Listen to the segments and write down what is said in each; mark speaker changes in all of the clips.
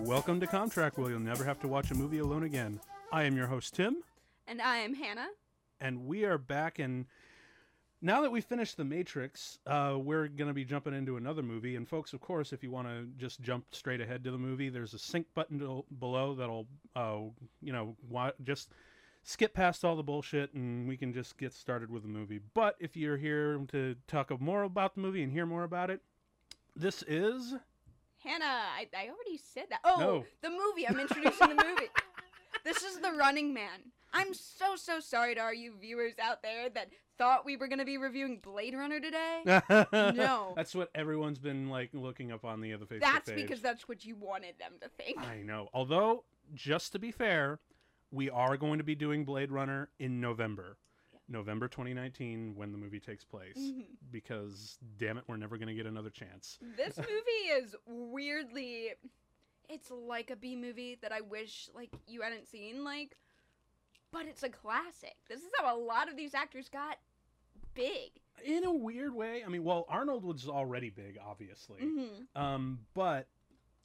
Speaker 1: Welcome to Comtrack, where you'll never have to watch a movie alone again. I am your host, Tim,
Speaker 2: And I am Hannah.
Speaker 1: and we are back. And now that we finished The Matrix, uh, we're going to be jumping into another movie. And, folks, of course, if you want to just jump straight ahead to the movie, there's a sync button to, below that'll, uh, you know, wa- just skip past all the bullshit and we can just get started with the movie. But if you're here to talk more about the movie and hear more about it, this is.
Speaker 2: Hannah, I, I already said that. Oh,
Speaker 1: No.
Speaker 2: the movie. I'm introducing the movie. This is The Running Man. I'm so, so sorry to all you viewers out there that thought we were going to be reviewing Blade Runner today.
Speaker 1: no. That's what everyone's been like looking up on the other Facebook
Speaker 2: That's
Speaker 1: page.
Speaker 2: because that's what you wanted them to think.
Speaker 1: I know. Although, just to be fair, we are going to be doing Blade Runner in November. November 2019 when the movie takes place
Speaker 2: Mm.
Speaker 1: because damn it we're never going to get another chance.
Speaker 2: this movie is weirdly it's like a b movie that i wish like you hadn't seen like but it's a classic this is how a lot of these actors got big
Speaker 1: In a weird way, I mean, well, Arnold was already big obviously.
Speaker 2: mm-hmm.
Speaker 1: Um, but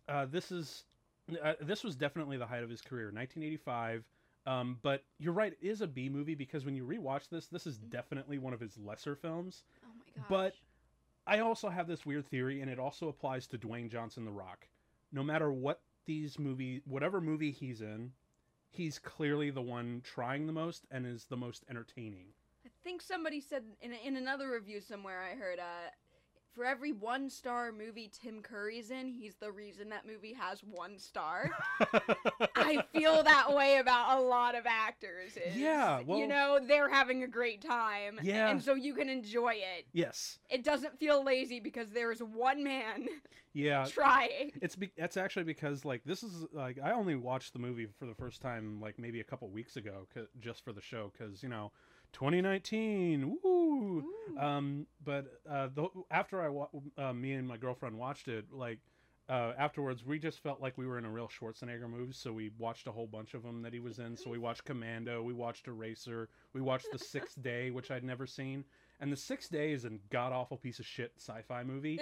Speaker 1: uh, this is uh, this was definitely the height of his career, 1985. Um, but you're right, it is a B movie because when you rewatch this, this is definitely one of his lesser films.
Speaker 2: oh my gosh
Speaker 1: But I also have this weird theory, and it also applies to Dwayne Johnson, The Rock. No matter what these movie, whatever movie he's in, he's clearly the one trying the most and is the most entertaining.
Speaker 2: i think somebody said in, in another review somewhere i heard uh for every one star movie Tim Curry's in, he's the reason that movie has one star. I feel that way about a lot of actors. is,
Speaker 1: Yeah,
Speaker 2: you
Speaker 1: well-
Speaker 2: know they're having a great time,
Speaker 1: Yeah.
Speaker 2: and so you can enjoy it.
Speaker 1: yes,
Speaker 2: It doesn't feel lazy because there is one man
Speaker 1: yeah.
Speaker 2: trying.
Speaker 1: It's be- that's actually because like this is like I only watched the movie for the first time like maybe a couple weeks ago c- just for the show because you know 2019 woo um but uh the, after I wa- uh, me and my girlfriend watched it like uh afterwards we just felt like we were in a real Schwarzenegger movie so we watched a whole bunch of them that he was in so we watched Commando we watched Eraser we watched The Sixth Day which I'd never seen and The Sixth Day is a god awful piece of shit sci-fi movie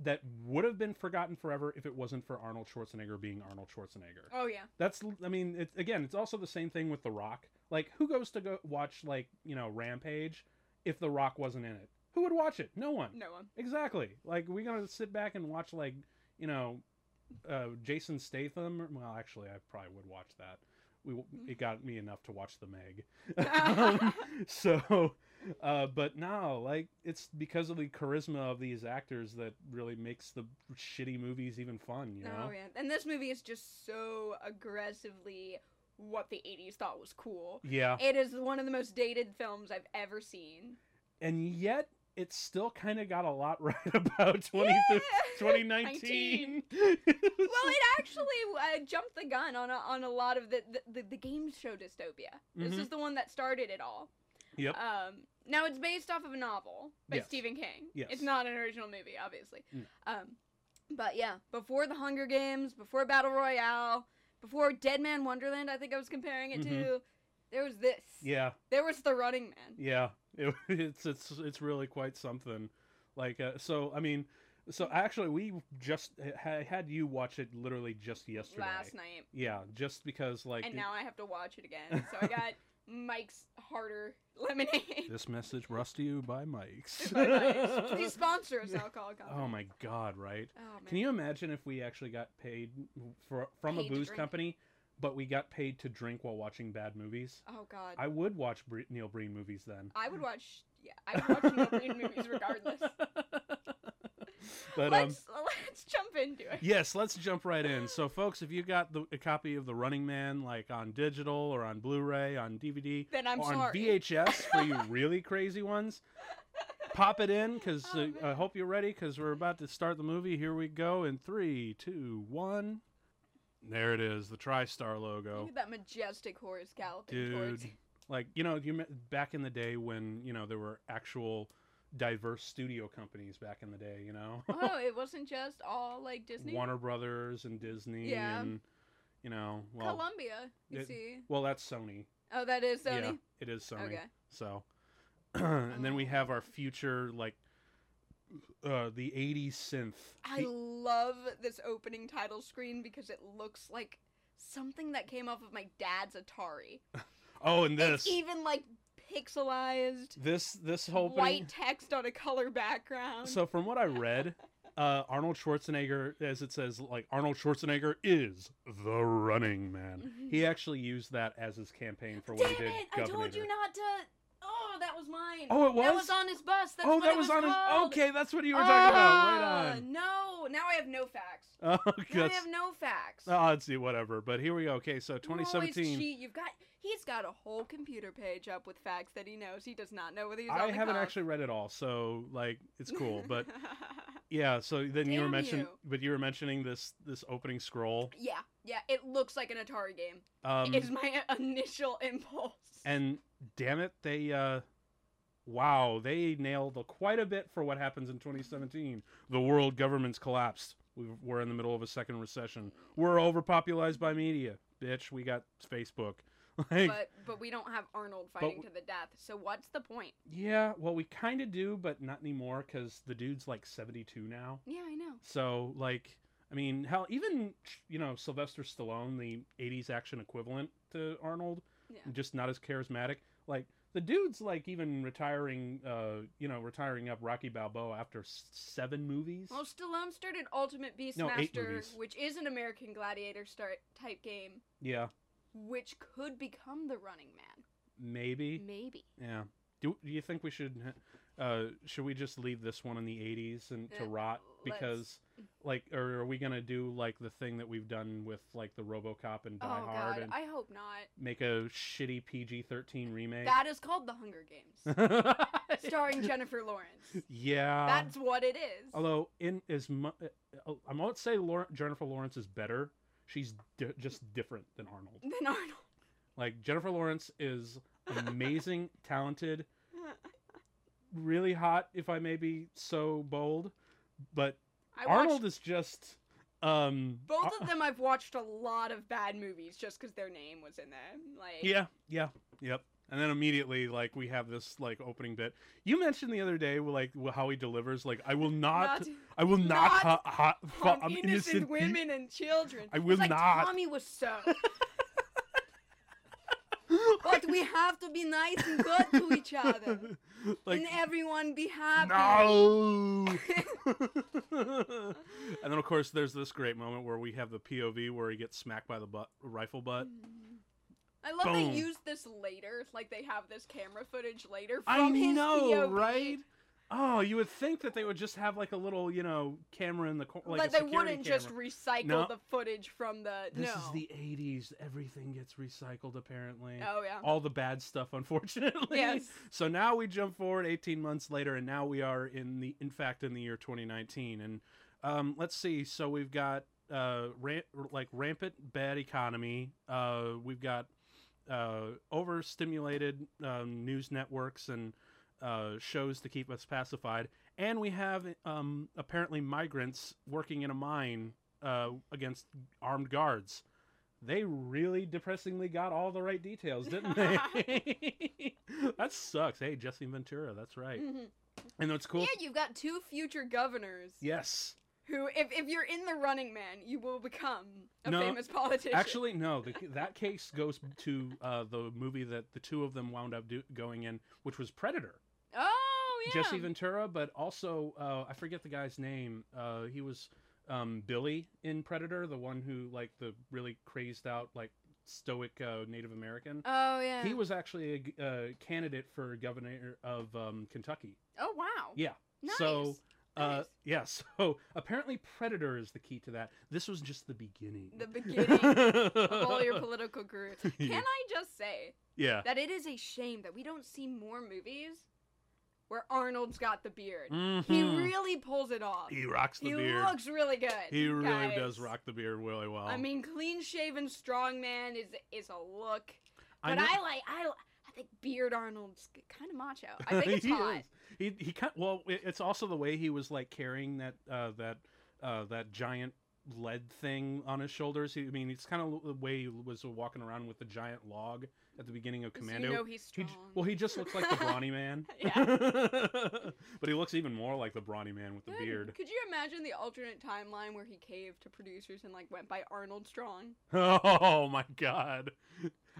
Speaker 1: that would have been forgotten forever if it wasn't for Arnold Schwarzenegger being Arnold Schwarzenegger.
Speaker 2: Oh yeah,
Speaker 1: That's I mean, it, again, it's also the same thing with The Rock. Like, who goes to go watch like you know Rampage if The Rock wasn't in it? Who would watch it? No one.
Speaker 2: no one.
Speaker 1: Exactly. Like we're gonna sit back and watch like you know uh, Jason Statham. or- Well, actually, I probably would watch that. We w- it got me enough to watch The Meg. Um, so, uh, but now like it's because of the charisma of these actors that really makes the shitty movies even fun. You know.
Speaker 2: Oh yeah, and this movie is just so aggressively what the '80s thought was cool.
Speaker 1: Yeah.
Speaker 2: It is one of the most dated films I've ever seen.
Speaker 1: and yet it still kind of got a lot right about 25 2019.
Speaker 2: Well, it actually uh, jumped the gun on a, on a lot of the the, the, the game show dystopia. This
Speaker 1: Mhm.
Speaker 2: is the one that started it all.
Speaker 1: yep.
Speaker 2: Um, now it's based off of a novel by
Speaker 1: Yes.
Speaker 2: Stephen King.
Speaker 1: Yes.
Speaker 2: It's not an original movie, obviously.
Speaker 1: Mm.
Speaker 2: Um, but yeah, before the Hunger Games, before Battle Royale, before Dead Man Wonderland, I think I was comparing it to. There was this.
Speaker 1: Mm-hmm. yeah.
Speaker 2: There was The Running Man.
Speaker 1: Yeah, it, it's it's it's really quite something. Like uh, so, I mean, so actually, we just ha- had you watch it literally just yesterday.
Speaker 2: Last night,
Speaker 1: Yeah, just because like
Speaker 2: and
Speaker 1: it-
Speaker 2: now I have to watch it again. So I got Mike's harder lemonade.
Speaker 1: this message brought to you by Mike's.
Speaker 2: By Mike's. Please sponsor us, alcohol company.
Speaker 1: oh my god! Right?
Speaker 2: Oh, man.
Speaker 1: Can you imagine if we actually got paid for from
Speaker 2: Paid
Speaker 1: a
Speaker 2: to
Speaker 1: booze
Speaker 2: drink.
Speaker 1: company, but we got paid to drink while watching bad movies?
Speaker 2: Oh God.
Speaker 1: I would watch Bre- Neil Breen movies then.
Speaker 2: I would watch. Yeah, I would watch Neil Breen movies regardless.
Speaker 1: But um,
Speaker 2: let's let's jump into it.
Speaker 1: yes, let's jump right in. So, folks, if you got the, a copy of The Running Man, like on digital or on Blu-ray, on DVD,
Speaker 2: Then I'm
Speaker 1: or on
Speaker 2: sorry.
Speaker 1: VHS for you really crazy ones, pop it in because
Speaker 2: Oh,
Speaker 1: uh, I hope you're ready because we're about to start the movie. Here we go in three, two, one. There it is, the TriStar
Speaker 2: Look
Speaker 1: logo,
Speaker 2: at that majestic horse galloping towards.
Speaker 1: dude. Like you know, you me- back in the day when you know there were actual diverse studio companies back in the day. You know.
Speaker 2: Oh, it wasn't just all like Disney.
Speaker 1: Warner Brothers and Disney
Speaker 2: Yeah.
Speaker 1: and you know well
Speaker 2: Columbia. You
Speaker 1: it-
Speaker 2: see.
Speaker 1: well that's Sony.
Speaker 2: Oh, that is Sony. Oh.
Speaker 1: Yeah, it is Sony.
Speaker 2: Okay.
Speaker 1: So and then we have our future like uh, the 80s synth.
Speaker 2: I love this opening title screen because it looks like something that came off of my dad's Atari.
Speaker 1: oh, and this
Speaker 2: It's even like pixelized,
Speaker 1: this this opening.
Speaker 2: white text on a color background.
Speaker 1: So from what I read, uh, Arnold Schwarzenegger, as it says, like Arnold Schwarzenegger is the Running Man. He actually used that as his campaign for what
Speaker 2: Mm-hmm. Damn
Speaker 1: he did.
Speaker 2: it! I told you
Speaker 1: Governator.
Speaker 2: not to. Oh, that was mine.
Speaker 1: Oh, it was.
Speaker 2: That was on his bus. That's
Speaker 1: oh,
Speaker 2: what
Speaker 1: that
Speaker 2: it
Speaker 1: was,
Speaker 2: was,
Speaker 1: on. His...
Speaker 2: called.
Speaker 1: Okay, that's what you were talking about.
Speaker 2: Ah,
Speaker 1: Right on.
Speaker 2: No, now I have no facts.
Speaker 1: Oh,
Speaker 2: Now Ah. I
Speaker 1: that's.
Speaker 2: have no facts.
Speaker 1: Oh, let's see, whatever. But here we go. Okay, so
Speaker 2: You always
Speaker 1: 2017.
Speaker 2: cheat. You've got. He's got a whole computer page up with facts that he knows. He does not know whether he's. on
Speaker 1: I
Speaker 2: the
Speaker 1: haven't
Speaker 2: cuff.
Speaker 1: actually read it all, so like it's cool. But yeah, so then you were
Speaker 2: Damn
Speaker 1: mentioning,
Speaker 2: you.
Speaker 1: but you were mentioning this this opening scroll.
Speaker 2: yeah, yeah, it looks like an Atari game.
Speaker 1: Um,
Speaker 2: It's my initial impulse.
Speaker 1: and damn it they uh wow they nailed quite a bit for what happens in 2017 the world government's collapsed we we're in the middle of a second recession we're overpopulized by media bitch we got facebook like
Speaker 2: but but we don't have Arnold fighting to the death. So what's the point?
Speaker 1: yeah well we kind of do but not anymore because the dude's like 72 now
Speaker 2: Yeah, I know.
Speaker 1: so like i mean hell even you know sylvester stallone the 80s action equivalent to arnold
Speaker 2: Yeah.
Speaker 1: just not as charismatic. Like the dude's like even retiring, uh, you know, retiring up Rocky Balboa after s- seven movies.
Speaker 2: Well, Stallone started Ultimate
Speaker 1: No, eight
Speaker 2: Beastmaster,
Speaker 1: movies.
Speaker 2: which is an American Gladiator start type game,
Speaker 1: Yeah,
Speaker 2: which could become the Running Man.
Speaker 1: maybe.
Speaker 2: Maybe.
Speaker 1: Yeah. Do, do you think we should, uh, should we just leave this one in the '80s and to
Speaker 2: Uh,
Speaker 1: rot
Speaker 2: let's-
Speaker 1: because, like, or are we gonna do like the thing that we've done with like the RoboCop and Die
Speaker 2: oh
Speaker 1: Hard
Speaker 2: God,
Speaker 1: and
Speaker 2: I hope not.
Speaker 1: make a shitty PG-13 remake?
Speaker 2: That is called The Hunger Games, starring Jennifer Lawrence.
Speaker 1: yeah.
Speaker 2: That's what it is.
Speaker 1: Um, Although in as much, I won't say Laur Jennifer Lawrence is better. She's di- just different than Arnold.
Speaker 2: Then Arnold.
Speaker 1: Like Jennifer Lawrence is amazing, talented, really hot. If I may be so bold, but
Speaker 2: I
Speaker 1: Arnold
Speaker 2: watched,
Speaker 1: is just um
Speaker 2: both
Speaker 1: Ar-
Speaker 2: of them. I've watched a lot of bad movies just because their name was in there. Like
Speaker 1: Yeah, yeah, yep. And then immediately, like we have this like opening bit. You mentioned the other day, like how he delivers, like I will not, I will not,
Speaker 2: not
Speaker 1: hot, hot,
Speaker 2: on innocent, women and children.
Speaker 1: I
Speaker 2: It's
Speaker 1: will
Speaker 2: like
Speaker 1: not.
Speaker 2: Tommy was so.
Speaker 1: women.
Speaker 2: But we have to be nice and good to each other.
Speaker 1: like
Speaker 2: and everyone be happy.
Speaker 1: no and then of course there's this great moment where we have the pov where he gets smacked by the butt rifle butt
Speaker 2: I love
Speaker 1: Boom.
Speaker 2: they use this later. Like they have this camera footage later
Speaker 1: i
Speaker 2: from his E
Speaker 1: know
Speaker 2: POV.
Speaker 1: right oh you would think that they would just have like a little you know camera in the corner like
Speaker 2: Like,
Speaker 1: a
Speaker 2: they
Speaker 1: security
Speaker 2: wouldn't
Speaker 1: camera.
Speaker 2: just recycle
Speaker 1: No.
Speaker 2: the footage from the
Speaker 1: this
Speaker 2: no.
Speaker 1: is the 80s everything gets recycled apparently
Speaker 2: oh yeah.
Speaker 1: all the bad stuff unfortunately
Speaker 2: Yes.
Speaker 1: So now we jump forward 18 months later, and now we are in the, in fact, in the year 2019. And um, let's see. So we've got uh, ram- like rampant bad economy. Uh, we've got uh, overstimulated um, news networks and uh, shows to keep us pacified, and we have um, apparently migrants working in a mine uh, against armed guards. They really depressingly got all the right details, didn't they? that sucks. Hey, Jesse Ventura, that's right.
Speaker 2: Mhm.
Speaker 1: And what's cool?
Speaker 2: Yeah, you've got two future governors
Speaker 1: Yes.
Speaker 2: who, if, if you're in the Running Man, you will become a
Speaker 1: No,
Speaker 2: famous politician.
Speaker 1: Actually, no. The, that case goes to uh, the movie that the two of them wound up do- going in, which was Predator.
Speaker 2: oh yeah.
Speaker 1: Jesse Ventura, but also uh, I forget the guy's name. Uh, he was um, Billy in Predator, the one who like the really crazed out like stoic uh, Native American.
Speaker 2: Oh yeah.
Speaker 1: He was actually a g- uh, candidate for governor of um, Kentucky.
Speaker 2: Oh wow.
Speaker 1: Yeah.
Speaker 2: Nice.
Speaker 1: So uh,
Speaker 2: Nice.
Speaker 1: yeah, so apparently Predator is the key to that. This was just the beginning.
Speaker 2: the beginning of all your political career. Can I just say
Speaker 1: yeah.
Speaker 2: that it is a shame that we don't see more movies where Arnold's got the beard. He
Speaker 1: Mhm.
Speaker 2: really pulls it off.
Speaker 1: He rocks the
Speaker 2: He
Speaker 1: beard.
Speaker 2: looks really good.
Speaker 1: he really does
Speaker 2: guys.
Speaker 1: rock the beard really well.
Speaker 2: I mean, clean shaven strong man is is a look,
Speaker 1: I
Speaker 2: but
Speaker 1: know-
Speaker 2: I, like I I think beard Arnold's kind of macho. I think it's
Speaker 1: he
Speaker 2: hot.
Speaker 1: is. He he cut. Well, it- it's also the way he was like carrying that uh, that uh, that giant lead thing on his shoulders. He, I mean, it's kind of the way he was walking around with the giant log at the beginning of Commando.
Speaker 2: So you know he's
Speaker 1: He
Speaker 2: strong.
Speaker 1: j- well, he just looks like the brawny man.
Speaker 2: Yeah.
Speaker 1: but he looks even more like the brawny man with the
Speaker 2: Good.
Speaker 1: beard.
Speaker 2: Could you imagine the alternate timeline where he caved to producers and like went by Arnold Strong?
Speaker 1: Oh my god.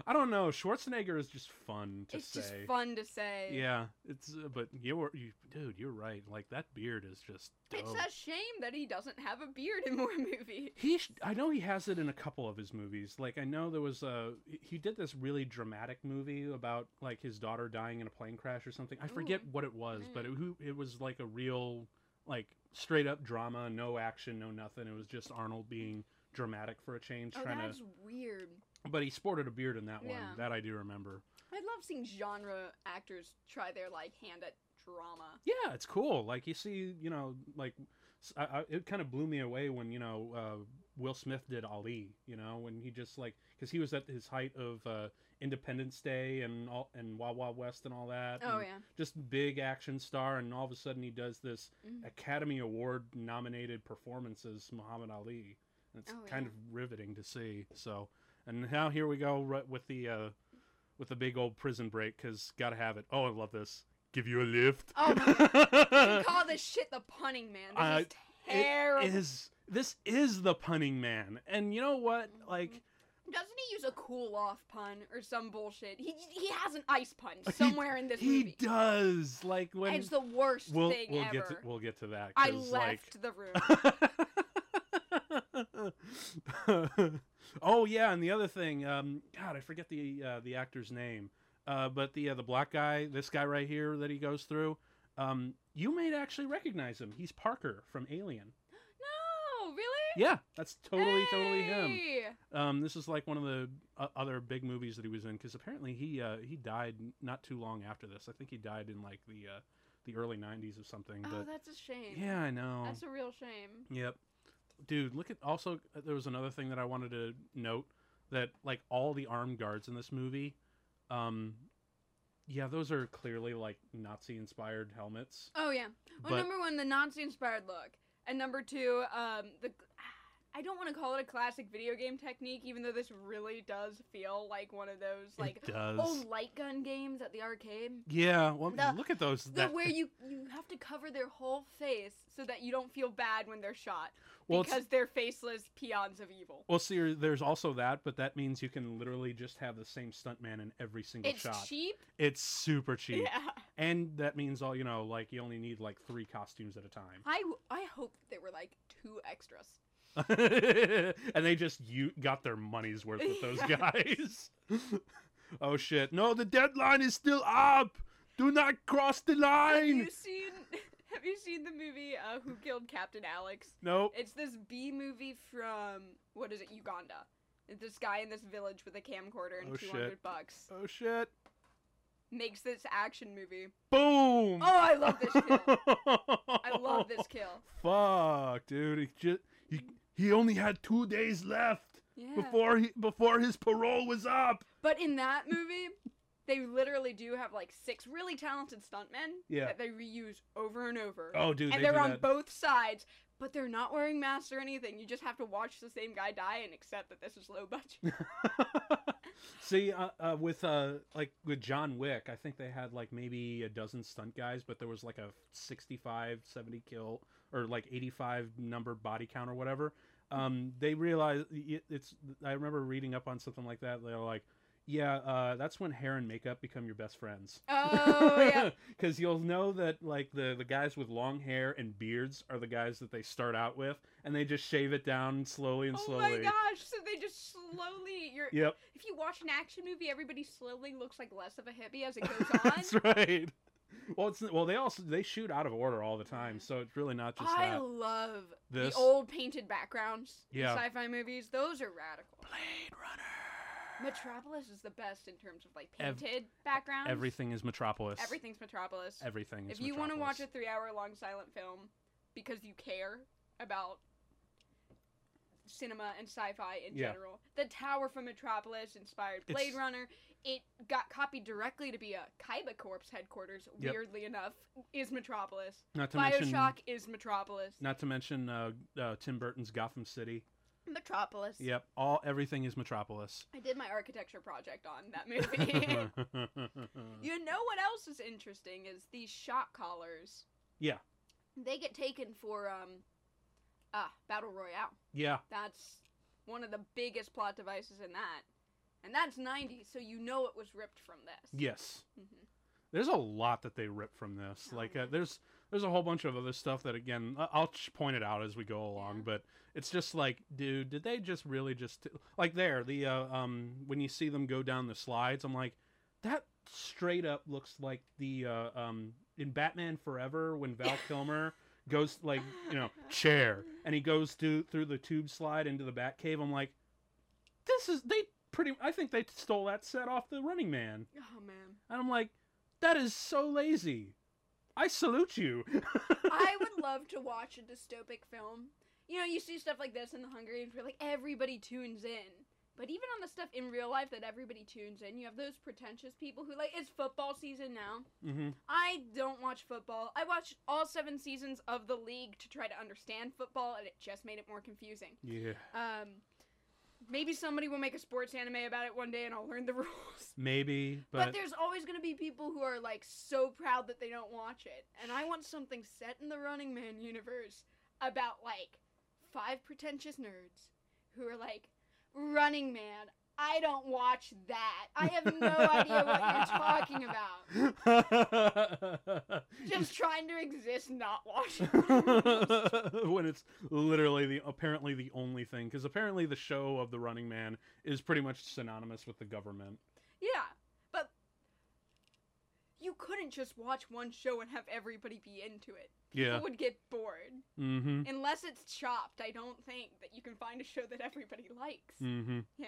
Speaker 1: I don't know. Schwarzenegger is just fun to
Speaker 2: it's
Speaker 1: say.
Speaker 2: just fun to say.
Speaker 1: Yeah, it's uh, but you were you, dude. You're right. Like that beard is just. Dope.
Speaker 2: It's a shame that he doesn't have a beard in more movies.
Speaker 1: He, sh- I know he has it in a couple of his movies. Like I know there was a he- he did this really dramatic movie about like his daughter dying in a plane crash or something. I forget what it was, but
Speaker 2: Mm.
Speaker 1: it, who- it was like a real like straight up drama, no action, no nothing. It was just Arnold being dramatic for a change,
Speaker 2: Oh,
Speaker 1: trying
Speaker 2: that's
Speaker 1: to.
Speaker 2: weird.
Speaker 1: But he sported a beard in that one.
Speaker 2: Yeah.
Speaker 1: That I do remember.
Speaker 2: I love seeing genre actors try their like hand at drama.
Speaker 1: Yeah, it's cool. Like you see, you know, like s- I, I- it kind of blew me away when you know uh, Will Smith did Ali. You know, when he just like because he was at his height of uh, Independence Day and all and Wild Wild West and all that.
Speaker 2: Oh
Speaker 1: and
Speaker 2: yeah.
Speaker 1: Just big action star, and all of a sudden he does this
Speaker 2: Mhm.
Speaker 1: Academy Award nominated performances, Muhammad Ali. And it's
Speaker 2: Oh,
Speaker 1: kind
Speaker 2: yeah.
Speaker 1: of riveting to see. So, and now here we go right with the uh, with the big old prison break because gotta have it. Oh, I love this. Give you a lift.
Speaker 2: Oh my You
Speaker 1: god.
Speaker 2: call this shit the punning man. This
Speaker 1: Uh,
Speaker 2: is terrible.
Speaker 1: is this is the punning man and you know what
Speaker 2: Mm-hmm.
Speaker 1: like
Speaker 2: Doesn't he use a cool off pun or some bullshit? He he has an ice pun
Speaker 1: He-
Speaker 2: somewhere in this
Speaker 1: he
Speaker 2: movie.
Speaker 1: does like when
Speaker 2: And it's the worst
Speaker 1: we'll
Speaker 2: thing
Speaker 1: we'll
Speaker 2: ever.
Speaker 1: get to we'll get to that
Speaker 2: I
Speaker 1: 'cause,
Speaker 2: left
Speaker 1: like
Speaker 2: the room.
Speaker 1: oh yeah and the other thing um god i forget the uh, the actor's name uh but the uh, the black guy this guy right here that he goes through um you may actually recognize him he's parker from alien
Speaker 2: no, really?
Speaker 1: yeah that's totally totally him
Speaker 2: Hey!
Speaker 1: Um, this is like one of the uh, other big movies that he was in because apparently he uh, he died not too long after this. I think he died in like the uh, the early '90s or something.
Speaker 2: Oh,
Speaker 1: But
Speaker 2: that's a shame.
Speaker 1: yeah, Mm. I know.
Speaker 2: That's a real shame.
Speaker 1: Yep, dude. Look at also uh, there was another thing that I wanted to note that like all the armed guards in this movie, um, yeah, those are clearly like Nazi inspired helmets.
Speaker 2: Oh yeah. Well,
Speaker 1: But-
Speaker 2: number one, the Nazi-inspired look, and number two, um, the I don't want to call it a classic video game technique, even though this really does feel like one of those like
Speaker 1: it does.
Speaker 2: old light gun games at the arcade.
Speaker 1: yeah, well, I mean,
Speaker 2: the-
Speaker 1: look at those.
Speaker 2: The,
Speaker 1: That,
Speaker 2: where you you have to cover their whole face so that you don't feel bad when they're shot
Speaker 1: well, it's-
Speaker 2: because they're faceless peons of evil.
Speaker 1: Well, see, there- there's also that, but that means you can literally just have the same stuntman in every single
Speaker 2: It's
Speaker 1: shot.
Speaker 2: cheap.
Speaker 1: It's super cheap,
Speaker 2: Yeah.
Speaker 1: and that means all you know, like you only need like three costumes at a time,
Speaker 2: I, w- I hope that there were like two extras.
Speaker 1: and they just you got their money's worth with those
Speaker 2: Yes.
Speaker 1: guys. oh shit! No, the deadline is still up. Do not cross the
Speaker 2: Have
Speaker 1: line.
Speaker 2: you seen Have you seen the movie uh, Who Killed Captain Alex?
Speaker 1: Nope.
Speaker 2: It's this B movie from what is it, Uganda? It's This guy in this village with a camcorder and
Speaker 1: Oh,
Speaker 2: 200
Speaker 1: shit.
Speaker 2: bucks
Speaker 1: Oh shit!
Speaker 2: makes this action movie.
Speaker 1: Boom.
Speaker 2: Oh, I love this kill. I love this kill.
Speaker 1: Fuck, dude. He just he he only had two days left
Speaker 2: Yeah.
Speaker 1: before he before his parole was up.
Speaker 2: But in that movie, they literally do have like six really talented stuntmen
Speaker 1: Yeah.
Speaker 2: that they reuse over and over.
Speaker 1: Oh, dude,
Speaker 2: and
Speaker 1: they
Speaker 2: they're
Speaker 1: do
Speaker 2: on
Speaker 1: that.
Speaker 2: both sides, but they're not wearing masks or anything. You just have to watch the same guy die and accept that this is low budget.
Speaker 1: See, uh, uh, with uh, like with John Wick, I think they had like maybe a dozen stunt guys, but there was like a 65, 70 kill or like 85 number body count or whatever. Um, they realized it- it's. I remember reading up on something like that. They're like, yeah, uh, that's when hair and makeup become your best friends.
Speaker 2: oh yeah.
Speaker 1: Because you'll know that like the the guys with long hair and beards are the guys that they start out with, and they just shave it down slowly and
Speaker 2: Oh
Speaker 1: slowly.
Speaker 2: my gosh! So they just slowly you're
Speaker 1: Yep,
Speaker 2: if you watch an action movie, everybody slowly looks like less of a hippie as it goes on.
Speaker 1: that's right. Well, it's well they also they shoot out of order all the time, so it's really not just
Speaker 2: I
Speaker 1: that.
Speaker 2: love
Speaker 1: This
Speaker 2: the old painted backgrounds
Speaker 1: Yeah.
Speaker 2: in sci-fi movies. Those are radical.
Speaker 1: Blade Runner.
Speaker 2: Metropolis is the best in terms of like
Speaker 1: Ev-
Speaker 2: painted backgrounds.
Speaker 1: Everything is Metropolis.
Speaker 2: Everything's Metropolis.
Speaker 1: Everything is.
Speaker 2: if you want to watch a
Speaker 1: Metropolis.
Speaker 2: three-hour-long silent film because you care about cinema and sci-fi in
Speaker 1: Yeah.
Speaker 2: general. The tower from Metropolis inspired Blade
Speaker 1: It's-
Speaker 2: Runner. It got copied directly to be a Kaiba Corps headquarters.
Speaker 1: Yep.
Speaker 2: Weirdly enough, is Metropolis.
Speaker 1: Not to mention,
Speaker 2: Bioshock is Metropolis.
Speaker 1: not to mention uh, uh, Tim Burton's Gotham City.
Speaker 2: Metropolis.
Speaker 1: Yep, all everything is Metropolis.
Speaker 2: I did my architecture project on that movie. You know what else is interesting is these shot collars.
Speaker 1: Yeah.
Speaker 2: They get taken for um ah, Battle Royale.
Speaker 1: yeah,
Speaker 2: That's one of the biggest plot devices in that. And that's 90, so you know it was ripped from this.
Speaker 1: yes.
Speaker 2: Mhm.
Speaker 1: There's a lot that they rip from this.
Speaker 2: Oh,
Speaker 1: like
Speaker 2: yeah.
Speaker 1: uh, there's there's a whole bunch of other stuff that again I- I'll ch- point it out as we go along,
Speaker 2: Yeah.
Speaker 1: but it's just like, dude, did they just really just t- like there the uh, um when you see them go down the slides, I'm like, that straight up looks like the uh, um in Batman Forever when Val Kilmer goes like you know chair and he goes to through the tube slide into the Batcave. I'm like, this is they pretty. I think they stole that set off the Running Man.
Speaker 2: Oh man.
Speaker 1: And I'm like, that is so lazy. I salute you.
Speaker 2: I would love to watch a dystopic film. You know, you see stuff like this in The Hunger Games where like everybody tunes in. But even on the stuff in real life that everybody tunes in, you have those pretentious people who like it's football season now.
Speaker 1: hmm
Speaker 2: I don't watch football. I watched all seven seasons of the league to try to understand football, and it just made it more confusing.
Speaker 1: Yeah.
Speaker 2: Um, maybe somebody will make a sports anime about it one day, and I'll learn the rules.
Speaker 1: Maybe,
Speaker 2: But,
Speaker 1: but,
Speaker 2: there's always going to be people who are like so proud that they don't watch it, and I want something set in the Running Man universe about like five pretentious nerds who are like, Running Man. I don't watch that. I have no idea what you're talking about. Just trying to exist, not watching.
Speaker 1: when it's literally the apparently the only thing because apparently the show of the Running Man is pretty much synonymous with the government.
Speaker 2: yeah, but you couldn't just watch one show and have everybody be into it.
Speaker 1: Yeah.
Speaker 2: People would get bored.
Speaker 1: Mm-hmm.
Speaker 2: Unless it's chopped, I don't think that you can find a show that everybody likes.
Speaker 1: Mm-hmm.
Speaker 2: Yeah.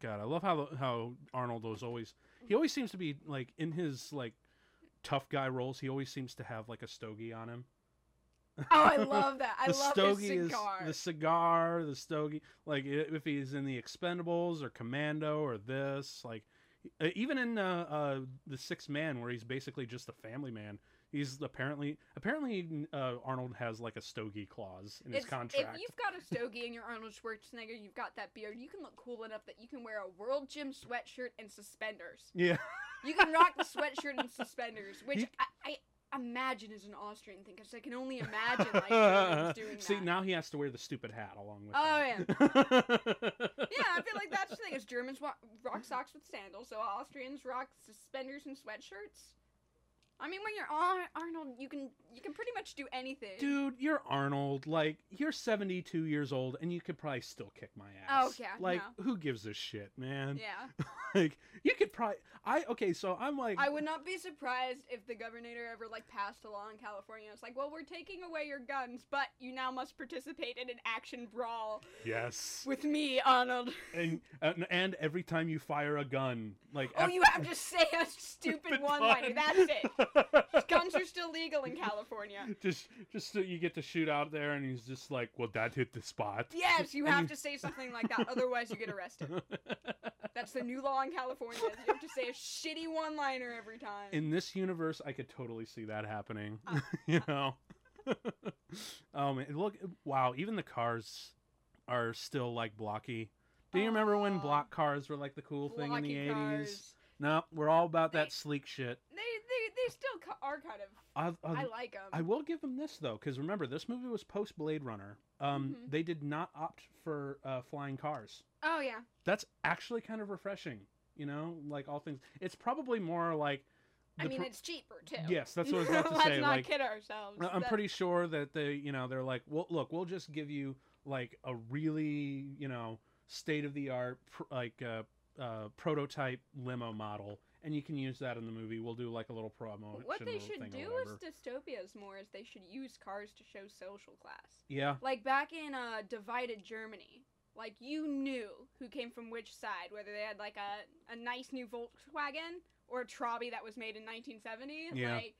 Speaker 1: God, I love how how Arnold was always. He always seems to be like in his like tough guy roles. He always seems to have like a stogie on him.
Speaker 2: Oh, I love that. I
Speaker 1: the
Speaker 2: love
Speaker 1: stogie
Speaker 2: his cigar.
Speaker 1: is the cigar, the stogie. Like i- if he's in the Expendables or Commando or this, like e- even in uh, uh, the Sixth Man, where he's basically just a family man. He's apparently apparently uh, Arnold has like a stogie clause in his
Speaker 2: It's-
Speaker 1: contract.
Speaker 2: If you've got a stogie and you're Arnold Schwarzenegger, you've got that beard, you can look cool enough that you can wear a World Gym sweatshirt and suspenders.
Speaker 1: Yeah,
Speaker 2: You can rock the sweatshirt and suspenders, which
Speaker 1: You-
Speaker 2: I, I imagine is an Austrian thing, because I can only imagine like Germans doing
Speaker 1: See,
Speaker 2: that.
Speaker 1: now he has to wear the stupid hat along with.
Speaker 2: Oh,
Speaker 1: yeah.
Speaker 2: yeah, I feel like that's the thing. Is Germans wa- rock socks with sandals, so Austrians rock suspenders and sweatshirts. I mean, when you're Ar- Arnold, you can you can pretty much do anything.
Speaker 1: Dude, you're Arnold. Like, you're 72 years old, and you could probably still kick my ass.
Speaker 2: Oh, yeah,
Speaker 1: Like,
Speaker 2: no.
Speaker 1: who gives a shit, man?
Speaker 2: Yeah,
Speaker 1: Like, you could probably. I okay. So I'm like,
Speaker 2: I would not be surprised if the governor ever like passed a law in California. It's like, well, we're taking away your guns, but you now must participate in an action brawl
Speaker 1: yes.
Speaker 2: with me, Arnold.
Speaker 1: And, and and every time you fire a gun, like
Speaker 2: Oh,
Speaker 1: af-
Speaker 2: you have to say a stupid
Speaker 1: Stupid
Speaker 2: one-liner.
Speaker 1: gun.
Speaker 2: That's it. Guns are still legal in California.
Speaker 1: just just so you get to shoot out there, and he's just like, well, that hit the spot.
Speaker 2: Yes, you
Speaker 1: And
Speaker 2: have
Speaker 1: you-
Speaker 2: to say something like that, otherwise you get arrested. That's the new law in California. is You have to say a shitty one-liner every time.
Speaker 1: in this universe, I could totally see that happening.
Speaker 2: Uh,
Speaker 1: you know, oh man, look, wow, even the cars are still like blocky. Do you remember when
Speaker 2: Aw.
Speaker 1: block cars were like the cool thing in
Speaker 2: Blocky
Speaker 1: the eighties?
Speaker 2: cars.
Speaker 1: No, we're all about
Speaker 2: They-
Speaker 1: that sleek shit.
Speaker 2: They, they, they still ca- are kind of.
Speaker 1: I, I,
Speaker 2: I like them.
Speaker 1: Oh, I will give them this though, because remember, this movie was post Blade Runner. Um,
Speaker 2: Mhm.
Speaker 1: They did not opt for uh, flying cars.
Speaker 2: oh yeah.
Speaker 1: That's actually kind of refreshing. You know, like all things. It's probably more like.
Speaker 2: I
Speaker 1: the
Speaker 2: mean,
Speaker 1: pro-
Speaker 2: it's cheaper too.
Speaker 1: yes, that's what I was about to
Speaker 2: Let's
Speaker 1: say.
Speaker 2: not
Speaker 1: like,
Speaker 2: kid ourselves.
Speaker 1: I- I'm
Speaker 2: That-
Speaker 1: pretty sure that they, you know, they're like, well, look, we'll just give you like a really, you know, state of the art, pr- like uh, uh, prototype limo model, and you can use that in the movie. We'll do like a little promo.
Speaker 2: What they should do is dystopias more. Is they should use cars to show social class.
Speaker 1: yeah,
Speaker 2: Like back in uh, divided Germany, like you knew who came from which side, whether they had like a, a nice new Volkswagen or a Trabi that was made in 1970.
Speaker 1: Yeah.
Speaker 2: Like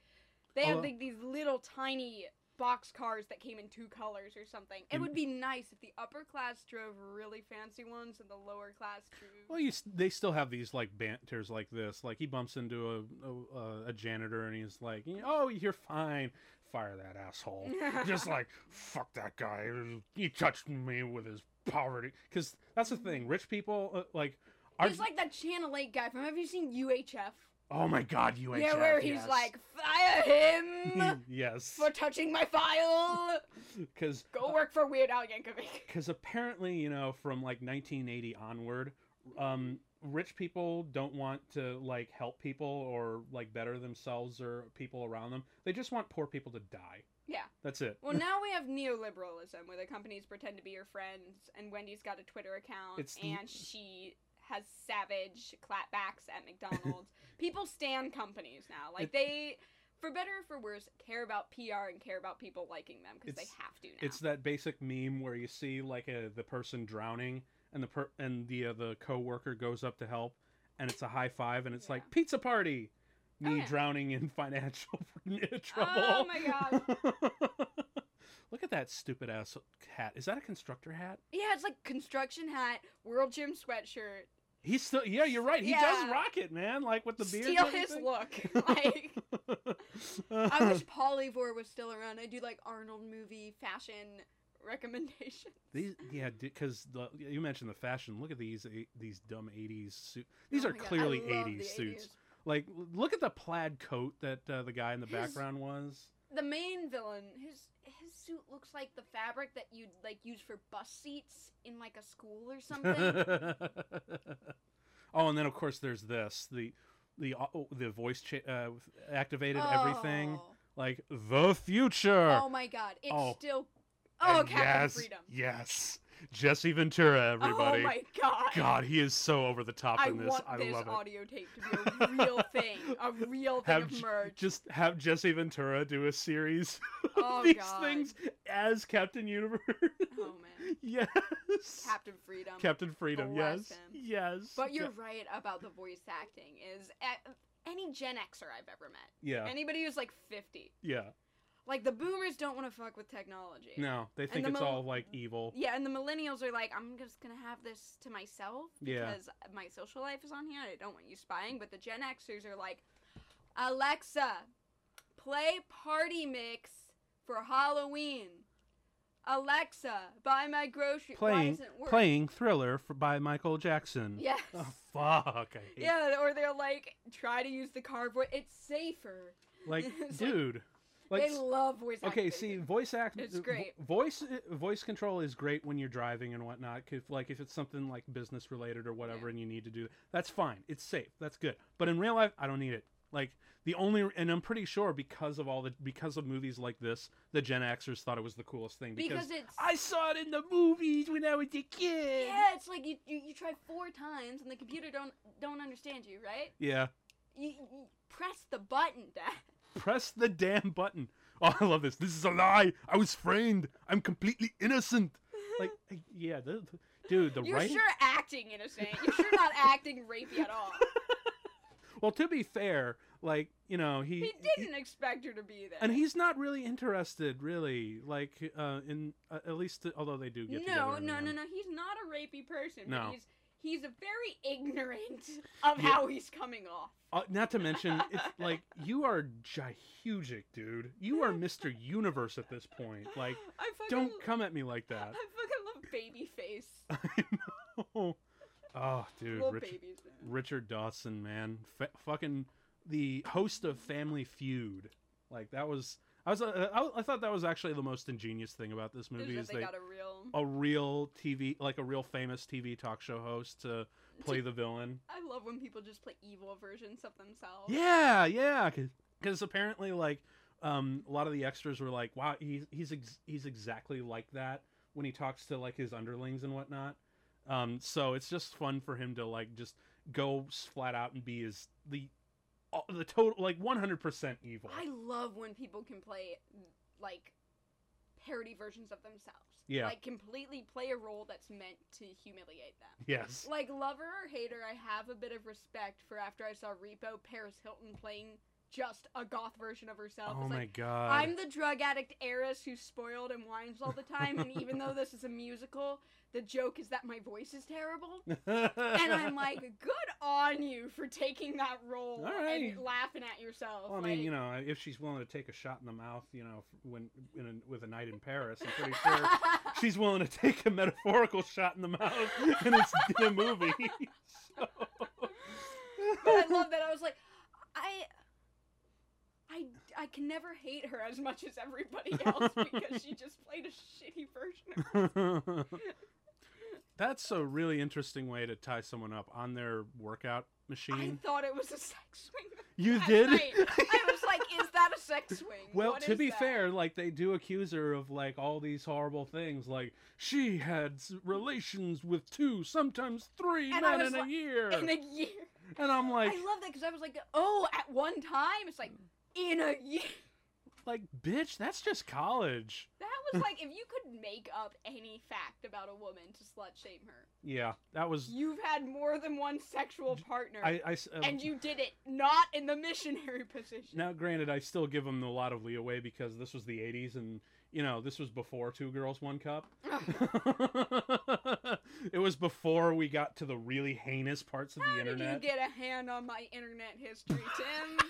Speaker 2: they had
Speaker 1: Although-
Speaker 2: like these little tiny box cars that came in two colors or something. It
Speaker 1: Mm.
Speaker 2: would be nice if the upper class drove really fancy ones and the lower class drove.
Speaker 1: Well, you, s- they still have these like banters like this. Like he bumps into a a, a janitor and he's like, you know, "Oh, you're fine. Fire that asshole." Just like fuck that guy. He touched me with his poverty. Because that's the thing. Rich people uh, like are.
Speaker 2: he's like that Channel 8 guy from. Have you seen UHF?
Speaker 1: oh my god, UHF.
Speaker 2: yeah, where he's
Speaker 1: yes.
Speaker 2: like, "Mm." fire him
Speaker 1: yes,
Speaker 2: for touching my file.
Speaker 1: because
Speaker 2: Go work for Weird Al Yankovic.
Speaker 1: because apparently you know from like 1980 onward um rich people don't want to like help people or like better themselves or people around them they just want poor people to die
Speaker 2: Yeah.
Speaker 1: that's it
Speaker 2: Well, now we have neoliberalism, where the companies pretend to be your friends, and Wendy's got a Twitter account,
Speaker 1: It's l-
Speaker 2: and she has savage clapbacks at McDonald's. People stand companies now. Like,
Speaker 1: It-
Speaker 2: they, for better or for worse, care about PR and care about people liking them because they
Speaker 1: It's-
Speaker 2: have to now.
Speaker 1: it's that basic meme where you see like a, the person drowning and the per- and the uh, the coworker goes up to help and it's a high five and it's like pizza party me
Speaker 2: Oh, yeah.
Speaker 1: drowning in financial trouble
Speaker 2: Oh my gosh.
Speaker 1: look at that stupid ass hat is that a constructor hat
Speaker 2: yeah, it's like construction hat, World Gym sweatshirt.
Speaker 1: He's still yeah, you're right. He does
Speaker 2: Yeah.
Speaker 1: rock it, man. Like with the beard.
Speaker 2: steal
Speaker 1: and
Speaker 2: his
Speaker 1: everything.
Speaker 2: look. Like, I wish Polyvore was still around. I do like Arnold movie fashion recommendations.
Speaker 1: these yeah, because the you mentioned the fashion. Look at these eight- these dumb '80s suit. These
Speaker 2: Oh
Speaker 1: are
Speaker 2: my God, I
Speaker 1: clearly
Speaker 2: love the
Speaker 1: '80s suits. Like l- look at the plaid coat that uh, the guy in the
Speaker 2: His-
Speaker 1: background was.
Speaker 2: the main villain his his suit looks like the fabric that you'd like use for bus seats in like a school or something
Speaker 1: oh, and then of course there's this the the au- the voice cha- uh, activated everything
Speaker 2: Oh.
Speaker 1: like the future.
Speaker 2: oh my god it's
Speaker 1: Oh.
Speaker 2: still oh
Speaker 1: And
Speaker 2: captain freedom
Speaker 1: Yes. Jesse Ventura, everybody.
Speaker 2: oh my god
Speaker 1: God, he is so over the top
Speaker 2: i
Speaker 1: in this.
Speaker 2: want
Speaker 1: I
Speaker 2: this
Speaker 1: love it.
Speaker 2: audio tape to be a real thing a real thing
Speaker 1: Have
Speaker 2: of
Speaker 1: J-
Speaker 2: merch
Speaker 1: Just have Jesse Ventura do a series of
Speaker 2: oh
Speaker 1: these
Speaker 2: god
Speaker 1: things as Captain Universe.
Speaker 2: oh man
Speaker 1: yes.
Speaker 2: captain freedom
Speaker 1: Captain Freedom,
Speaker 2: um, bless
Speaker 1: yes.
Speaker 2: him.
Speaker 1: Yes.
Speaker 2: but
Speaker 1: Yeah.
Speaker 2: you're right about the voice acting is a- any gen xer i've ever met
Speaker 1: Yeah.
Speaker 2: anybody who's like 50
Speaker 1: yeah.
Speaker 2: like the boomers don't want to fuck with technology
Speaker 1: No, they think
Speaker 2: the
Speaker 1: it's
Speaker 2: mil-
Speaker 1: all like evil.
Speaker 2: Yeah, and the millennials are like, I'm just gonna have this to myself
Speaker 1: Yeah.
Speaker 2: because my social life is on here. and I don't want you spying. But the Gen Xers are like, Alexa, play party mix for Halloween. Alexa, buy my grocery. Why
Speaker 1: Playing-
Speaker 2: isn't work?
Speaker 1: Playing Thriller for, by Michael Jackson.
Speaker 2: Yes.
Speaker 1: Oh, fuck. I hate
Speaker 2: Yeah, or they're like, try to use the car voice. It's safer.
Speaker 1: Like,
Speaker 2: It's like-
Speaker 1: dude. Like,
Speaker 2: they love voice.
Speaker 1: okay see
Speaker 2: activation.
Speaker 1: voice act
Speaker 2: It's
Speaker 1: vo-
Speaker 2: great.
Speaker 1: voice voice control is great when you're driving and whatnot 'cause, like if it's something like business related or whatever
Speaker 2: Yeah.
Speaker 1: and you need to do that's fine it's safe that's good but in real life i don't need it like the only and i'm pretty sure because of all the because of movies like this the gen xers thought it was the coolest thing because,
Speaker 2: because, it's
Speaker 1: i saw it in the movies when i was a kid
Speaker 2: yeah, it's like you, you you try four times and the computer don't don't understand you, right?
Speaker 1: yeah
Speaker 2: You, you press the button, Dad.
Speaker 1: press the damn button oh i love this this is a lie i was framed i'm completely innocent like yeah the, the- dude the
Speaker 2: You're
Speaker 1: writing
Speaker 2: sure acting innocent. You're sure not acting rapey at all.
Speaker 1: Well, to be fair, like you know, he,
Speaker 2: He didn't expect her to be there.
Speaker 1: and he's not really interested, really. Like uh, in uh, at least, although they do get together.
Speaker 2: no,
Speaker 1: in the
Speaker 2: no, no,
Speaker 1: end.
Speaker 2: no. He's not a rapey person.
Speaker 1: No.
Speaker 2: But he's he's a very ignorant of
Speaker 1: Yeah.
Speaker 2: how he's coming off.
Speaker 1: Uh, not to mention, it's like you are gihugic, dude. You are Mister Universe at this point. Like,
Speaker 2: I fucking
Speaker 1: don't
Speaker 2: lo-
Speaker 1: come at me like
Speaker 2: I
Speaker 1: that.
Speaker 2: fucking love Babyface.
Speaker 1: oh, oh, dude,
Speaker 2: Love
Speaker 1: Richard,
Speaker 2: babies. man.
Speaker 1: Richard Dawson, man, Fa fucking the host of Family Feud. Like that was. I was. Uh, I, I thought that was actually the most ingenious thing about this
Speaker 2: Is
Speaker 1: movie
Speaker 2: that
Speaker 1: is
Speaker 2: they,
Speaker 1: they Oh.
Speaker 2: got a real.
Speaker 1: a real TV, like a real famous TV talk show host to play the villain.
Speaker 2: I love when people just play evil versions of themselves.
Speaker 1: Yeah, yeah, because apparently, like, um, a lot of the extras were like, "Wow, he's he's ex- he's exactly like that when he talks to like his underlings and whatnot." Um, so it's just fun for him to like just go s- flat out and be his the all- the total like one hundred percent evil.
Speaker 2: I love when people can play like parody versions of themselves.
Speaker 1: Yeah.
Speaker 2: Like completely play a role that's meant to humiliate them.
Speaker 1: yes.
Speaker 2: Like lover or hater, I have a bit of respect for after I saw Repo Paris Hilton playing just a goth version of herself.
Speaker 1: Oh
Speaker 2: it's
Speaker 1: my
Speaker 2: like,
Speaker 1: god.
Speaker 2: I'm the drug addict heiress who's spoiled and whines all the time, and even though this is a musical, the joke is that my voice is terrible. And I'm like, good on you for taking that role
Speaker 1: All right.
Speaker 2: and laughing at yourself.
Speaker 1: Well, I mean,
Speaker 2: like-
Speaker 1: you know, if she's willing to take a shot in the mouth, you know, f- when in a, with a night in Paris, I'm pretty sure she's willing to take a metaphorical shot in the mouth, and it's in a movie. So-
Speaker 2: but I love that. I was like, I, I, I can never hate her as much as everybody else because she just played a shitty version. Of
Speaker 1: That's a really interesting way to tie someone up on their workout
Speaker 2: I
Speaker 1: machine.
Speaker 2: thought it was a sex swing.
Speaker 1: you
Speaker 2: that
Speaker 1: did?
Speaker 2: night. I was like, is that a sex swing?
Speaker 1: Well,
Speaker 2: What
Speaker 1: to
Speaker 2: is
Speaker 1: be
Speaker 2: that?"
Speaker 1: fair, like they do accuse her of like all these horrible things, like she had s- relations with two, sometimes three
Speaker 2: And I
Speaker 1: men
Speaker 2: was
Speaker 1: in a
Speaker 2: like-
Speaker 1: year,
Speaker 2: in a year.
Speaker 1: and I'm like,
Speaker 2: I love that because I was like, oh, at one time, it's like in a year.
Speaker 1: like bitch, that's just college.
Speaker 2: That was like if you could make up any fact about a woman to slut shame her.
Speaker 1: Yeah, that was.
Speaker 2: You've had more than one sexual partner.
Speaker 1: I, I s- um,
Speaker 2: and you did it not in the missionary position.
Speaker 1: now, granted, I still give them a lot of leeway because this was the '80s, and you know, this was before Two Girls One Cup.
Speaker 2: Ugh,
Speaker 1: it was before we got to the really heinous parts of the
Speaker 2: How did you
Speaker 1: internet.
Speaker 2: get a hand on my internet history, Tim?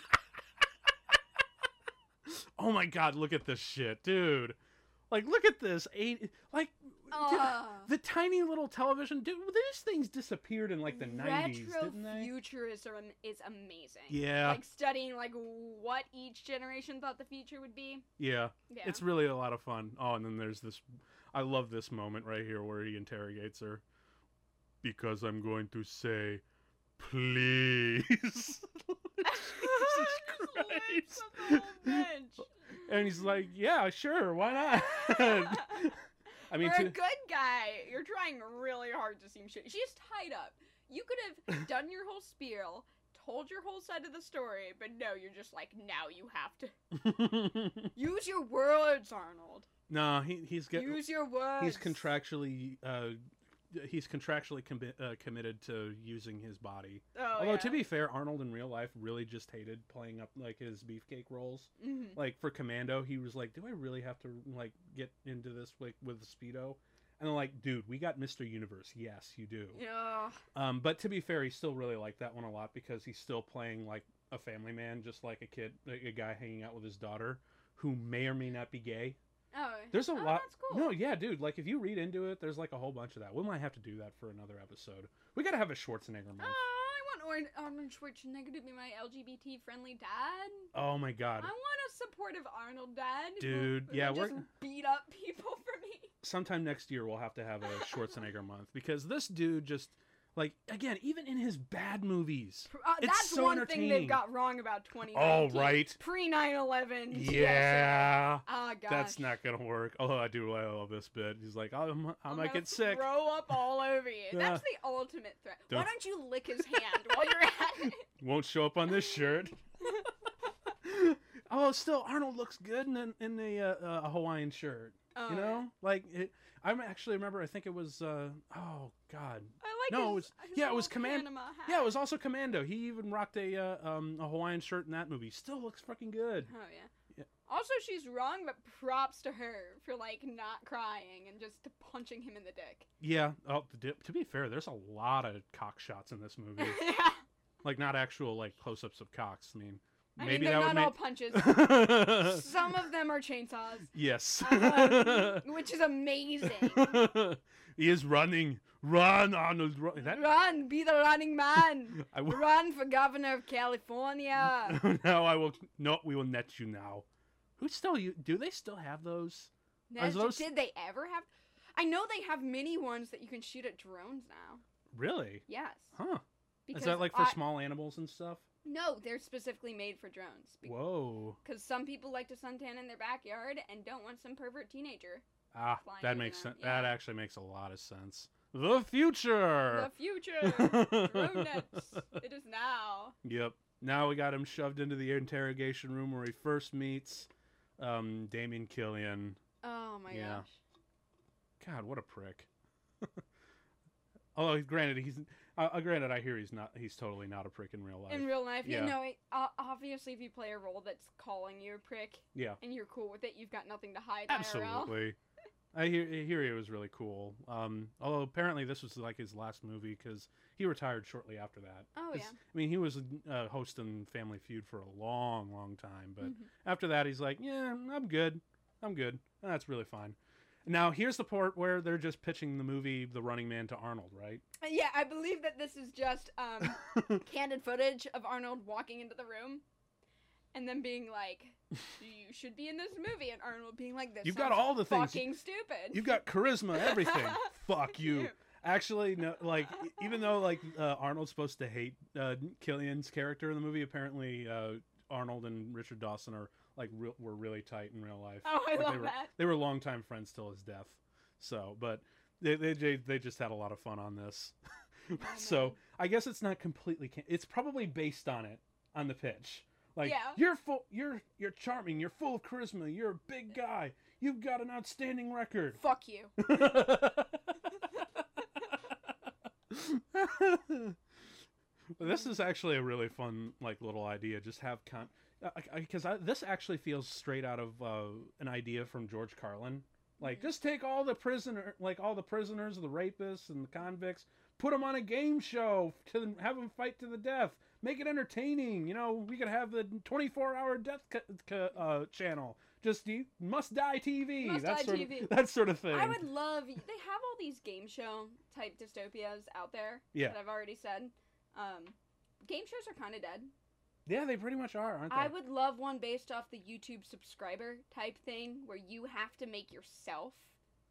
Speaker 1: oh my god, look at this shit, dude. Like, look at this. Eight, like,
Speaker 2: Uh,
Speaker 1: the tiny little television. Dude, these things disappeared in like the nineties,
Speaker 2: retro
Speaker 1: didn't they?
Speaker 2: futurism is amazing.
Speaker 1: Yeah,
Speaker 2: Like studying like what each generation thought the future would be.
Speaker 1: yeah,
Speaker 2: Yeah.
Speaker 1: It's really a lot of fun. Oh, and then there's this. I love this moment right here where he interrogates her because I'm going to say, please.
Speaker 2: Just
Speaker 1: Christ.
Speaker 2: learns from the whole bench.
Speaker 1: and he's like, yeah, sure, why not? I mean,
Speaker 2: You're
Speaker 1: to,
Speaker 2: a good guy. You're trying really hard to seem shitty. She's tied up. You could have done your whole spiel, told your whole side of the story, but no, you're just like, now you have to use your words, Arnold.
Speaker 1: no, he, he's get,
Speaker 2: use your words.
Speaker 1: he's contractually uh, he's contractually commi- uh, committed to using his body.
Speaker 2: Oh,
Speaker 1: Although
Speaker 2: yeah.
Speaker 1: to be fair, Arnold in real life really just hated playing up like his beefcake roles.
Speaker 2: Mhm.
Speaker 1: Like for Commando, he was like, "Do I really have to like get into this like with Speedo?" And I'm like, "Dude, we got Mr. Universe. Yes, you do."
Speaker 2: Yeah. Oh,
Speaker 1: Um, but to be fair, he still really liked that one a lot because he's still playing like a family man, just like a kid, like a guy hanging out with his daughter who may or may not be gay.
Speaker 2: Oh.
Speaker 1: There's a
Speaker 2: oh,
Speaker 1: lot.
Speaker 2: That's cool.
Speaker 1: No, yeah, dude. Like if you read into it, there's like a whole bunch of that. We might have to do that for another episode. We gotta have a Schwarzenegger month.
Speaker 2: Oh, I want Or- Arnold Schwarzenegger to be my LGBT friendly dad.
Speaker 1: Oh my god,
Speaker 2: I want a supportive Arnold dad. who-
Speaker 1: Dude,
Speaker 2: who
Speaker 1: yeah,
Speaker 2: just
Speaker 1: we're-
Speaker 2: beat up people for me.
Speaker 1: sometime next year we'll have to have a Schwarzenegger month because this dude just like again, even in his bad movies.
Speaker 2: Pr- Uh,
Speaker 1: It's
Speaker 2: that's
Speaker 1: so
Speaker 2: one thing
Speaker 1: entertaining.
Speaker 2: they've got wrong about 2019.
Speaker 1: All right.
Speaker 2: Pre 9 11.
Speaker 1: Yeah.
Speaker 2: Oh, gosh.
Speaker 1: That's not gonna work. Although I do I love this bit. He's like, I'm, I
Speaker 2: I'm
Speaker 1: might
Speaker 2: gonna
Speaker 1: get sick.
Speaker 2: Throw up all over you.
Speaker 1: Yeah.
Speaker 2: That's the ultimate threat. Why
Speaker 1: Don't-
Speaker 2: don't you lick his hand while you're at it?
Speaker 1: Won't show up on this shirt. oh, still Arnold looks good in an- in a uh, uh, Hawaiian shirt.
Speaker 2: Oh,
Speaker 1: you
Speaker 2: yeah.
Speaker 1: know, like it, I m- actually remember. I think it was. Uh, oh God.
Speaker 2: I like
Speaker 1: No,
Speaker 2: his,
Speaker 1: it
Speaker 2: his
Speaker 1: yeah, it was
Speaker 2: little
Speaker 1: command-
Speaker 2: Panama hat.
Speaker 1: Yeah, it was also Commando. He even rocked a uh, um, a Hawaiian shirt in that movie. Still looks fucking good.
Speaker 2: Oh, yeah.
Speaker 1: Yeah.
Speaker 2: Also, she's wrong, but props to her for, like, not crying and just punching him in the dick.
Speaker 1: Yeah. Oh, the dip, to be fair, there's a lot of cock shots in this movie.
Speaker 2: yeah.
Speaker 1: like not actual like close ups of cocks. I mean,
Speaker 2: I
Speaker 1: maybe
Speaker 2: mean, they're
Speaker 1: that
Speaker 2: not all
Speaker 1: would
Speaker 2: punches.
Speaker 1: make.
Speaker 2: Some of them are chainsaws,
Speaker 1: yes.
Speaker 2: um, which is amazing.
Speaker 1: he is running. Run, Arnold. Run. That,
Speaker 2: Run, be the running man.
Speaker 1: I will.
Speaker 2: Run for governor of California.
Speaker 1: now I will. No, we will net you now. Who still you? Do they still have those?
Speaker 2: That's-
Speaker 1: those-
Speaker 2: Did they ever have? I know they have mini ones that you can shoot at drones now.
Speaker 1: Really?
Speaker 2: Yes.
Speaker 1: Huh? is that like for
Speaker 2: I-
Speaker 1: small animals and stuff?
Speaker 2: No, they're specifically made for drones.
Speaker 1: Whoa.
Speaker 2: Because some people like to suntan in their backyard and don't want some pervert teenager.
Speaker 1: Ah,
Speaker 2: flying
Speaker 1: that
Speaker 2: over
Speaker 1: makes
Speaker 2: them,
Speaker 1: sense. That
Speaker 2: yeah.
Speaker 1: actually makes a lot of sense. The future.
Speaker 2: The future. Drone nets. It is now.
Speaker 1: yep. Now we got him shoved into the interrogation room where he first meets um, Damien Killian.
Speaker 2: Oh my
Speaker 1: Yeah.
Speaker 2: gosh.
Speaker 1: God, what a prick. Although, granted, he's Uh, uh, granted, I hear he's not. He's totally not a prick in real life.
Speaker 2: in real life.
Speaker 1: yeah.
Speaker 2: You know, it, uh, obviously, if you play a role that's calling you a prick,
Speaker 1: Yeah.
Speaker 2: and you're cool with it, you've got nothing to hide. IRL.
Speaker 1: Absolutely. I hear, I hear he was really cool. Um, although apparently this was like his last movie because he retired shortly after that.
Speaker 2: Oh yeah.
Speaker 1: It's- I mean, he was uh, hosting Family Feud for a long, long time, but
Speaker 2: Mhm.
Speaker 1: after that, he's like, "Yeah, I'm good. I'm good. And that's really fine." Now here's the part where they're just pitching the movie The Running Man to Arnold, right?
Speaker 2: Uh, Yeah, I believe that this is just um, candid footage of Arnold walking into the room and then being like, You should be in this movie. And Arnold being like, This
Speaker 1: You've got
Speaker 2: sounds
Speaker 1: all the things.
Speaker 2: fucking stupid.
Speaker 1: You've got charisma, everything. Fuck you. Actually, no. Like, e- even though like uh, Arnold's supposed to hate uh, Killian's character in the movie, apparently uh, Arnold and Richard Dawson are like real, were really tight in real life.
Speaker 2: Oh, I
Speaker 1: Like, they
Speaker 2: love
Speaker 1: were,
Speaker 2: that.
Speaker 1: They were longtime friends till his death. So, but they they they, they just had a lot of fun on this.
Speaker 2: Oh,
Speaker 1: so
Speaker 2: man.
Speaker 1: I guess it's not completely. Can- it's probably based on it on the pitch. Like
Speaker 2: Yeah.
Speaker 1: you're full, you're you're charming, you're full of charisma, you're a big guy, you've got an outstanding record.
Speaker 2: Fuck you.
Speaker 1: Well, this is actually a really fun like little idea. Just have con because I, this actually feels straight out of uh, an idea from George Carlin. Like
Speaker 2: Mhm.
Speaker 1: just take all the prisoner like all the prisoners, the rapists and the convicts, put them on a game show to them- have them fight to the death. Make it entertaining. You know, we could have the 24-hour death ca- ca- uh, channel. Just you must die TV.
Speaker 2: Must
Speaker 1: that
Speaker 2: Die
Speaker 1: sort
Speaker 2: TV.
Speaker 1: of that sort of thing.
Speaker 2: I would love. They have all these game show type dystopias out there
Speaker 1: Yeah.
Speaker 2: that I've already said. Um, game shows are kind of dead.
Speaker 1: Yeah, they pretty much are, aren't they?
Speaker 2: I would love one based off the YouTube subscriber type thing where you have to make yourself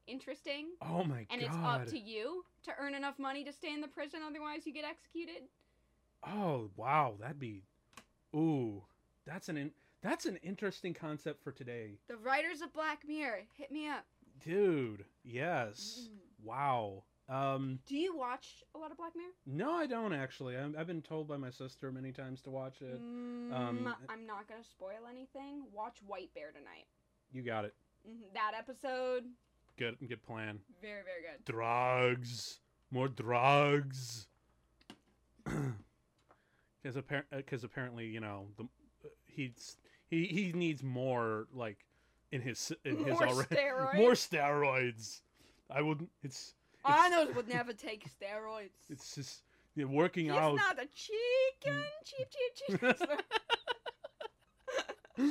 Speaker 2: interesting.
Speaker 1: Oh my god.
Speaker 2: and it's up to you to earn enough money to stay in the prison otherwise you get executed
Speaker 1: Oh wow, that'd be. Ooh, that's an in... that's an interesting concept for today,
Speaker 2: the writers of black mirror hit me up
Speaker 1: dude. Yes.
Speaker 2: Mm.
Speaker 1: Wow. Um,
Speaker 2: do you watch a lot of black mirror
Speaker 1: no, I don't actually. I'm, I've been told by my sister many times to watch it. um,
Speaker 2: Mm, i'm not gonna spoil anything watch white bear tonight
Speaker 1: You got it.
Speaker 2: Mhm, that episode
Speaker 1: Good, good plan.
Speaker 2: very very good
Speaker 1: Drugs, more drugs. Because uh, apparently, you know, the uh, he's he he needs more like in his in his
Speaker 2: more
Speaker 1: already
Speaker 2: steroids Oh,
Speaker 1: more steroids. I would. It's
Speaker 2: arnold would never take steroids
Speaker 1: it's just yeah, working
Speaker 2: he's
Speaker 1: out. Mm.
Speaker 2: not a chicken cheap cheap cheap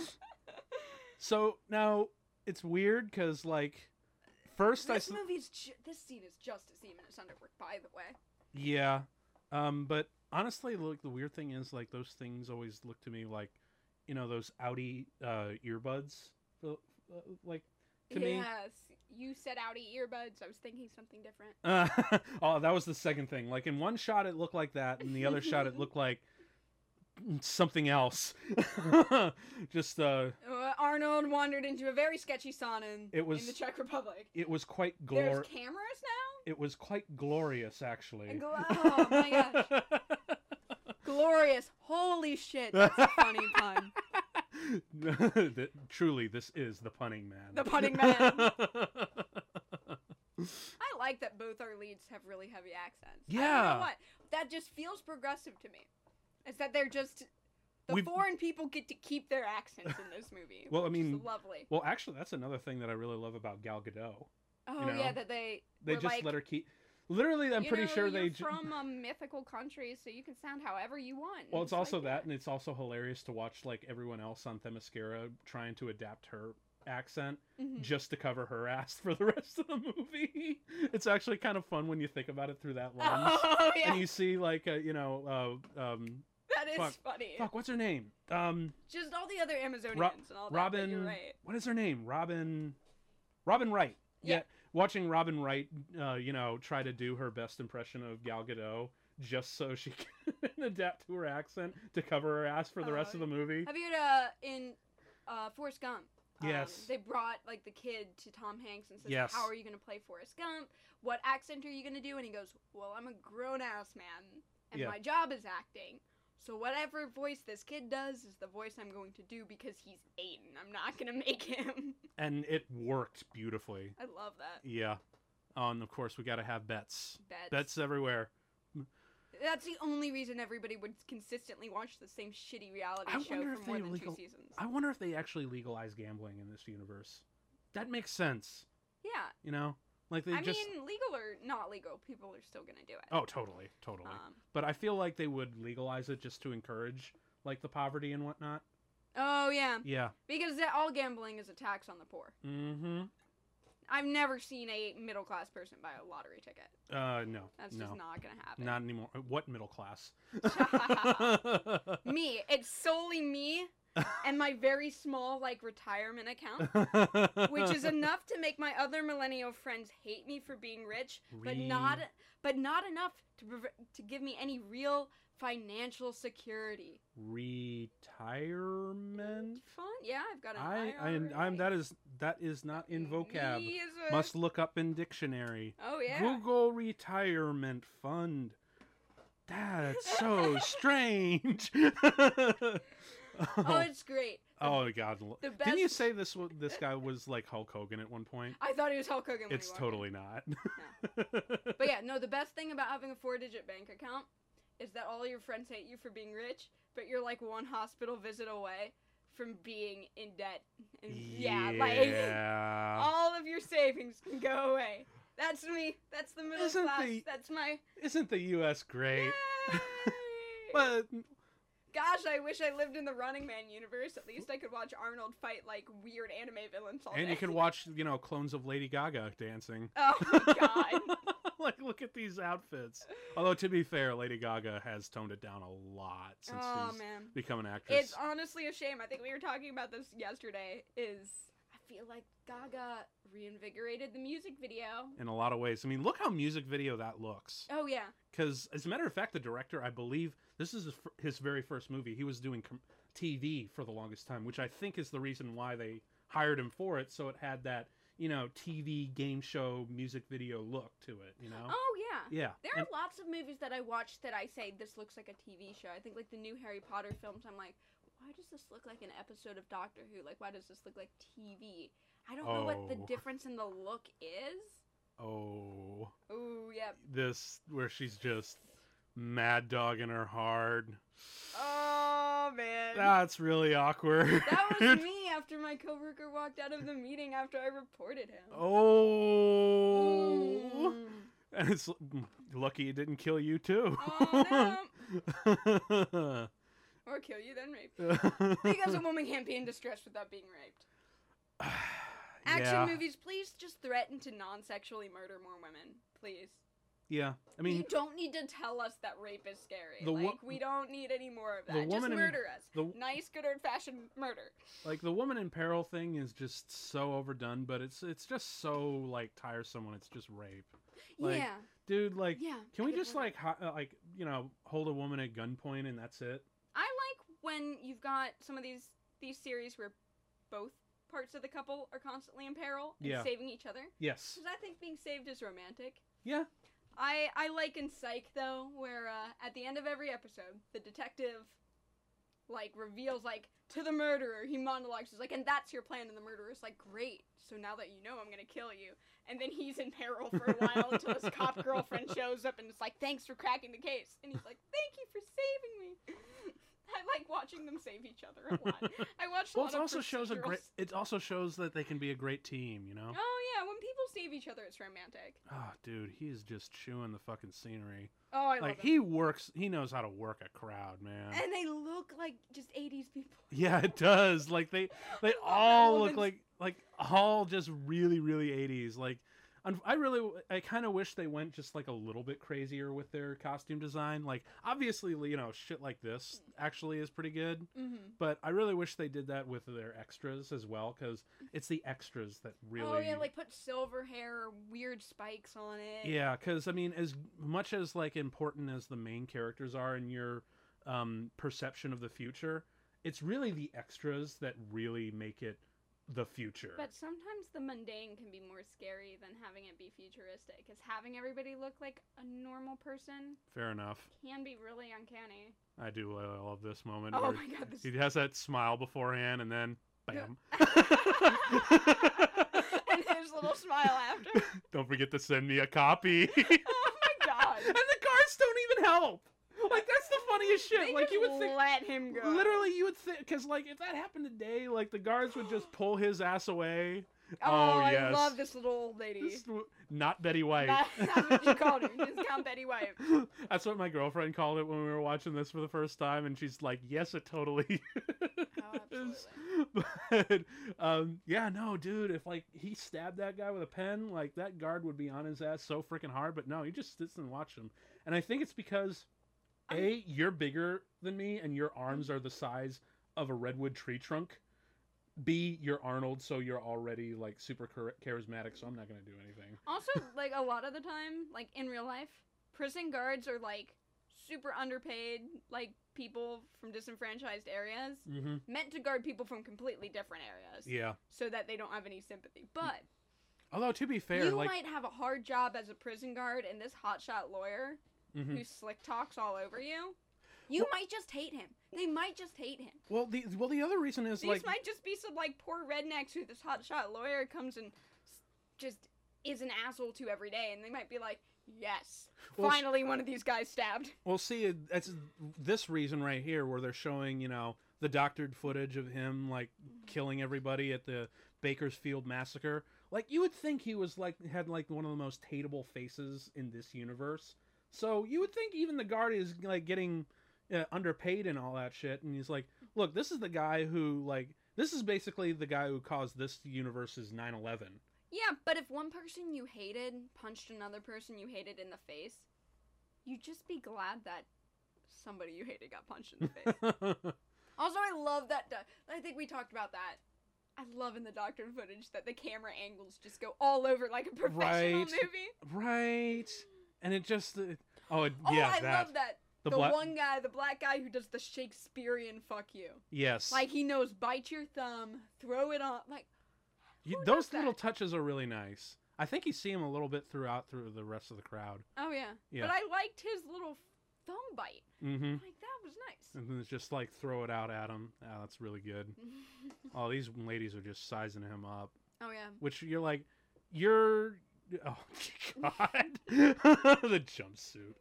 Speaker 1: So now it's weird because like first I
Speaker 2: this
Speaker 1: s-
Speaker 2: movie's ju- this scene is just as even as underwork by the way
Speaker 1: yeah, um, but honestly, look, the weird thing is like those things always look to me like you know those Audi uh, earbuds, uh, uh, like to me.
Speaker 2: yes you said outie earbuds i was thinking something different
Speaker 1: Uh, oh, that was the second thing. Like in one shot, it looked like that, and the other shot, it looked like something else. Just uh,
Speaker 2: Uh, Arnold wandered into a very sketchy sauna
Speaker 1: It was-
Speaker 2: in the Czech Republic.
Speaker 1: it was quite
Speaker 2: There's
Speaker 1: glor.
Speaker 2: cameras now.
Speaker 1: It was quite glorious, actually.
Speaker 2: And gl- oh my gosh, glorious! Holy shit, that's a funny pun.
Speaker 1: Th- Truly, this is the punning man.
Speaker 2: The punning
Speaker 1: man.
Speaker 2: I like that both our leads have really heavy accents. I don't
Speaker 1: Yeah.
Speaker 2: know what that just feels progressive to me. Is that they're just the
Speaker 1: We've-
Speaker 2: foreign people get to keep their accents in this movie.
Speaker 1: Well, I
Speaker 2: which is
Speaker 1: mean,
Speaker 2: lovely.
Speaker 1: well, actually, that's another thing that I really love about Gal Gadot.
Speaker 2: Oh
Speaker 1: know,
Speaker 2: yeah, that they
Speaker 1: They
Speaker 2: were
Speaker 1: just
Speaker 2: like,
Speaker 1: let her keep. Literally, I'm
Speaker 2: you
Speaker 1: pretty
Speaker 2: know,
Speaker 1: sure
Speaker 2: you're
Speaker 1: they. ju-
Speaker 2: from a mythical country, so you can sound however you want.
Speaker 1: well, it's
Speaker 2: like,
Speaker 1: also
Speaker 2: yeah.
Speaker 1: that, and it's also hilarious to watch like everyone else on Themyscira trying to adapt her accent
Speaker 2: Mhm.
Speaker 1: just to cover her ass for the rest of the movie. It's actually kind of fun when you think about it through that lens,
Speaker 2: Oh yeah,
Speaker 1: and you see like uh, you know, uh, um,
Speaker 2: that is
Speaker 1: fuck,
Speaker 2: funny.
Speaker 1: fuck, what's her name? Um,
Speaker 2: Just all the other Amazonians and all that.
Speaker 1: Robin.
Speaker 2: Robin. You're right.
Speaker 1: What is her name? Robin. Robin Wright.
Speaker 2: Yeah.
Speaker 1: Watching Robin Wright, uh, you know, try to do her best impression of Gal Gadot just so she can adapt to her accent to cover her ass for the
Speaker 2: Oh,
Speaker 1: rest of the movie.
Speaker 2: Have you heard uh, in uh, Forrest Gump? um,
Speaker 1: Yes.
Speaker 2: They brought like the kid to Tom Hanks and says,
Speaker 1: Yes.
Speaker 2: "How are you going to play Forrest Gump? What accent are you going to do?" And he goes, "Well, I'm a grown ass man, and
Speaker 1: Yeah.
Speaker 2: my job is acting." So whatever voice this kid does is the voice I'm going to do because he's eight and I'm not gonna make him.
Speaker 1: And it worked beautifully.
Speaker 2: I love that.
Speaker 1: Yeah. Oh, and of course, we got to have bets.
Speaker 2: Bets.
Speaker 1: Bets everywhere.
Speaker 2: That's the only reason everybody would consistently watch the same shitty reality
Speaker 1: I
Speaker 2: show
Speaker 1: wonder
Speaker 2: for
Speaker 1: if
Speaker 2: more
Speaker 1: they
Speaker 2: than
Speaker 1: legal-
Speaker 2: two seasons.
Speaker 1: I wonder if they actually legalize gambling in this universe. That makes sense,
Speaker 2: yeah,
Speaker 1: you know? Like they
Speaker 2: I
Speaker 1: just
Speaker 2: mean, legal or not legal, people are still gonna do it.
Speaker 1: Oh, totally, totally.
Speaker 2: Um,
Speaker 1: but I feel like they would legalize it just to encourage like the poverty and whatnot.
Speaker 2: oh yeah,
Speaker 1: Yeah.
Speaker 2: because that- all gambling is a tax on the poor.
Speaker 1: Mm-hmm.
Speaker 2: I've never seen a middle class person buy a lottery ticket.
Speaker 1: Uh, no.
Speaker 2: That's
Speaker 1: no.
Speaker 2: just not gonna happen.
Speaker 1: Not anymore. Uh, What middle class?
Speaker 2: me. It's solely me and my very small like retirement account. which is enough to make my other millennial friends hate me for being rich, but not
Speaker 1: Re-
Speaker 2: but not enough to prov- to give me any real financial security.
Speaker 1: retirement.
Speaker 2: Fun? Yeah, I've got an
Speaker 1: I I am I'm that is that is not in vocab. Must look up in dictionary.
Speaker 2: Oh yeah.
Speaker 1: Google retirement fund. That's so strange. oh,
Speaker 2: Oh, it's great. The-
Speaker 1: oh, God! l-
Speaker 2: the
Speaker 1: Didn't you
Speaker 2: best-
Speaker 1: say this wa- this guy was like Hulk Hogan at one point?
Speaker 2: I thought he was Hulk Hogan. when he
Speaker 1: It's
Speaker 2: walked in.
Speaker 1: totally not.
Speaker 2: But yeah, no. The best thing about having a four-digit bank account is that all your friends hate you for being rich, but you're like one hospital visit away from being in debt. And yeah, like
Speaker 1: Yeah.
Speaker 2: all of your savings can go away. That's me. That's the middle
Speaker 1: Isn't
Speaker 2: class.
Speaker 1: the-
Speaker 2: That's my.
Speaker 1: Isn't the U.S. great?
Speaker 2: Yay!
Speaker 1: But
Speaker 2: Gosh, I wish I lived in the Running Man universe. At least I could watch Arnold fight like weird anime villains all
Speaker 1: and
Speaker 2: day.
Speaker 1: you can watch, you know, clones of Lady Gaga dancing.
Speaker 2: Oh my god.
Speaker 1: like, look at these outfits. Although, to be fair, Lady Gaga has toned it down a lot since
Speaker 2: oh
Speaker 1: she's
Speaker 2: man.
Speaker 1: become an actress.
Speaker 2: It's honestly a shame. I think we were talking about this yesterday. Is I feel like Gaga reinvigorated the music video.
Speaker 1: in a lot of ways. I mean, look how music video that looks.
Speaker 2: Oh yeah.
Speaker 1: Because, as a matter of fact, the director, I believe, this is his, fir- his very first movie. He was doing com- TV for the longest time, which I think is the reason why they hired him for it. So it had that, you know, TV game show music video look to it, you know?
Speaker 2: Oh yeah.
Speaker 1: Yeah.
Speaker 2: There are
Speaker 1: and-
Speaker 2: lots of movies that I watch that I say this looks like a TV show. I think like the new Harry Potter films. I'm like, why does this look like an episode of Doctor Who? Like, why does this look like TV? I don't know what the
Speaker 1: Oh.
Speaker 2: difference in the look is.
Speaker 1: oh,
Speaker 2: Ooh, yep.
Speaker 1: this, where she's just mad dogging her hard.
Speaker 2: Oh man.
Speaker 1: That's really awkward.
Speaker 2: that was me after my coworker walked out of the meeting after I reported him.
Speaker 1: oh.
Speaker 2: Mm.
Speaker 1: And it's l- mm, lucky it didn't kill you too.
Speaker 2: Oh, no. or kill you then rape. Because a woman can't be in distress without being raped. Action
Speaker 1: yeah.
Speaker 2: movies, please just threaten to non-sexually murder more women, please.
Speaker 1: Yeah, I
Speaker 2: you
Speaker 1: mean,
Speaker 2: don't need to tell us that rape is scary.
Speaker 1: The wo-
Speaker 2: like we don't need any more of
Speaker 1: the
Speaker 2: that. just
Speaker 1: woman in-
Speaker 2: murder us.
Speaker 1: the
Speaker 2: Nice, good old fashioned murder.
Speaker 1: like the woman in peril thing is just so overdone, but it's it's just so like tiresome when it's just rape, Like,
Speaker 2: yeah,
Speaker 1: dude. Like,
Speaker 2: yeah.
Speaker 1: can
Speaker 2: I
Speaker 1: we
Speaker 2: get
Speaker 1: just
Speaker 2: bored.
Speaker 1: like hi- uh, like you know hold a woman at gunpoint and that's it?
Speaker 2: I like when you've got some of these these series where both parts of the couple are constantly in peril and
Speaker 1: Yeah.
Speaker 2: saving each other.
Speaker 1: Yes.
Speaker 2: Because I think being saved is romantic.
Speaker 1: Yeah.
Speaker 2: I I like in Psych though, where uh, at the end of every episode, the detective like reveals like to the murderer. He monologues, he's like, "And that's your plan." And the murderer's like, "Great! So now that you know, I'm gonna kill you." And then he's in peril for a while until his cop girlfriend shows up and is like, "Thanks for cracking the case." And he's like, "Thank you for saving me." I like watching them save each other a lot. I watched. a
Speaker 1: Well,
Speaker 2: lot
Speaker 1: it
Speaker 2: of
Speaker 1: also shows a great.
Speaker 2: procedurals.
Speaker 1: It also shows that they can be a great team. You know.
Speaker 2: Oh yeah, when people save each other, it's romantic.
Speaker 1: Oh, dude, he is just chewing the fucking scenery.
Speaker 2: Oh, I love
Speaker 1: Like
Speaker 2: it.
Speaker 1: he works. He knows how to work a crowd, man.
Speaker 2: and they look like just 80s people.
Speaker 1: Yeah, it does. Like they
Speaker 2: I
Speaker 1: they
Speaker 2: love that
Speaker 1: all look
Speaker 2: woman's-
Speaker 1: like like all just really really 80s. Like un- I really I kind of wish they went just like a little bit crazier with their costume design. Like obviously, you know, shit like this actually is pretty good,
Speaker 2: Mhm.
Speaker 1: but I really wish they did that with their extras as well cuz it's the extras that really
Speaker 2: Oh yeah, like put silver hair or weird spikes on it.
Speaker 1: yeah, because I mean, as much as like important as the main characters are in your um, perception of the future, it's really the extras that really make it the future.
Speaker 2: But sometimes the mundane can be more scary than having it be futuristic. Because having everybody look like a normal person
Speaker 1: Fair enough.
Speaker 2: can be really uncanny.
Speaker 1: I do I love this moment.
Speaker 2: Oh
Speaker 1: where
Speaker 2: my god, this.
Speaker 1: He has that smile beforehand, and then bam!
Speaker 2: and his little smile after.
Speaker 1: Don't forget to send me a copy. and
Speaker 2: Oh my god.
Speaker 1: the cards don't even help. Like that's the funniest shit.
Speaker 2: They
Speaker 1: like
Speaker 2: just
Speaker 1: you would think
Speaker 2: let him go.
Speaker 1: Literally, you would think because like if that happened today, like the guards would just pull his ass away.
Speaker 2: Oh,
Speaker 1: Oh,
Speaker 2: I
Speaker 1: yes.
Speaker 2: love this little old lady.
Speaker 1: This w- not Betty White.
Speaker 2: That- that's what you called her. Discount Betty White. Oh,
Speaker 1: That's what my girlfriend called it when we were watching this for the first time, and she's like, "Yes, it totally."
Speaker 2: Oh,
Speaker 1: is."
Speaker 2: absolutely.
Speaker 1: But um, yeah, no, dude, if like he stabbed that guy with a pen, like that guard would be on his ass so freaking hard. But no, he just sits and watches him, and I think it's because a you're bigger than me, and your arms are the size of a redwood tree trunk. B, you're Arnold, so you're already like super char- charismatic, so I'm not gonna do anything.
Speaker 2: Also, like a lot of the time, like in real life, prison guards are like super underpaid, like people from disenfranchised areas,
Speaker 1: Mm-hmm.
Speaker 2: meant to guard people from completely different areas,
Speaker 1: Yeah.
Speaker 2: so that they don't have any sympathy. But
Speaker 1: Although to be fair,
Speaker 2: you
Speaker 1: like,
Speaker 2: might have a hard job as a prison guard, and this hotshot lawyer
Speaker 1: mhm.
Speaker 2: who slick talks all over you, you might just hate him. They might just hate him.
Speaker 1: Well, the well the other reason is
Speaker 2: These
Speaker 1: like
Speaker 2: might just be some like poor rednecks who this hotshot lawyer comes and s- just is an asshole to every day, and they might be like, "Yes,
Speaker 1: Well, s-
Speaker 2: finally one of these guys stabbed."
Speaker 1: well see that's this reason right here where they're showing you know the doctored footage of him like killing everybody at the Bakersfield massacre. Like you would think he was like had like one of the most hateable faces in this universe. So you would think even the guard is like getting uh, underpaid and all that shit. And he's like, look, this is the guy who like this is basically the guy who caused this universe's 9-11.
Speaker 2: Yeah, but if one person you hated punched another person you hated in the face, you'd just be glad that somebody you hated got punched in the face. also, I love that. Do- I think we talked about that. I love in the doctor footage that the camera angles just go all over like a
Speaker 1: Right.
Speaker 2: professional movie.
Speaker 1: right. And it just uh, oh it-
Speaker 2: Oh,
Speaker 1: yeah
Speaker 2: I
Speaker 1: that
Speaker 2: love that. The,
Speaker 1: black.
Speaker 2: one guy, the black guy who does the Shakespearean fuck you.
Speaker 1: Yes.
Speaker 2: Like he knows bite your thumb, throw it on like
Speaker 1: You-
Speaker 2: who does
Speaker 1: those little
Speaker 2: that?
Speaker 1: touches are really nice. I think you see him a little bit throughout through the rest of the crowd.
Speaker 2: oh yeah.
Speaker 1: Yeah.
Speaker 2: But I liked his little thumb bite.
Speaker 1: Mm-hmm.
Speaker 2: Like that was nice.
Speaker 1: And then it's just like throw it out at him. Ah, that's really good. Oh, these ladies are just sizing him up.
Speaker 2: oh yeah.
Speaker 1: Which you're like, you're. Oh God, the jumpsuit.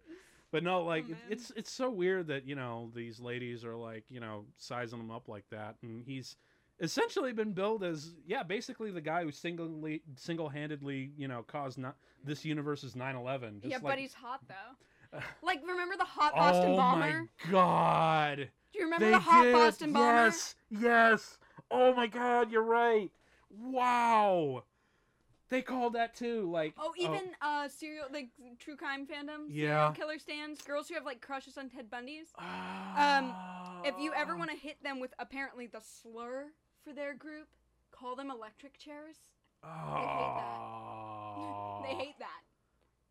Speaker 1: But no, like it,
Speaker 2: Oh, man.
Speaker 1: it's it's so weird that you know these ladies are like you know sizing him up like that, and he's essentially been billed as yeah, basically the guy who singly single handedly you know caused not this universe's 9-11. Just
Speaker 2: yeah,
Speaker 1: like,
Speaker 2: but he's hot though.
Speaker 1: Uh,
Speaker 2: like remember the hot Boston
Speaker 1: oh
Speaker 2: bomber?
Speaker 1: my God.
Speaker 2: Do you remember the hot
Speaker 1: did,
Speaker 2: Boston bomber?
Speaker 1: Yes, yes. Oh my God, you're right. Wow. They called that too. Like
Speaker 2: Oh, even uh serial like true crime fandom.
Speaker 1: yeah.
Speaker 2: Killer stands, girls who have like crushes on Ted Bundy's.
Speaker 1: Um,
Speaker 2: If you ever want to hit them with apparently the slur for their group, call them electric chairs.
Speaker 1: to, Ah.
Speaker 2: they hate that.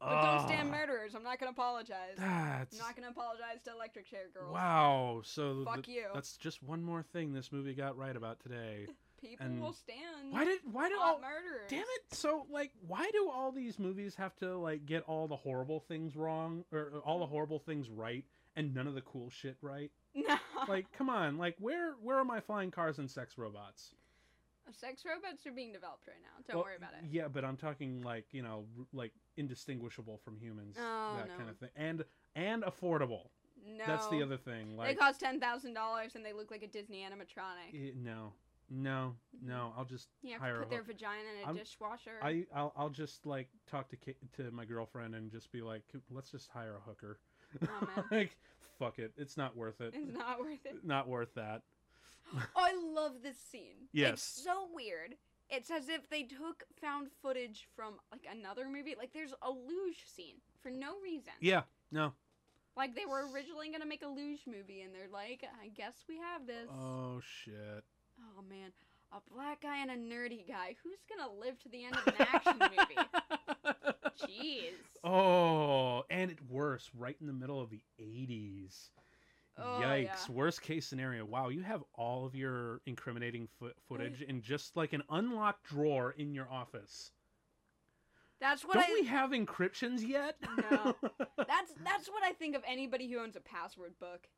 Speaker 2: But don't stand murderers. I'm not gonna apologize. I'm
Speaker 1: That's
Speaker 2: not gonna apologize to electric chair girls.
Speaker 1: wow. So th-
Speaker 2: Fuck you.
Speaker 1: that's just one more thing this movie got right about today.
Speaker 2: People
Speaker 1: and-
Speaker 2: will stand.
Speaker 1: Why did why did
Speaker 2: hot
Speaker 1: all
Speaker 2: murderers?
Speaker 1: Damn it! So, like, why do all these movies have to like get all the horrible things wrong, or or all the horrible things right, and none of the cool shit right?
Speaker 2: No.
Speaker 1: Like, come on! Like, where where are my flying cars and sex robots?
Speaker 2: Sex robots are being developed right now. Don't
Speaker 1: Well,
Speaker 2: worry about it.
Speaker 1: Yeah, but I'm talking like you know, r- like indistinguishable from humans,
Speaker 2: Oh,
Speaker 1: that
Speaker 2: no.
Speaker 1: kind of thing, and and affordable.
Speaker 2: No.
Speaker 1: That's the other thing. Like,
Speaker 2: they cost ten thousand dollars and they look like a Disney animatronic.
Speaker 1: eh, no, no, no. I'll just
Speaker 2: You have
Speaker 1: hire
Speaker 2: to
Speaker 1: a
Speaker 2: put their
Speaker 1: hook.
Speaker 2: vagina in a
Speaker 1: I'm-
Speaker 2: dishwasher.
Speaker 1: I I'll, I'll just like talk to Ki- to my girlfriend and just be like, let's just hire a hooker.
Speaker 2: Oh, man.
Speaker 1: like, fuck it, it's not worth it.
Speaker 2: It's not worth it.
Speaker 1: Not worth that.
Speaker 2: Oh, I love this scene.
Speaker 1: Yes.
Speaker 2: It's so weird. It's as if they took found footage from like another movie. Like there's a luge scene for no reason.
Speaker 1: Yeah, no.
Speaker 2: Like they were originally gonna make a luge movie and they're like, I guess we have this.
Speaker 1: Oh shit.
Speaker 2: oh man. A black guy and a nerdy guy. Who's gonna live to the end of an action movie? Jeez.
Speaker 1: oh, and it worse right in the middle of the '80s.
Speaker 2: Oh,
Speaker 1: Yikes!
Speaker 2: yeah.
Speaker 1: Worst case scenario. Wow, you have all of your incriminating fo- footage in just like an unlocked drawer in your office.
Speaker 2: That's what
Speaker 1: Don't
Speaker 2: I
Speaker 1: we have encryptions yet?
Speaker 2: No. That's that's what I think of anybody who owns a password book.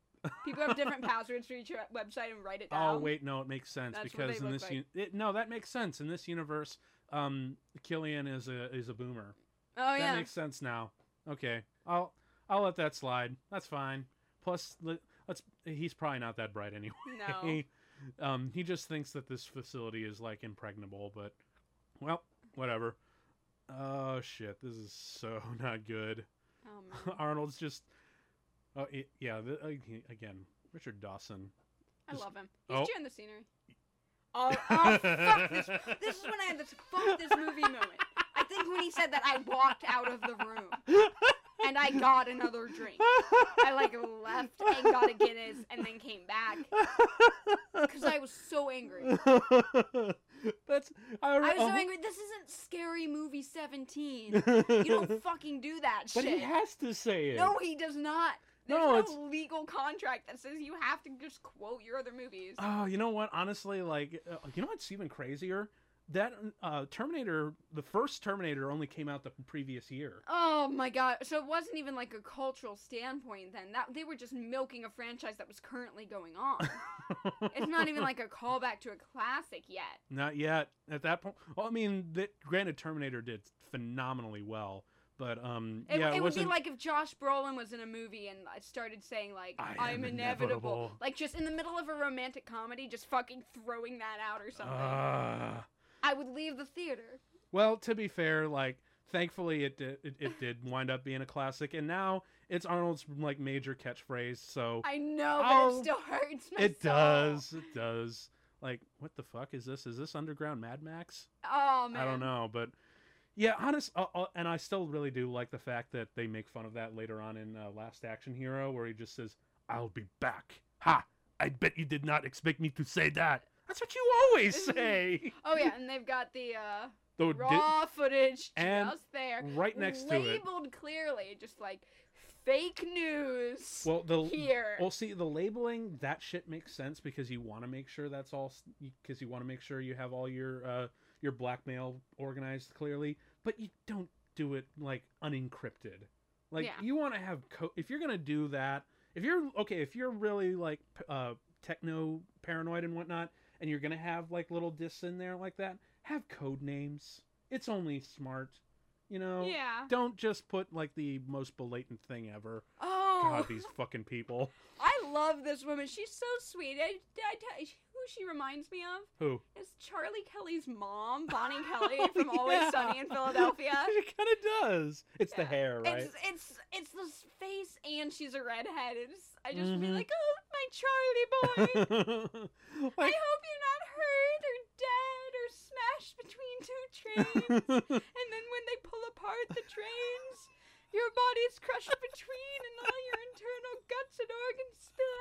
Speaker 2: People have different passwords for each website and write it down.
Speaker 1: Oh wait, no, it makes sense
Speaker 2: That's what they
Speaker 1: because in
Speaker 2: look
Speaker 1: this u- it, no, that makes sense in this universe. Um, Killian is a is a boomer.
Speaker 2: Oh
Speaker 1: that
Speaker 2: yeah.
Speaker 1: makes sense now. Okay, I'll I'll let that slide. That's fine. Plus, let, let's. He's probably not that bright anyway.
Speaker 2: No.
Speaker 1: um, he just thinks that this facility is like impregnable, but well, whatever. Oh shit, this is so not good.
Speaker 2: Oh, man.
Speaker 1: Arnold's just. Oh it, yeah, the, ag- again, Richard Dawson.
Speaker 2: I
Speaker 1: Just-
Speaker 2: love him. He's
Speaker 1: oh.
Speaker 2: chewing the scenery. Oh, oh fuck this. This is when I had this fuck this movie moment. I think when he said that, I walked out of the room and I got another drink. I like left and got a Guinness and then came back because I was so angry.
Speaker 1: That's I,
Speaker 2: I was so
Speaker 1: oh.
Speaker 2: angry. This isn't scary movie 17. You don't fucking do that
Speaker 1: but
Speaker 2: shit.
Speaker 1: he has to say it.
Speaker 2: No, he does not. There's
Speaker 1: No,
Speaker 2: no,
Speaker 1: it's-
Speaker 2: legal contract that says you have to just quote your other movies.
Speaker 1: Oh, you know what? Honestly, like, uh, you know what's even crazier? That uh, Terminator, the first Terminator, only came out the previous year.
Speaker 2: Oh my god! So it wasn't even like a cultural standpoint then. That they were just milking a franchise that was currently going on. it's not even like a callback to a classic yet.
Speaker 1: Not yet. At that point, well, I mean, that, granted, Terminator did phenomenally well, but um,
Speaker 2: It,
Speaker 1: yeah,
Speaker 2: it,
Speaker 1: it,
Speaker 2: would be
Speaker 1: wasn't.
Speaker 2: like if Josh Brolin was in a movie and I started saying like
Speaker 1: I am
Speaker 2: I'm inevitable.
Speaker 1: inevitable.
Speaker 2: like just in the middle of a romantic comedy, just fucking throwing that out or something.
Speaker 1: Ah.
Speaker 2: I would leave the theater.
Speaker 1: well, to be fair, like, thankfully, it did. It, it did wind up being a classic, and now it's Arnold's like major catchphrase. So
Speaker 2: I know, but
Speaker 1: Oh,
Speaker 2: it still hurts. My
Speaker 1: it
Speaker 2: soul.
Speaker 1: does. It does. Like, what the fuck is this? Is this Underground Mad Max?
Speaker 2: Oh man.
Speaker 1: I don't know, but yeah, honest. Uh, uh, and I still really do like the fact that they make fun of that later on in uh, Last Action Hero, where he just says, "I'll be back." Ha! I bet you did not expect me to say that. That's what you always say.
Speaker 2: Oh yeah, and they've got the uh,
Speaker 1: Though it did-
Speaker 2: raw footage
Speaker 1: Oh, and
Speaker 2: just there,
Speaker 1: right next to it.
Speaker 2: labeled clearly, just like fake news
Speaker 1: Well, the
Speaker 2: here.
Speaker 1: well, see the labeling that shit makes sense because you want to make sure that's all because you want to make sure you have all your uh, your blackmail organized clearly, but you don't do it like unencrypted. Like
Speaker 2: Yeah.
Speaker 1: you want to have co- if you're gonna do that, if you're okay, if you're really like p- uh, techno paranoid and whatnot, and you're gonna have like little discs in there like that, have code names. It's only smart, you know.
Speaker 2: yeah.
Speaker 1: Don't just put like the most blatant thing ever.
Speaker 2: Oh,
Speaker 1: God, these fucking people.
Speaker 2: I love this woman. She's so sweet. I, I, I- who she reminds me of
Speaker 1: Who?
Speaker 2: is Charlie Kelly's mom, Bonnie Kelly from
Speaker 1: Oh,
Speaker 2: Always
Speaker 1: yeah.
Speaker 2: Sunny in Philadelphia.
Speaker 1: She kind of does. It's the
Speaker 2: Yeah.
Speaker 1: hair, right?
Speaker 2: It's it's it's this face, and she's a redhead. It's, I just be
Speaker 1: Mhm.
Speaker 2: like, oh my Charlie boy. I
Speaker 1: like,
Speaker 2: hope you're not hurt or dead or smashed between two trains. and then when they pull apart the trains, your body is crushed between and all your internal guts and organs spill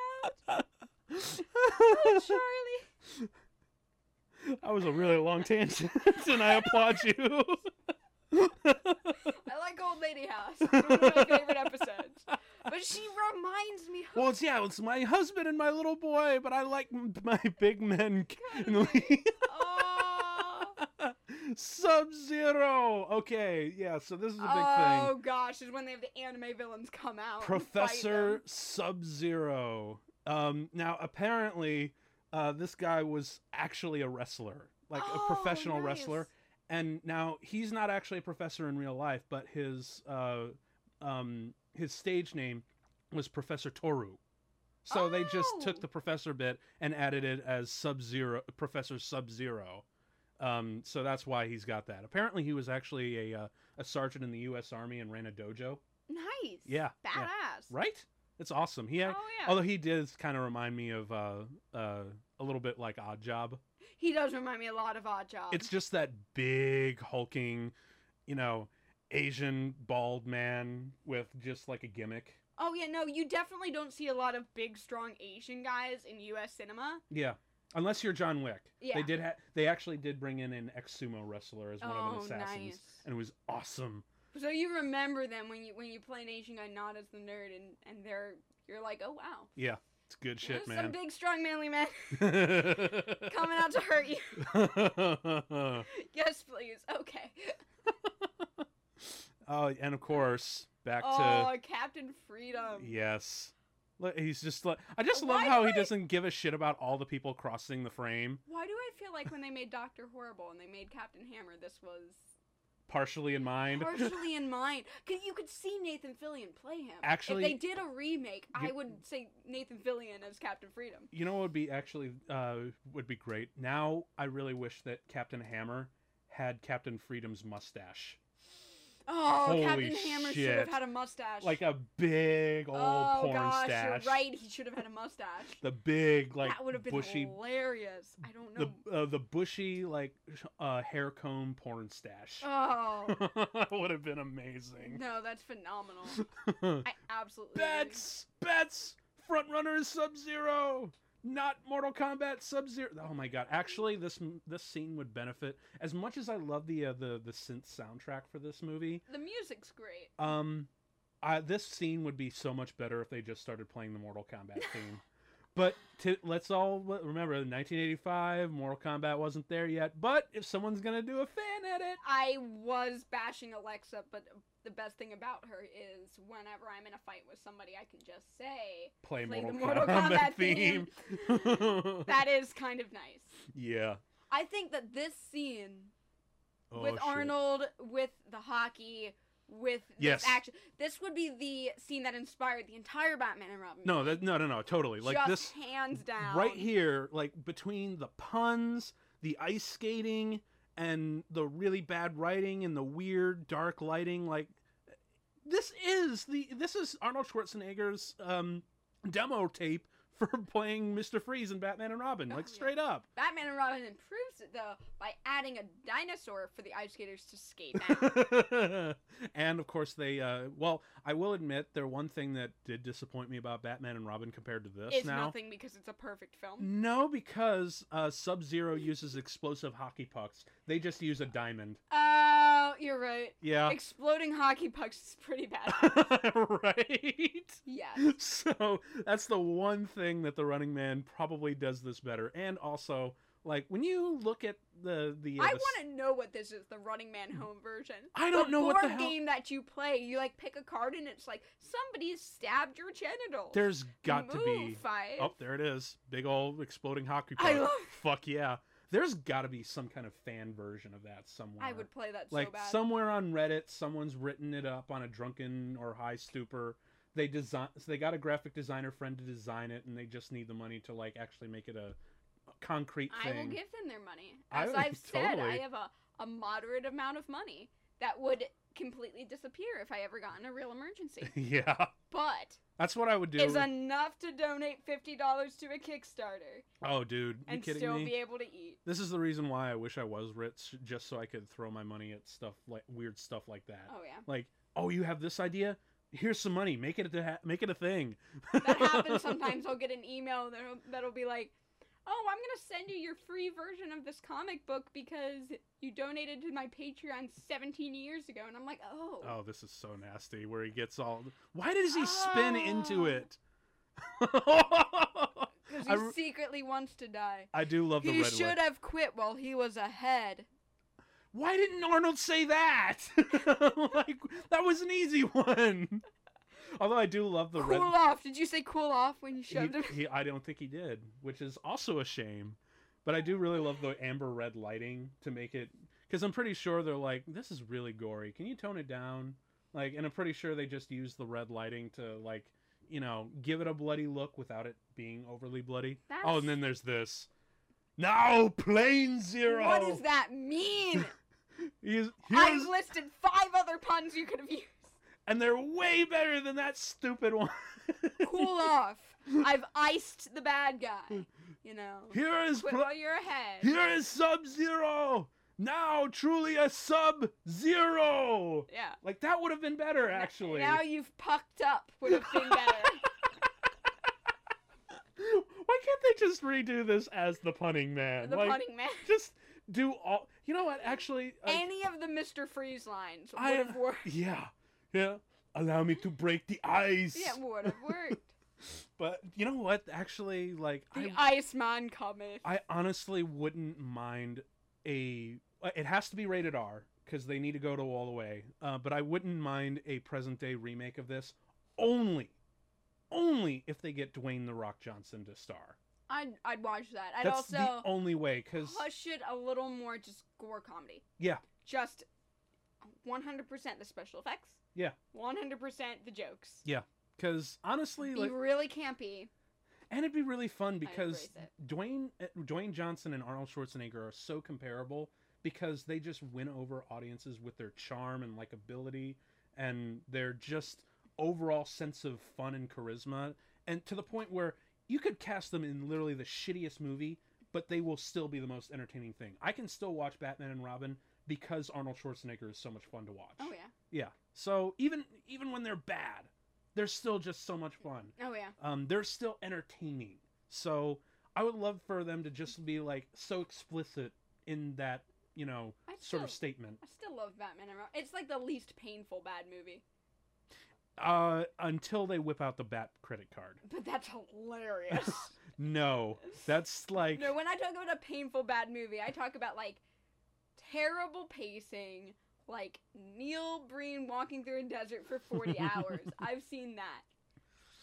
Speaker 2: out. Oh, Charlie.
Speaker 1: that was a really long tangent, and I applaud you.
Speaker 2: I like Old Lady House. It's one of my favorite episodes. But she reminds me of
Speaker 1: well, it's yeah, it's my husband and my little boy, but I like m- my big men.
Speaker 2: Oh,
Speaker 1: Sub Zero. Okay, yeah. So this is a big thing.
Speaker 2: oh gosh, is when they have the anime villains come out. and Oh, fight
Speaker 1: Professor
Speaker 2: them.
Speaker 1: Sub Zero. Um, now, apparently, uh, this guy was actually a wrestler, like
Speaker 2: Oh,
Speaker 1: a professional
Speaker 2: nice.
Speaker 1: wrestler. And now he's not actually a professor in real life, but his uh, um, his stage name was Professor Toru. So they just
Speaker 2: Oh.
Speaker 1: took the professor bit and added it as Sub Zero, Professor Sub Zero. Um, so that's why he's got that. Apparently, he was actually a uh, a sergeant in the U.S. Army and ran a dojo.
Speaker 2: Nice.
Speaker 1: Yeah, yeah.
Speaker 2: Badass.
Speaker 1: Right? It's awesome. He
Speaker 2: Oh
Speaker 1: had,
Speaker 2: yeah.
Speaker 1: although he does kind of remind me of uh, uh, a little bit like Odd Job.
Speaker 2: He does remind me a lot of Oddjob.
Speaker 1: It's just that big hulking, you know, Asian bald man with just like a gimmick.
Speaker 2: oh yeah, no, you definitely don't see a lot of big, strong Asian guys in U.S. cinema.
Speaker 1: Yeah. Unless you're John Wick.
Speaker 2: Yeah.
Speaker 1: They did ha- they actually did bring in an ex sumo wrestler as one of
Speaker 2: oh,
Speaker 1: an assassins.
Speaker 2: nice.
Speaker 1: And it was awesome.
Speaker 2: So you remember them when you when you play an Asian guy not as the nerd, and and they're you're like, oh wow,
Speaker 1: Yeah. It's good shit,
Speaker 2: There's
Speaker 1: man.
Speaker 2: some big, strong, manly man coming out to hurt you. yes, please. Okay.
Speaker 1: oh, and of course, back to
Speaker 2: oh, Captain Freedom.
Speaker 1: Yes. Li- He's just like I just
Speaker 2: Um, Why
Speaker 1: love how
Speaker 2: do
Speaker 1: he
Speaker 2: I-
Speaker 1: doesn't give a shit about all the people crossing the frame.
Speaker 2: Why do I feel like when they made Doctor Horrible and they made Captain Hammer, this was
Speaker 1: partially in mind.
Speaker 2: partially in mind. 'Cause you could see Nathan Fillion play him.
Speaker 1: Actually-
Speaker 2: if they did a remake, I
Speaker 1: you-
Speaker 2: would say Nathan Fillion as Captain Freedom.
Speaker 1: you know what would be actually uh, would be great. Now I really wish that Captain Hammer had Captain Freedom's mustache,
Speaker 2: Oh,
Speaker 1: Holy
Speaker 2: Captain Hammer should have
Speaker 1: shit.
Speaker 2: had a mustache.
Speaker 1: like a big old
Speaker 2: oh
Speaker 1: porn
Speaker 2: gosh,
Speaker 1: stash.
Speaker 2: you're right. He should have had a mustache.
Speaker 1: The big like
Speaker 2: that would have been
Speaker 1: bushy,
Speaker 2: hilarious. I don't know.
Speaker 1: the uh, the bushy like sh- uh, hair comb porn stash.
Speaker 2: Oh
Speaker 1: that would have been amazing.
Speaker 2: no, that's phenomenal. I absolutely.
Speaker 1: Bets, bets. Front runner is Sub Zero, not Mortal Kombat Sub Zero. Oh my god! Actually, this m- this scene would benefit as much as I love the uh, the the synth soundtrack for this movie.
Speaker 2: The music's great.
Speaker 1: Um, I, this scene would be so much better if they just started playing the Mortal Kombat theme. But to, let's all le- remember, 1985, Mortal Kombat wasn't there yet. But if someone's gonna do a fan edit,
Speaker 2: I was bashing Alexa, but the best thing about her is whenever I'm in a fight with somebody, I can just say
Speaker 1: play,
Speaker 2: Play the
Speaker 1: Mortal,
Speaker 2: Mortal
Speaker 1: Kombat,
Speaker 2: Kombat theme.
Speaker 1: theme.
Speaker 2: that is kind of nice.
Speaker 1: yeah.
Speaker 2: I think that this scene
Speaker 1: Oh,
Speaker 2: with
Speaker 1: shit.
Speaker 2: Arnold, with the hockey, with
Speaker 1: Yes.
Speaker 2: this action, this would be the scene that inspired the entire Batman and Robin.
Speaker 1: No,
Speaker 2: movie.
Speaker 1: that no, no, no, totally. Like
Speaker 2: just
Speaker 1: this
Speaker 2: hands down,
Speaker 1: right here, like between the puns, the ice skating, and the really bad writing and the weird dark lighting, like this is the this is Arnold Schwarzenegger's um, demo tape for playing Mister Freeze and Batman and Robin,
Speaker 2: Oh,
Speaker 1: like
Speaker 2: yeah.
Speaker 1: straight up.
Speaker 2: Batman and Robin improves it though by adding a dinosaur for the ice skaters to skate down.
Speaker 1: and of course they uh well i will admit there one thing that did disappoint me about batman and robin compared to this
Speaker 2: it's
Speaker 1: now
Speaker 2: nothing because it's a perfect film.
Speaker 1: No, because uh, Sub Zero uses explosive hockey pucks. They just use a diamond.
Speaker 2: Oh, you're right.
Speaker 1: Yeah.
Speaker 2: Exploding hockey pucks is pretty bad.
Speaker 1: right?
Speaker 2: yes.
Speaker 1: So that's the one thing that the running man probably does this better. And also, like, when you look at the. the, uh,
Speaker 2: I
Speaker 1: the s-
Speaker 2: want to know what this is—the Running Man home version.
Speaker 1: I don't know what the
Speaker 2: board
Speaker 1: hell-
Speaker 2: game that you play. You like pick a card, and it's like somebody's stabbed your genitals.
Speaker 1: There's got to
Speaker 2: Move
Speaker 1: be.
Speaker 2: Five.
Speaker 1: Oh, there it is. Big old exploding hockey puck.
Speaker 2: I love-
Speaker 1: Fuck yeah. There's got to be some kind of fan version of that somewhere.
Speaker 2: I would play that
Speaker 1: like
Speaker 2: so bad.
Speaker 1: somewhere on reddit someone's written it up on a drunken or high stupor they design so they got a graphic designer friend to design it and they just need the money to like actually make it a concrete
Speaker 2: I
Speaker 1: thing
Speaker 2: will give them their money.
Speaker 1: I
Speaker 2: As
Speaker 1: would-
Speaker 2: I've said, I
Speaker 1: totally.
Speaker 2: have a, a moderate amount of money that would completely disappear if I ever got in a real emergency.
Speaker 1: yeah
Speaker 2: but
Speaker 1: that's what i would do
Speaker 2: is enough to donate fifty dollars to a Kickstarter
Speaker 1: oh dude you
Speaker 2: and
Speaker 1: kidding
Speaker 2: still
Speaker 1: me
Speaker 2: be able to eat.
Speaker 1: this is the reason why i wish i was rich just so i could throw my money at stuff like weird stuff like that
Speaker 2: Oh yeah,
Speaker 1: like oh you have this idea here's some money make it a ha- make it a thing
Speaker 2: that happens sometimes. I'll get an email that'll that'll be like. Oh, I'm gonna send you your free version of this comic book because you donated to my Patreon 17 years ago, and I'm like, oh,
Speaker 1: Oh, this is so nasty. Where he gets all. Why does he spin into
Speaker 2: Ah.
Speaker 1: it?
Speaker 2: because he
Speaker 1: I re-
Speaker 2: secretly wants to die.
Speaker 1: I do love the
Speaker 2: He
Speaker 1: red
Speaker 2: should
Speaker 1: one.
Speaker 2: have quit while he was ahead.
Speaker 1: Why didn't Arnold say that? like that was an easy one. Although I do love the
Speaker 2: cool
Speaker 1: red.
Speaker 2: off. Did you say cool off when you
Speaker 1: He,
Speaker 2: shoved him?
Speaker 1: he- I don't think he did, which is also a shame. But I do really love the amber red lighting to make it, because I'm pretty sure they're like, this is really gory. Can you tone it down? Like, and I'm pretty sure they just use the red lighting to like, you know, give it a bloody look without it being overly bloody. Oh, and then there's this. Now, plane zero.
Speaker 2: What does that mean?
Speaker 1: He's,
Speaker 2: I've
Speaker 1: here's,
Speaker 2: listed five other puns you could have used.
Speaker 1: and they're way better than that stupid one.
Speaker 2: Cool off. I've iced the bad guy. You know.
Speaker 1: Here is
Speaker 2: Quit
Speaker 1: pla-
Speaker 2: while you're ahead.
Speaker 1: Here is Sub Zero! Now truly a Sub Zero!
Speaker 2: Yeah.
Speaker 1: Like that would have been better actually.
Speaker 2: Now you've pucked up would have been better.
Speaker 1: Why can't they just redo this as the punning man?
Speaker 2: the
Speaker 1: like
Speaker 2: punning man.
Speaker 1: just do all you know what, actually uh,
Speaker 2: Any of the Mr. Freeze lines would
Speaker 1: I-
Speaker 2: have worked.
Speaker 1: Yeah. Yeah. Allow me to break the ice.
Speaker 2: Yeah, would have worked.
Speaker 1: But you know what? Actually, like
Speaker 2: The
Speaker 1: I
Speaker 2: Iceman cometh.
Speaker 1: I honestly wouldn't mind a. It has to be rated R because they need to go to all the way. Uh, but I wouldn't mind a present day remake of this only, only if they get Dwayne the Rock Johnson to star.
Speaker 2: I'd, I'd watch that. I'd
Speaker 1: That's
Speaker 2: also.
Speaker 1: the only way because
Speaker 2: push it a little more just gore comedy.
Speaker 1: Yeah.
Speaker 2: Just 100% the special effects.
Speaker 1: Yeah.
Speaker 2: 100% the jokes.
Speaker 1: Because honestly,
Speaker 2: Be
Speaker 1: like,
Speaker 2: really campy.
Speaker 1: and it'd be really fun because
Speaker 2: embrace it.
Speaker 1: Dwayne uh, Dwayne Johnson and Arnold Schwarzenegger are so comparable because they just win over audiences with their charm and likability and their just overall sense of fun and charisma and to the point where you could cast them in literally the shittiest movie but they will still be the most entertaining thing. I can still watch Batman and Robin because Arnold Schwarzenegger is so much fun to watch.
Speaker 2: Oh yeah.
Speaker 1: Yeah. So even even when they're bad, they're still just so much fun
Speaker 2: Oh yeah.
Speaker 1: um, they're still entertaining. So I would love for them to just be like so explicit in that you know
Speaker 2: I
Speaker 1: sort of
Speaker 2: still-
Speaker 1: statement.
Speaker 2: I still love Batman and Robin. It's like the least painful bad movie,
Speaker 1: Uh, until they whip out the Bat credit card.
Speaker 2: but that's hilarious.
Speaker 1: No, that's like
Speaker 2: no, when I talk about a painful bad movie, I talk about like terrible pacing, like Neil Breen walking through a desert for 40 hours. I've seen that.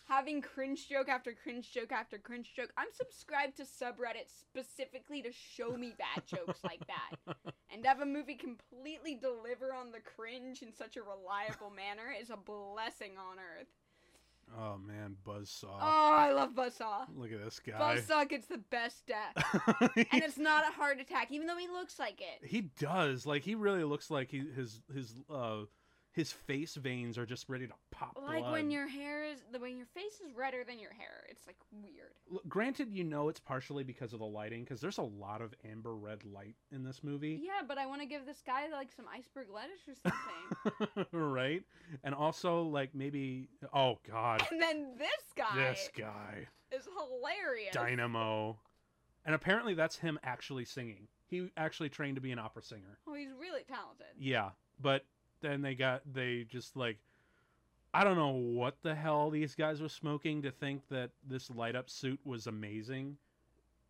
Speaker 2: Having cringe joke after cringe joke after cringe joke. I'm subscribed to subreddit specifically to show me bad jokes like that. And to have a movie completely deliver on the cringe in such a reliable manner is a blessing on earth.
Speaker 1: oh man, buzzsaw.
Speaker 2: Oh, I love Buzzsaw.
Speaker 1: Look at this guy.
Speaker 2: Buzzsaw gets the best death. And it's not a heart attack, even though he looks like it.
Speaker 1: he does like he really looks like he, his his uh his face veins are just ready to pop.
Speaker 2: Like
Speaker 1: blood.
Speaker 2: when your hair is, the when your face is redder than your hair, it's like weird.
Speaker 1: L- granted you know it's partially because of the lighting because there's a lot of amber red light in this movie.
Speaker 2: Yeah, but I want to give this guy like some iceberg lettuce or something.
Speaker 1: right? And also, like, maybe. Oh, God.
Speaker 2: and then this guy,
Speaker 1: This guy.
Speaker 2: is hilarious.
Speaker 1: Dynamo. And apparently, that's him actually singing. He actually trained to be an opera singer.
Speaker 2: oh, he's really talented.
Speaker 1: Yeah. But then they got. They just, like. I don't know what the hell these guys were smoking to think that this light up suit was amazing.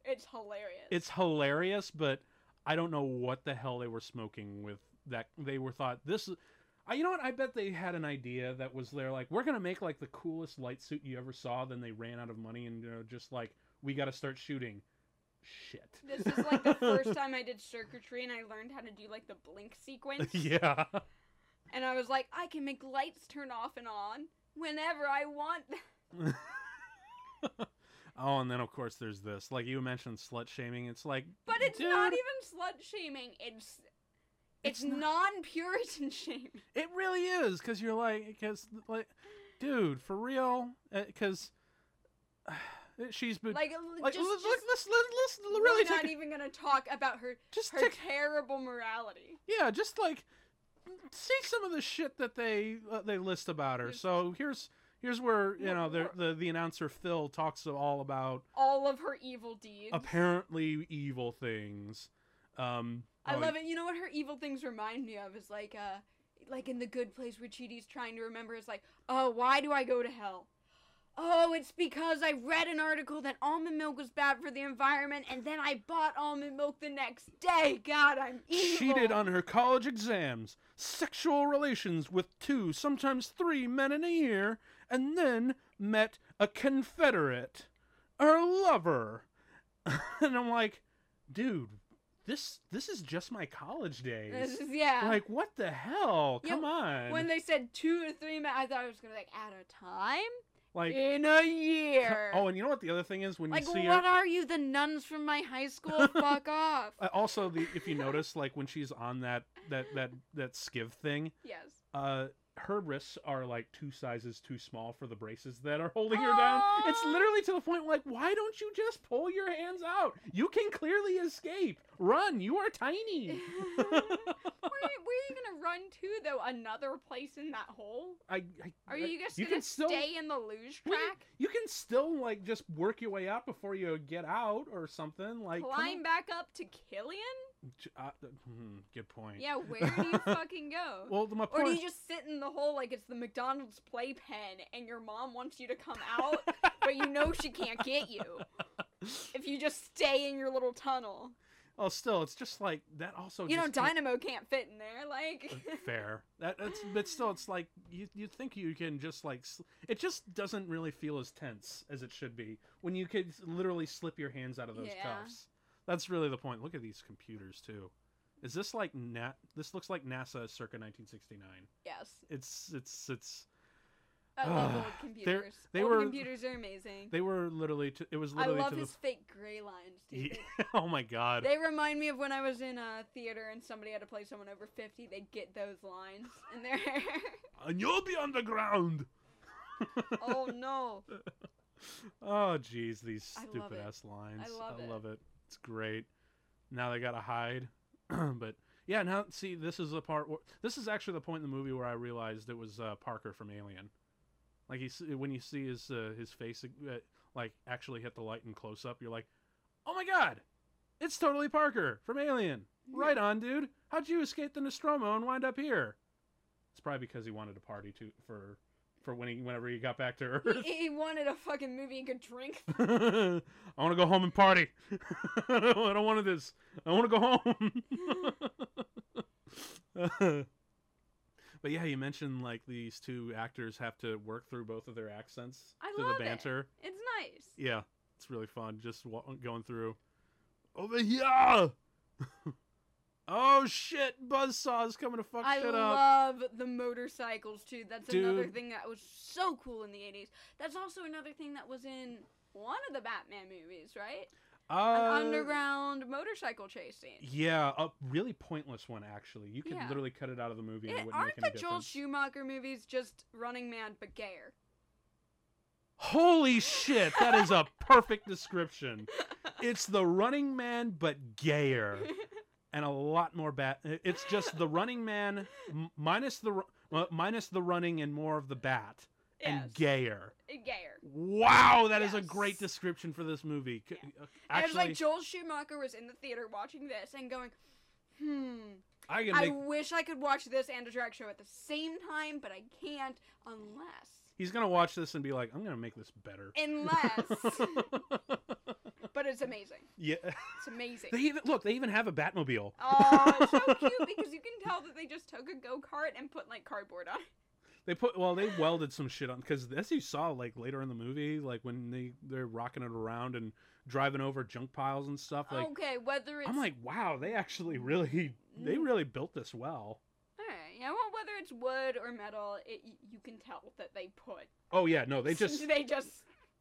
Speaker 2: It's hilarious.
Speaker 1: It's hilarious, but I don't know what the hell they were smoking with that. They were thought this. is- I, you know what? I bet they had an idea that was there. Like we're gonna make like the coolest light suit you ever saw. Then they ran out of money and you know just like we got to start shooting. Shit.
Speaker 2: This is like the first time I did circuitry and I learned how to do like the blink sequence.
Speaker 1: yeah.
Speaker 2: And I was like, I can make lights turn off and on whenever I want.
Speaker 1: Oh, and then of course there's this. Like you mentioned, slut shaming. It's like,
Speaker 2: But it's not
Speaker 1: Dude.
Speaker 2: even slut shaming. It's
Speaker 1: It's
Speaker 2: it's, non-Puritan shaming.
Speaker 1: It really is because you're like, because like, dude, for real, because she's been
Speaker 2: Like,
Speaker 1: like,
Speaker 2: just,
Speaker 1: let's,
Speaker 2: just
Speaker 1: let's, let's, let's really
Speaker 2: we're
Speaker 1: take
Speaker 2: not
Speaker 1: a-
Speaker 2: even gonna talk about her
Speaker 1: just
Speaker 2: her
Speaker 1: take
Speaker 2: terrible morality.
Speaker 1: yeah just like see some of the shit that they uh, they list about her
Speaker 2: Yes.
Speaker 1: so here's here's where you
Speaker 2: Wha-
Speaker 1: know the,
Speaker 2: wha-
Speaker 1: the the announcer phil talks all about
Speaker 2: All of her evil deeds.
Speaker 1: apparently evil things um
Speaker 2: I love it. You know what her evil things remind me of is like uh like in the good place where Chidi's trying to remember is like, oh, why do I go to hell? Oh, it's because I read an article that almond milk was bad for the environment, and then I bought almond milk the next day. God, I'm evil.
Speaker 1: cheated on her college exams sexual relations with two sometimes three men in a year and then met a confederate her lover and i'm like dude this this is just my college days
Speaker 2: This is- yeah.
Speaker 1: Like what the hell?
Speaker 2: Yeah,
Speaker 1: Come on.
Speaker 2: when they said two to three men, I thought I was gonna be like at a time
Speaker 1: like
Speaker 2: in a year.
Speaker 1: oh, and you know what the other thing is when
Speaker 2: like
Speaker 1: you see
Speaker 2: what
Speaker 1: her.
Speaker 2: are you, the nuns from my high school? Fuck off.
Speaker 1: uh, Also, the, if you notice, like when she's on that that that that skiv thing,
Speaker 2: Yes.
Speaker 1: uh, her wrists are like two sizes too small for the braces that are holding her down. It's
Speaker 2: Aw.
Speaker 1: literally to the point like, why don't you just pull your hands out? You can clearly escape. Run. You are tiny.
Speaker 2: where, where are you gonna run to though? Another place in that hole?
Speaker 1: I, I
Speaker 2: Are
Speaker 1: I-
Speaker 2: you just
Speaker 1: you
Speaker 2: gonna
Speaker 1: can still
Speaker 2: stay in the luge
Speaker 1: Well, you-
Speaker 2: track?
Speaker 1: You can still like just work your way out before you get out or something. Like come on.
Speaker 2: Climb back up to Killian?
Speaker 1: J- Uh, th- hmm, good point.
Speaker 2: Yeah, where do you fucking go?
Speaker 1: Well, th- my
Speaker 2: or
Speaker 1: point.
Speaker 2: do you just sit in the hole like it's the McDonald's playpen and your mom wants you to come out, but you know she can't get you if you just stay in your little tunnel?
Speaker 1: oh, still, it's just like that. Also,
Speaker 2: you know,
Speaker 1: Oh, just can't-
Speaker 2: Dynamo can't fit in there. Like,
Speaker 1: Uh, Fair. That, that's, but still, it's like you you think you can just like sl- it just doesn't really feel as tense as it should be when you could s- literally slip your hands out of those
Speaker 2: Yeah.
Speaker 1: cuffs. That's really the point. Look at these computers too. Is this like Nat? This looks like NASA circa 1969.
Speaker 2: Yes.
Speaker 1: It's it's it's.
Speaker 2: I love old
Speaker 1: Ugh, Ah, they're-
Speaker 2: computers.
Speaker 1: they
Speaker 2: old
Speaker 1: were-
Speaker 2: computers are amazing.
Speaker 1: They were literally. To, it was
Speaker 2: I
Speaker 1: literally
Speaker 2: love
Speaker 1: to
Speaker 2: his
Speaker 1: the.
Speaker 2: fake gray lines. Dude.
Speaker 1: Ye- oh my god.
Speaker 2: They remind me of when I was in a theater and somebody had to play someone over 50. They'd get those lines in their hair.
Speaker 1: and you'll be on the ground.
Speaker 2: oh, no.
Speaker 1: Oh jeez, these
Speaker 2: I love
Speaker 1: stupid
Speaker 2: it.
Speaker 1: ass lines.
Speaker 2: love it.
Speaker 1: It's great. Now they gotta hide, but yeah. Now see, this is the part. Where, this is actually the point in the movie where I realized it was uh, Parker from Alien. Like he, s- when you see his uh, his face uh, like actually hit the light in close up, you're like, oh my god, it's totally Parker from Alien. Right on, dude. How'd you escape the Nostromo and wind up here? It's probably because he wanted to party too for for when he whenever he got back to Earth.
Speaker 2: He, he wanted a fucking movie he could drink.
Speaker 1: I want to go home and party. I don't I don't want this. I want to go home. but yeah, you mentioned like these two actors have to work through both of their accents
Speaker 2: I
Speaker 1: through
Speaker 2: love
Speaker 1: the
Speaker 2: it.
Speaker 1: banter.
Speaker 2: It's nice.
Speaker 1: Yeah, it's really fun just wa- going through. Over here. oh shit! Buzzsaw's coming to fuck
Speaker 2: I
Speaker 1: shit up.
Speaker 2: love the motorcycles too. That's another
Speaker 1: Dude.
Speaker 2: thing that was so cool in the 80s. That's also another thing that was in one of the Batman movies, right?
Speaker 1: Uh,
Speaker 2: An underground motorcycle chase scene.
Speaker 1: Yeah, a really pointless one actually. You could
Speaker 2: Yeah.
Speaker 1: literally cut it out of the movie and
Speaker 2: Yeah,
Speaker 1: it wouldn't
Speaker 2: aren't
Speaker 1: make any
Speaker 2: the
Speaker 1: difference.
Speaker 2: Joel Schumacher movies just Running Man but gayer?
Speaker 1: Holy shit, that is a perfect description. It's the running man but gayer and a lot more bat it's just the running man m- minus the ru- uh, minus the running and more of the bat
Speaker 2: yes,
Speaker 1: and gayer.
Speaker 2: gayer.
Speaker 1: Wow, that is a great
Speaker 2: Yes.
Speaker 1: description for this movie. C- uh,
Speaker 2: And it's
Speaker 1: Actually,
Speaker 2: like Joel Schumacher was in the theater watching this and going, hmm,
Speaker 1: I can
Speaker 2: I
Speaker 1: make
Speaker 2: wish I could watch this and a drag show at the same time, but I can't unless.
Speaker 1: He's going to watch this and be like, "I'm going to make this better."
Speaker 2: Unless. but it's amazing.
Speaker 1: yeah.
Speaker 2: It's amazing.
Speaker 1: They even look, they even have a Batmobile.
Speaker 2: Oh, it's so cute because you can tell that they just took a go kart and put like cardboard on. it.
Speaker 1: They put well, they welded some shit on because as you saw like later in the movie, like when they they're rocking it around and driving over junk piles and stuff. Like
Speaker 2: okay, whether it's
Speaker 1: I'm like, wow, they actually really they
Speaker 2: Mm.
Speaker 1: really built this well.
Speaker 2: all right, yeah, well, whether it's wood or metal, it, y- you can tell that they put
Speaker 1: Oh yeah, no, they just
Speaker 2: they just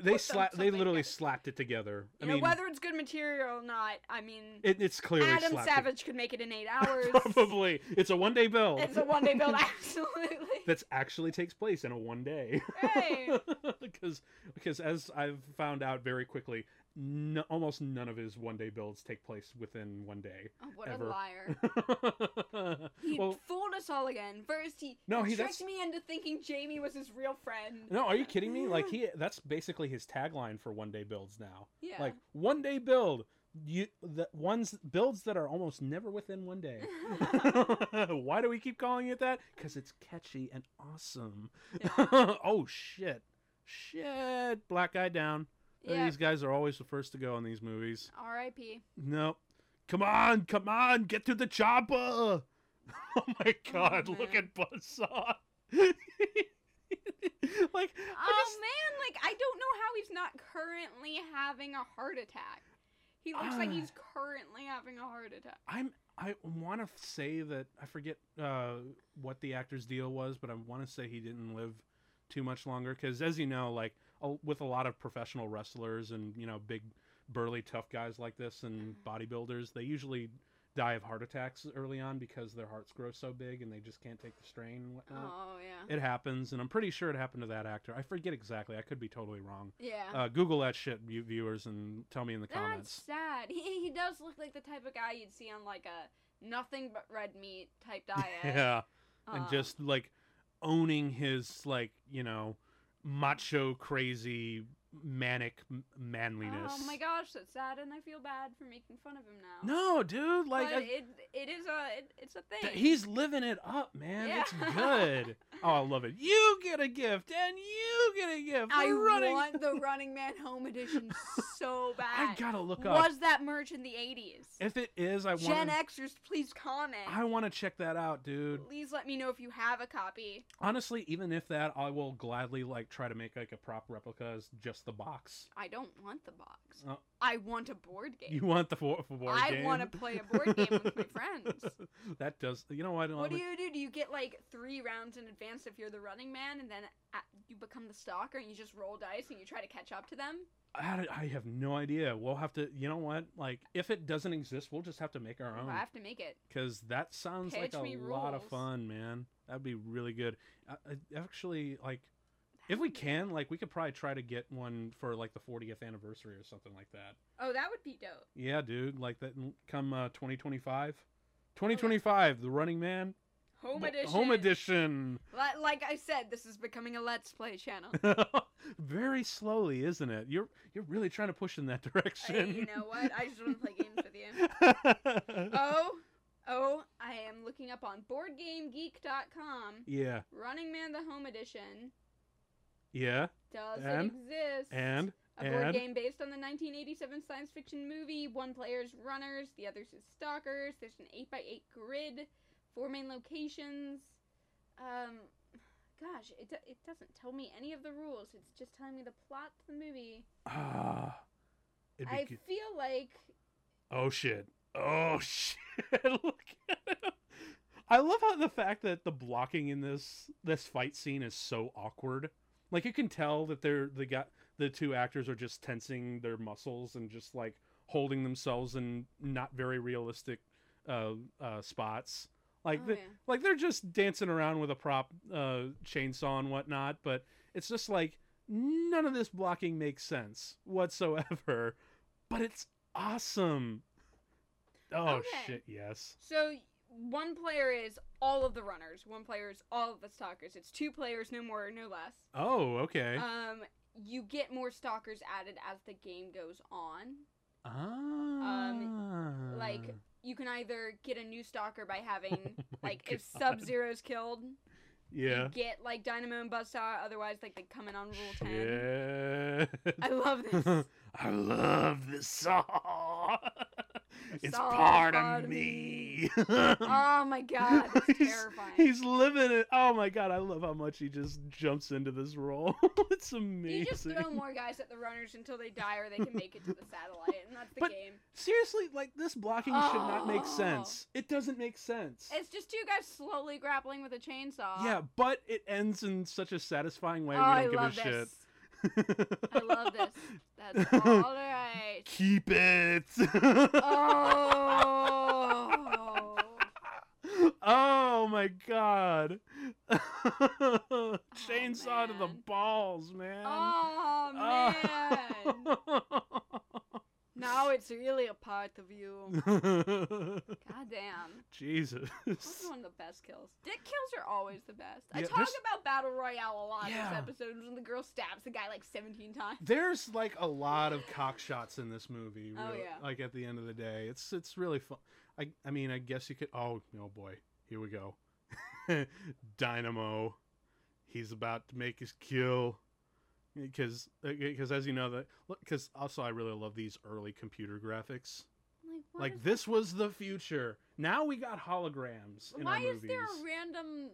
Speaker 1: they
Speaker 2: put
Speaker 1: slap they
Speaker 2: something
Speaker 1: literally
Speaker 2: together.
Speaker 1: slapped it together. I
Speaker 2: you know
Speaker 1: mean,
Speaker 2: whether it's good material or not. I mean,
Speaker 1: it, it's clearly
Speaker 2: Adam
Speaker 1: slapped it-
Speaker 2: Savage could make it in eight hours.
Speaker 1: Probably, it's a one day bill.
Speaker 2: It's a one day build, absolutely.
Speaker 1: that's actually takes place in a one day.
Speaker 2: Hey. oh,
Speaker 1: because because as I've found out very quickly, no, almost none of his one day builds take place within one day.
Speaker 2: Oh, what
Speaker 1: Ever.
Speaker 2: a liar. He
Speaker 1: well,
Speaker 2: fooled us all again. First, he,
Speaker 1: No, he-
Speaker 2: tricked
Speaker 1: that's-
Speaker 2: me into thinking Jamie was his real friend.
Speaker 1: no, are you kidding me? Like he that's basically his tagline for one day builds now.
Speaker 2: yeah.
Speaker 1: Like one day build you the ones builds that are almost never within one day. Why do we keep calling it that? Cuz it's catchy and awesome.
Speaker 2: Yeah.
Speaker 1: oh shit. Shit, black guy down.
Speaker 2: yeah.
Speaker 1: These guys are always the first to go in these movies.
Speaker 2: R.I.P.
Speaker 1: No. Come on, come on, get to the chopper. Oh my god, look
Speaker 2: man.
Speaker 1: at Buzzsaw. like I
Speaker 2: Oh man, like I don't know how he's not currently having a heart attack. He looks like
Speaker 1: Ah.
Speaker 2: he's currently having a heart attack.
Speaker 1: am I want to say that I forget uh, what the actor's deal was, but I want to say he didn't live too much longer cuz as you know, like a- with a lot of professional wrestlers and, you know, big burly tough guys like this and bodybuilders, they usually die of heart attacks early on because their hearts grow so big and they just can't take the strain and whatnot.
Speaker 2: Oh yeah.
Speaker 1: Uh, It happens, and I'm pretty sure it happened to that actor. I forget exactly. I could be totally wrong.
Speaker 2: Yeah.
Speaker 1: Uh, Google that shit, you viewers, and tell me in the
Speaker 2: That's
Speaker 1: comments.
Speaker 2: sad. He he does look like the type of guy you'd see on like a nothing but red meat type diet.
Speaker 1: Yeah, and
Speaker 2: Um,
Speaker 1: just like owning his like you know macho, crazy, manic m- manliness.
Speaker 2: Oh my gosh, that's sad, and I feel bad for making fun of him now.
Speaker 1: No, dude, like
Speaker 2: but
Speaker 1: I-
Speaker 2: it it is a it, it's a thing.
Speaker 1: th- he's living it up, man.
Speaker 2: Yeah.
Speaker 1: It's good. Oh, I love it. You get a gift, and you get a gift.
Speaker 2: I
Speaker 1: We're running.
Speaker 2: want the Running Man Home Edition so bad.
Speaker 1: I
Speaker 2: that?
Speaker 1: gotta look up.
Speaker 2: Was that merch in the 80s?
Speaker 1: If it is, I
Speaker 2: Gen
Speaker 1: want.
Speaker 2: Xers, please comment.
Speaker 1: I want to check that out, dude.
Speaker 2: Please let me know if you have a copy.
Speaker 1: Honestly, even if that, I will gladly like try to make like a prop replica as just the box.
Speaker 2: I don't want the box.
Speaker 1: Oh.
Speaker 2: I want a board game.
Speaker 1: You want the for, for board
Speaker 2: I
Speaker 1: game?
Speaker 2: want to play a board game with my friends.
Speaker 1: that does. You know what?
Speaker 2: What do you do? Do you get like three rounds in advance if you're the running man, and then uh, you become the stalker and you just roll dice and you try to catch up to them?
Speaker 1: I, don't- I have no idea. We'll have to. You know what? Like, if it doesn't exist, we'll just have to make our
Speaker 2: Ooh,
Speaker 1: own.
Speaker 2: I have to make it.
Speaker 1: Because that sounds like
Speaker 2: Pitch
Speaker 1: a
Speaker 2: me
Speaker 1: lot of
Speaker 2: rules.
Speaker 1: fun, man. That'd be really good. I, I, actually, like, if we can, like, we could probably try to get one for like the 40th anniversary or something like that.
Speaker 2: Oh, that would be dope.
Speaker 1: Yeah, dude. Like that. Come uh, 2025. 2025, The Running Man.
Speaker 2: Home
Speaker 1: Bo-
Speaker 2: edition.
Speaker 1: Home edition.
Speaker 2: Li- Like I said, this is becoming a let's play channel.
Speaker 1: Very slowly, isn't it? You're you're really trying to push in that
Speaker 2: I,
Speaker 1: direction.
Speaker 2: you know what? I just want to play games with you. Oh, oh, I am looking up on BoardGameGeek.com.
Speaker 1: yeah,
Speaker 2: Running Man: The Home Edition
Speaker 1: yeah,
Speaker 2: does
Speaker 1: And-
Speaker 2: it exist.
Speaker 1: and
Speaker 2: A board
Speaker 1: And-
Speaker 2: game based on the 1987 science fiction movie. One player's runners, the others is stalkers. There's an 8x8 grid, four main locations. Um, gosh, it, do- it doesn't tell me any of the rules. It's just telling me the plot to the movie.
Speaker 1: ah, it'd be
Speaker 2: I
Speaker 1: good.
Speaker 2: feel like
Speaker 1: oh shit, oh shit. Look at him. I love how the fact that the blocking in this this fight scene is so awkward. Like you can tell that they're the guy, the two actors are just tensing their muscles and just like holding themselves in not very realistic uh, uh, spots. Like
Speaker 2: oh,
Speaker 1: the,
Speaker 2: yeah.
Speaker 1: like they're just dancing around with a prop uh, chainsaw and whatnot but it's just like none of this blocking makes sense whatsoever but it's awesome oh
Speaker 2: Okay.
Speaker 1: shit yes
Speaker 2: So one player is all of the runners. One player is all of the stalkers. It's two players, no more, no less.
Speaker 1: oh okay
Speaker 2: Um, you get more stalkers added as the game goes on.
Speaker 1: ah.
Speaker 2: Uh, um, like you can either get a new stalker by having
Speaker 1: Oh my
Speaker 2: like if Sub Zero's killed,
Speaker 1: yeah
Speaker 2: you get like Dynamo and Buzzsaw. Otherwise, like they come in on rule ten.
Speaker 1: Shit.
Speaker 2: I love this.
Speaker 1: I love this saw it's
Speaker 2: Saw
Speaker 1: part
Speaker 2: part
Speaker 1: of
Speaker 2: of
Speaker 1: me
Speaker 2: oh my god, it's
Speaker 1: He's-
Speaker 2: terrifying.
Speaker 1: He's living it. Oh my god, I love how much he just jumps into this role. it's amazing.
Speaker 2: you just throw more guys at the runners until they die or they can make it to the satellite, and that's the
Speaker 1: But-
Speaker 2: game.
Speaker 1: Seriously, like this blocking should not make sense. It doesn't make sense.
Speaker 2: Oh. It's just two guys slowly grappling with a chainsaw.
Speaker 1: yeah, but it ends in such a satisfying way.
Speaker 2: Oh,
Speaker 1: we
Speaker 2: I
Speaker 1: don't
Speaker 2: love
Speaker 1: give a
Speaker 2: this.
Speaker 1: shit.
Speaker 2: I love this. That's all right.
Speaker 1: Keep it.
Speaker 2: Oh.
Speaker 1: Oh my god. Chainsaw to the
Speaker 2: Oh, man.
Speaker 1: balls, man.
Speaker 2: Oh man. Now it's really a part of you. God damn.
Speaker 1: Jesus.
Speaker 2: This is one of the best kills. Dick kills are always the best. I
Speaker 1: Yeah,
Speaker 2: talk
Speaker 1: there's-
Speaker 2: about Battle Royale a lot in
Speaker 1: Yeah.
Speaker 2: this episode when the girl stabs the guy like 17 times.
Speaker 1: There's like a lot of cock shots in this movie.
Speaker 2: Oh,
Speaker 1: really-
Speaker 2: yeah.
Speaker 1: Like at the end of the day, it's it's really fun. I I mean, I guess you could. Oh no, boy, here we go. Dynamo, he's about to make his kill. Because, because as you know that, because also I really love these early computer graphics.
Speaker 2: I'm Like, what
Speaker 1: like
Speaker 2: is-
Speaker 1: this was the future. Now we got holograms in
Speaker 2: Why
Speaker 1: our
Speaker 2: is
Speaker 1: movies.
Speaker 2: there a random.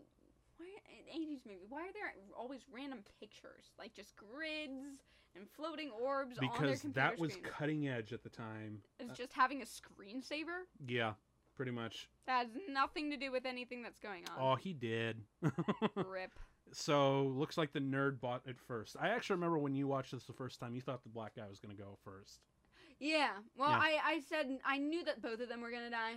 Speaker 2: Why, in 80s movie, why are there always random pictures? Like just grids and floating orbs on their
Speaker 1: because
Speaker 2: computer
Speaker 1: that was
Speaker 2: screen.
Speaker 1: cutting edge at the time.
Speaker 2: It's just having a screensaver
Speaker 1: Yeah, pretty much.
Speaker 2: that has nothing to do with anything that's going
Speaker 1: Oh,
Speaker 2: on.
Speaker 1: he did.
Speaker 2: Rip.
Speaker 1: so looks like the nerd bought it first. I actually remember when you watched this the first time, you thought the black guy was gonna go first.
Speaker 2: Yeah. Well,
Speaker 1: Yeah.
Speaker 2: I, I said I knew that both of them were gonna die.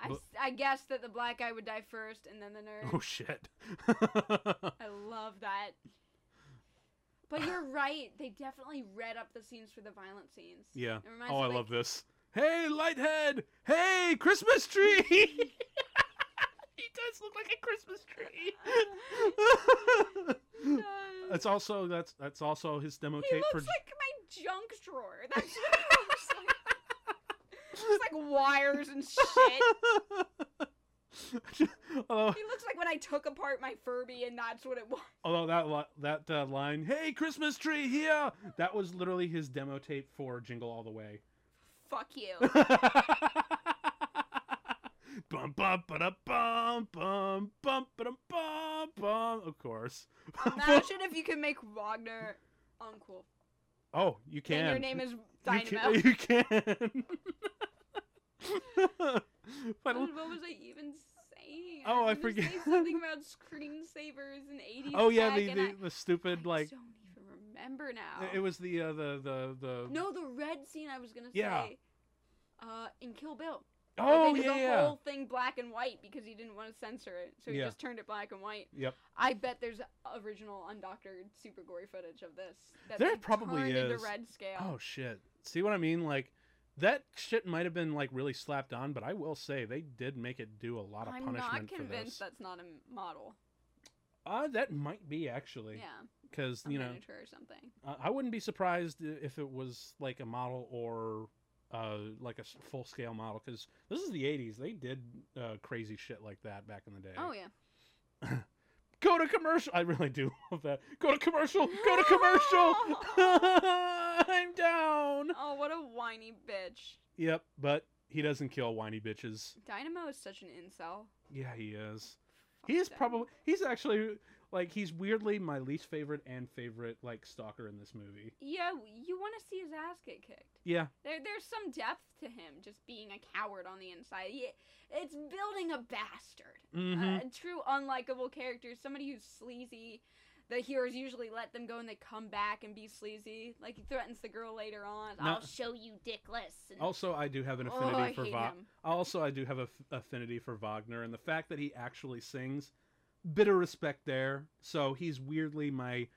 Speaker 2: I,
Speaker 1: Bu-
Speaker 2: s- I guessed that the black guy would die first, and then the nerd.
Speaker 1: Oh shit.
Speaker 2: I love that. But you're right. They definitely read up the scenes for the violent scenes.
Speaker 1: yeah.
Speaker 2: It reminds
Speaker 1: Oh,
Speaker 2: me,
Speaker 1: I
Speaker 2: like,
Speaker 1: love this. Hey, lighthead. Hey, Christmas tree. he does look like a Christmas tree.
Speaker 2: uh,
Speaker 1: That's also that's that's also his demo
Speaker 2: he
Speaker 1: tape
Speaker 2: looks
Speaker 1: for
Speaker 2: like my junk drawer. That's what he looks like. Just like wires and shit.
Speaker 1: Oh,
Speaker 2: He looks like when I took apart my Furby, and that's what it was.
Speaker 1: Although that li- that uh, line, "Hey, Christmas tree here," that was literally his demo tape for "Jingle All the Way."
Speaker 2: fuck you.
Speaker 1: bum bum ba bum bum bum ba bum bum. Of course.
Speaker 2: Imagine if you can make Wagner uncool.
Speaker 1: oh, you can.
Speaker 2: And your name is
Speaker 1: You
Speaker 2: Dynamo.
Speaker 1: can. You can.
Speaker 2: What,
Speaker 1: But l-
Speaker 2: what was I even saying?
Speaker 1: Oh, I
Speaker 2: was gonna
Speaker 1: forget.
Speaker 2: Say something about screensavers and 80s.
Speaker 1: oh yeah,
Speaker 2: tech,
Speaker 1: the,
Speaker 2: and
Speaker 1: the,
Speaker 2: I-
Speaker 1: the stupid
Speaker 2: I
Speaker 1: like
Speaker 2: don't even remember now.
Speaker 1: it was the uh, the the the
Speaker 2: no the red scene. I was gonna
Speaker 1: Yeah.
Speaker 2: say. Uh, in Kill Bill. where
Speaker 1: oh
Speaker 2: they did
Speaker 1: yeah
Speaker 2: the
Speaker 1: yeah
Speaker 2: whole thing black and white because he didn't want to censor it, so he
Speaker 1: Yeah.
Speaker 2: just turned it black and white.
Speaker 1: Yep.
Speaker 2: I bet there's original undoctored super gory footage of this. That
Speaker 1: There
Speaker 2: they
Speaker 1: probably
Speaker 2: turned
Speaker 1: is.
Speaker 2: Into red scale.
Speaker 1: Oh shit. See what I mean? Like that shit might have been like really slapped on, but I will say they did make it do a lot of
Speaker 2: I'm
Speaker 1: punishment
Speaker 2: not
Speaker 1: for this.
Speaker 2: convinced that's not a m- model.
Speaker 1: uh, that might be actually
Speaker 2: Yeah,
Speaker 1: because
Speaker 2: a
Speaker 1: you know
Speaker 2: miniature or something.
Speaker 1: I I wouldn't be surprised i- if it was like a model or uh, like a full scale model because this is the '80s. They did uh, crazy shit like that back in the day.
Speaker 2: Oh yeah.
Speaker 1: Go to commercial. I really do love that. Go to commercial. Go to commercial. I'm down.
Speaker 2: Oh, what a whiny bitch.
Speaker 1: Yep, but he doesn't kill whiny bitches.
Speaker 2: Dynamo is such an incel.
Speaker 1: Yeah, he is.
Speaker 2: Fuck
Speaker 1: He's
Speaker 2: Dynamo.
Speaker 1: probably he's actually like he's weirdly my least favorite and favorite like stalker in this movie.
Speaker 2: Yeah, w- you want to see his ass get kicked.
Speaker 1: Yeah,
Speaker 2: There, there's some depth to him just being a coward on the inside. He- It's building a bastard,
Speaker 1: hmm
Speaker 2: a uh, true unlikable character, somebody who's sleazy. The heroes usually let them go and they come back and be sleazy. Like he threatens the girl later on.
Speaker 1: Now-
Speaker 2: I'll show you dickless. And,
Speaker 1: also, I do have an
Speaker 2: oh,
Speaker 1: affinity
Speaker 2: I
Speaker 1: for
Speaker 2: hate
Speaker 1: Wagner.
Speaker 2: him.
Speaker 1: Also, I do have a f- affinity for Wagner, and the fact that he actually sings, bit of respect there. So he's weirdly my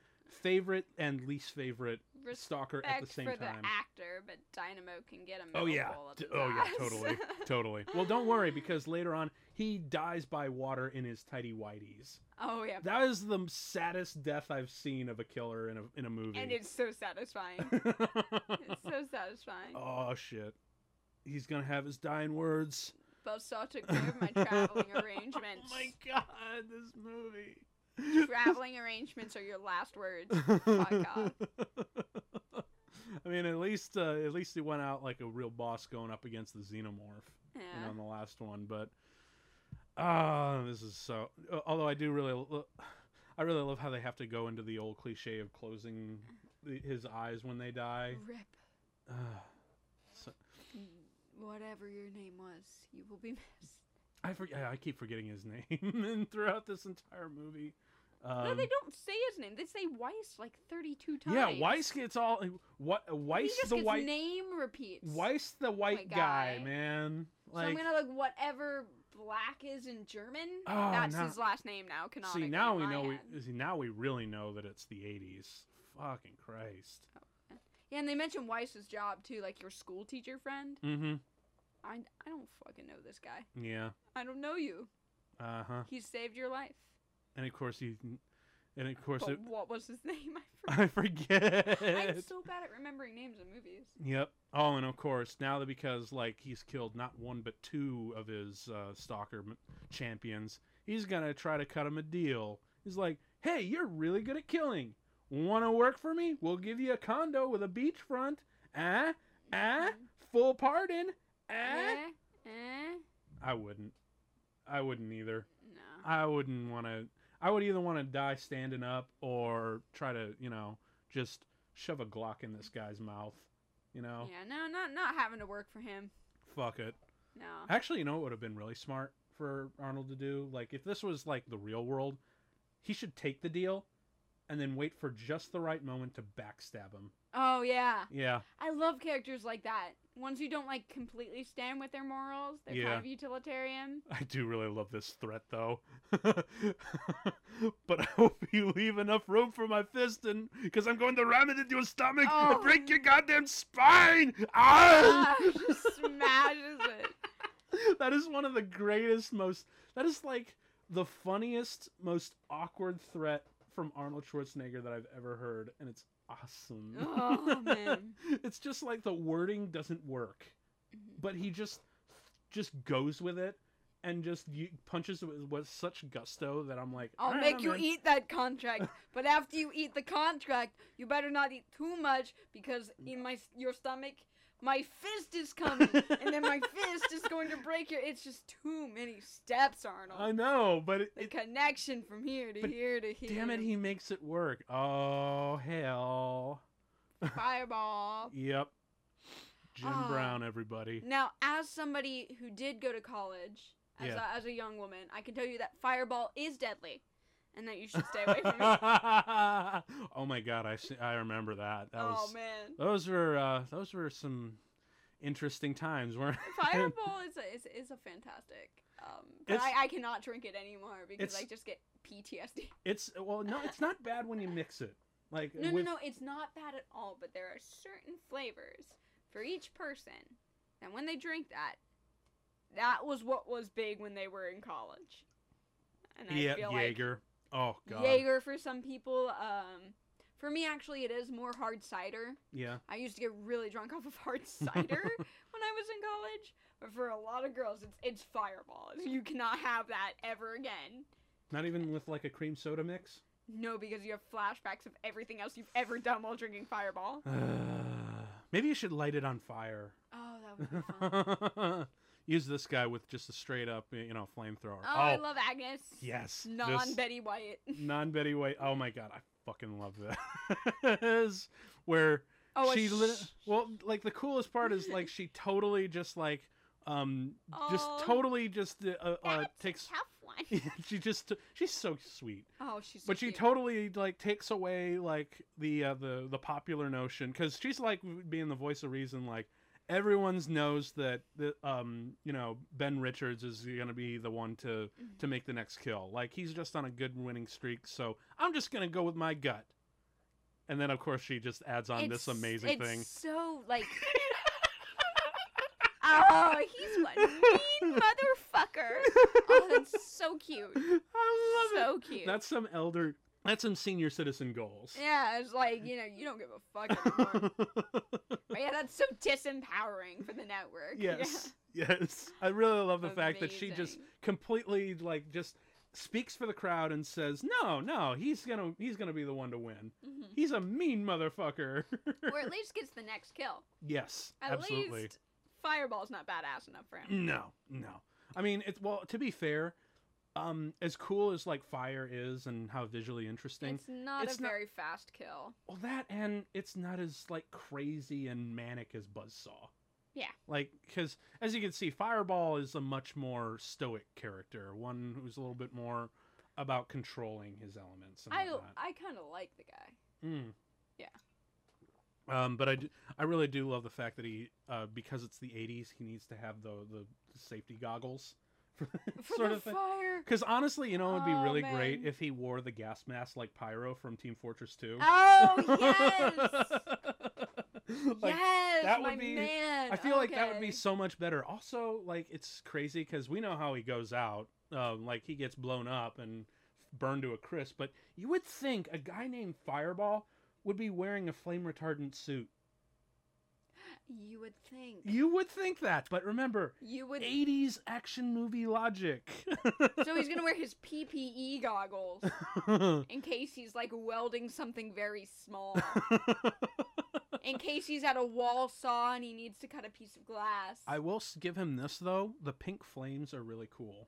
Speaker 1: favorite and least favorite
Speaker 2: Respect
Speaker 1: stalker at the same
Speaker 2: for
Speaker 1: time.
Speaker 2: the actor, but Dynamo can get him.
Speaker 1: Oh yeah. D- Oh yeah, totally. Totally. Well, don't worry because later on he dies by water in his tidy whities.
Speaker 2: oh yeah,
Speaker 1: That is the saddest death I've seen of a killer in a in a movie.
Speaker 2: and it's so satisfying. it's so satisfying.
Speaker 1: oh shit. He's going to have his dying words.
Speaker 2: Buzzsaw took care of my traveling arrangements.
Speaker 1: Oh my god, this movie.
Speaker 2: traveling arrangements are your last words. God.
Speaker 1: I mean, at least uh, at least he went out like a real boss going up against the xenomorph.
Speaker 2: Yeah.
Speaker 1: you know, in the last one. But ah, this is so. uh, Although I do really, lo- I really love how they have to go into the old cliche of closing the, his eyes when they die.
Speaker 2: Rip. Mm.
Speaker 1: Ah, so,
Speaker 2: Whatever your name was, you will be missed.
Speaker 1: I for, I I keep forgetting his name and throughout this entire movie.
Speaker 2: no,
Speaker 1: Um,
Speaker 2: they don't say his name. They say Weiss like 32 times.
Speaker 1: yeah, Weiss gets all what
Speaker 2: He
Speaker 1: Weiss
Speaker 2: just
Speaker 1: the
Speaker 2: gets
Speaker 1: white
Speaker 2: name repeats.
Speaker 1: Weiss the white guy,
Speaker 2: guy.
Speaker 1: man.
Speaker 2: so I'm
Speaker 1: Like
Speaker 2: gonna look whatever black is in German.
Speaker 1: Oh,
Speaker 2: that's
Speaker 1: now-
Speaker 2: his last name now. Canonically.
Speaker 1: see now
Speaker 2: in
Speaker 1: we
Speaker 2: my
Speaker 1: know
Speaker 2: head.
Speaker 1: we see now we really know that it's the 80s. Fucking Christ.
Speaker 2: Yeah, and they mention Weiss's job too, like your school teacher friend.
Speaker 1: Mm-hmm.
Speaker 2: I I don't fucking know this guy.
Speaker 1: Yeah.
Speaker 2: I don't know you.
Speaker 1: Uh huh.
Speaker 2: He saved your life.
Speaker 1: and of course he and of course
Speaker 2: But
Speaker 1: it,
Speaker 2: what was his name? I forgot.
Speaker 1: i forget
Speaker 2: I'm so bad at remembering names in movies.
Speaker 1: yep oh and of course now that because like he's killed not one but two of his uh, stalker m- champions he's gonna try to cut him a deal he's like hey you're really good at killing want to work for me we'll give you a condo with a beachfront ah ah
Speaker 2: Mm-hmm.
Speaker 1: full pardon ah
Speaker 2: Eh? Eh?
Speaker 1: i wouldn't i wouldn't either
Speaker 2: No.
Speaker 1: I wouldn't want to. I would either want to die standing up or try to, you know, just shove a Glock in this guy's mouth. You know,
Speaker 2: Yeah, no, not not having to work for him.
Speaker 1: fuck it.
Speaker 2: No.
Speaker 1: Actually, you know, it would have been really smart for Arnold to do. Like, if this was like the real world, he should take the deal and then wait for just the right moment to backstab him.
Speaker 2: Oh yeah,
Speaker 1: Yeah,
Speaker 2: I love characters like that. Ones who don't like completely stand with their morals. They're
Speaker 1: Yeah.
Speaker 2: kind of utilitarian.
Speaker 1: I do really love this threat though. but I hope you leave enough room for my fist, and because I'm going to ram it into your stomach and
Speaker 2: Oh.
Speaker 1: break your goddamn spine. Ah!
Speaker 2: Ah, just smashes it.
Speaker 1: that is one of the greatest, most. That is like the funniest, most awkward threat from Arnold Schwarzenegger that I've ever heard, and it's awesome.
Speaker 2: Oh man.
Speaker 1: it's just like the wording doesn't work but he just just goes with it and just y- punches it with, with such gusto that I'm like, "Ah,
Speaker 2: I'll
Speaker 1: "Alright,
Speaker 2: make
Speaker 1: I'm
Speaker 2: you
Speaker 1: in."
Speaker 2: eat that contract, but after you eat the contract, you better not eat too much because in my s- your stomach my fist is coming, and then my fist is going to break your. It's just too many steps, Arnold.
Speaker 1: I know, but it,
Speaker 2: the
Speaker 1: it-
Speaker 2: connection from here to
Speaker 1: But
Speaker 2: here to here.
Speaker 1: damn it, he makes it work. Oh hell.
Speaker 2: fireball.
Speaker 1: Yep. Jim
Speaker 2: Oh. Ah.
Speaker 1: Brown, everybody.
Speaker 2: Now, as somebody who did go to college as,
Speaker 1: Yeah.
Speaker 2: a, as a young woman, I can tell you that fireball is deadly, and that you should stay away from it.
Speaker 1: oh my god, I see, I remember that. That
Speaker 2: oh
Speaker 1: was
Speaker 2: man.
Speaker 1: those were uh, those were some interesting times. Where
Speaker 2: Fireball is a, is, is a fantastic. Um, but
Speaker 1: It's-
Speaker 2: I, I cannot drink it anymore because
Speaker 1: it's-
Speaker 2: I just get PTSD.
Speaker 1: it's well, no, it's not bad when you mix it. Like
Speaker 2: No,
Speaker 1: with,
Speaker 2: no, no, it's not bad at all, but there are certain flavors for each person. And when they drink that, that was what was big when they were in college. And I
Speaker 1: yeah,
Speaker 2: feel
Speaker 1: Jaeger. oh
Speaker 2: like
Speaker 1: god,
Speaker 2: Jaeger for some people. Um, for me, actually, it is more hard cider.
Speaker 1: yeah.
Speaker 2: I used to get really drunk off of hard cider when I was in college. But for a lot of girls, it's it's Fireball. You cannot have that ever again.
Speaker 1: Not even with like a cream soda mix.
Speaker 2: No, because you have flashbacks of everything else you've ever done while drinking Fireball.
Speaker 1: maybe you should light it on fire.
Speaker 2: Oh, that would be fun.
Speaker 1: Use this guy with just a straight up, you know, flamethrower.
Speaker 2: Oh, I love Agnes.
Speaker 1: yes, this-
Speaker 2: Non Betty White.
Speaker 1: non Betty White. Oh my god, I fucking love this. Where
Speaker 2: Oh,
Speaker 1: she
Speaker 2: a
Speaker 1: lit-
Speaker 2: sh-
Speaker 1: well, like the coolest part is like she totally just like um just
Speaker 2: Oh,
Speaker 1: totally just uh, uh
Speaker 2: that's a
Speaker 1: takes
Speaker 2: tough one.
Speaker 1: she just she's so sweet.
Speaker 2: Oh, she's. So
Speaker 1: But she
Speaker 2: cute.
Speaker 1: totally like takes away like the uh, the the popular notion because she's like being the voice of reason. Like everyone's knows that the um you know Ben Richards is gonna be the one to
Speaker 2: Mhm.
Speaker 1: to make the next kill. Like he's just on a good winning streak, so I'm just gonna go with my gut. And then of course she just adds on this
Speaker 2: It's-
Speaker 1: amazing
Speaker 2: it's
Speaker 1: thing.
Speaker 2: So like. oh, he's one mean motherfucker. Oh, that's so cute.
Speaker 1: I love
Speaker 2: So cute.
Speaker 1: it. That's some elder. That's some senior citizen goals.
Speaker 2: Yeah, it's like you know you don't give a fuck anymore. But yeah, that's so disempowering for the network. Yeah.
Speaker 1: yes. Yes. I really love the fact that she just
Speaker 2: Amazing.
Speaker 1: completely like just speaks for the crowd and says, "No, no, he's going to he's going to be the one to win.
Speaker 2: Mhm.
Speaker 1: He's a mean motherfucker."
Speaker 2: or at least gets the next kill.
Speaker 1: yes,
Speaker 2: At
Speaker 1: absolutely. Mm,
Speaker 2: least Fireball's not badass enough for him.
Speaker 1: No. No. I mean, it's well, to be fair, um as cool as like fire is and how visually interesting.
Speaker 2: It's not
Speaker 1: It's
Speaker 2: a
Speaker 1: not-
Speaker 2: very fast kill.
Speaker 1: well, that and it's not as like crazy and manic as Buzzsaw.
Speaker 2: Yeah.
Speaker 1: Like, because as you can see, Fireball is a much more stoic character, one who's a little bit more about controlling his elements. And
Speaker 2: I
Speaker 1: whatnot.
Speaker 2: I kind of like the guy.
Speaker 1: Mm.
Speaker 2: Yeah.
Speaker 1: Um, but I, d- I really do love the fact that he, uh, because it's the '80s, he needs to have the the, safety goggles for that
Speaker 2: For
Speaker 1: sort
Speaker 2: the
Speaker 1: of thing.
Speaker 2: fire.
Speaker 1: Because honestly, you know, it'd be
Speaker 2: Oh,
Speaker 1: really great
Speaker 2: man.
Speaker 1: if he wore the gas mask like Pyro from Team Fortress 2.
Speaker 2: Oh yes.
Speaker 1: Like,
Speaker 2: yes,
Speaker 1: that
Speaker 2: my
Speaker 1: would be-
Speaker 2: man.
Speaker 1: I feel like that would be
Speaker 2: Okay.
Speaker 1: so much better. Also, like it's crazy because we know how he goes out. Um, like he gets blown up and burned to a crisp. But you would think a guy named Fireball would be wearing a flame retardant suit.
Speaker 2: You would think.
Speaker 1: You would think that, but remember,
Speaker 2: You would.
Speaker 1: 80s action movie logic.
Speaker 2: so he's gonna wear his PPE goggles in case he's like welding something very small. in case he's at a wall saw and he needs to cut a piece of glass.
Speaker 1: I will s- give him this though. The pink flames are really cool.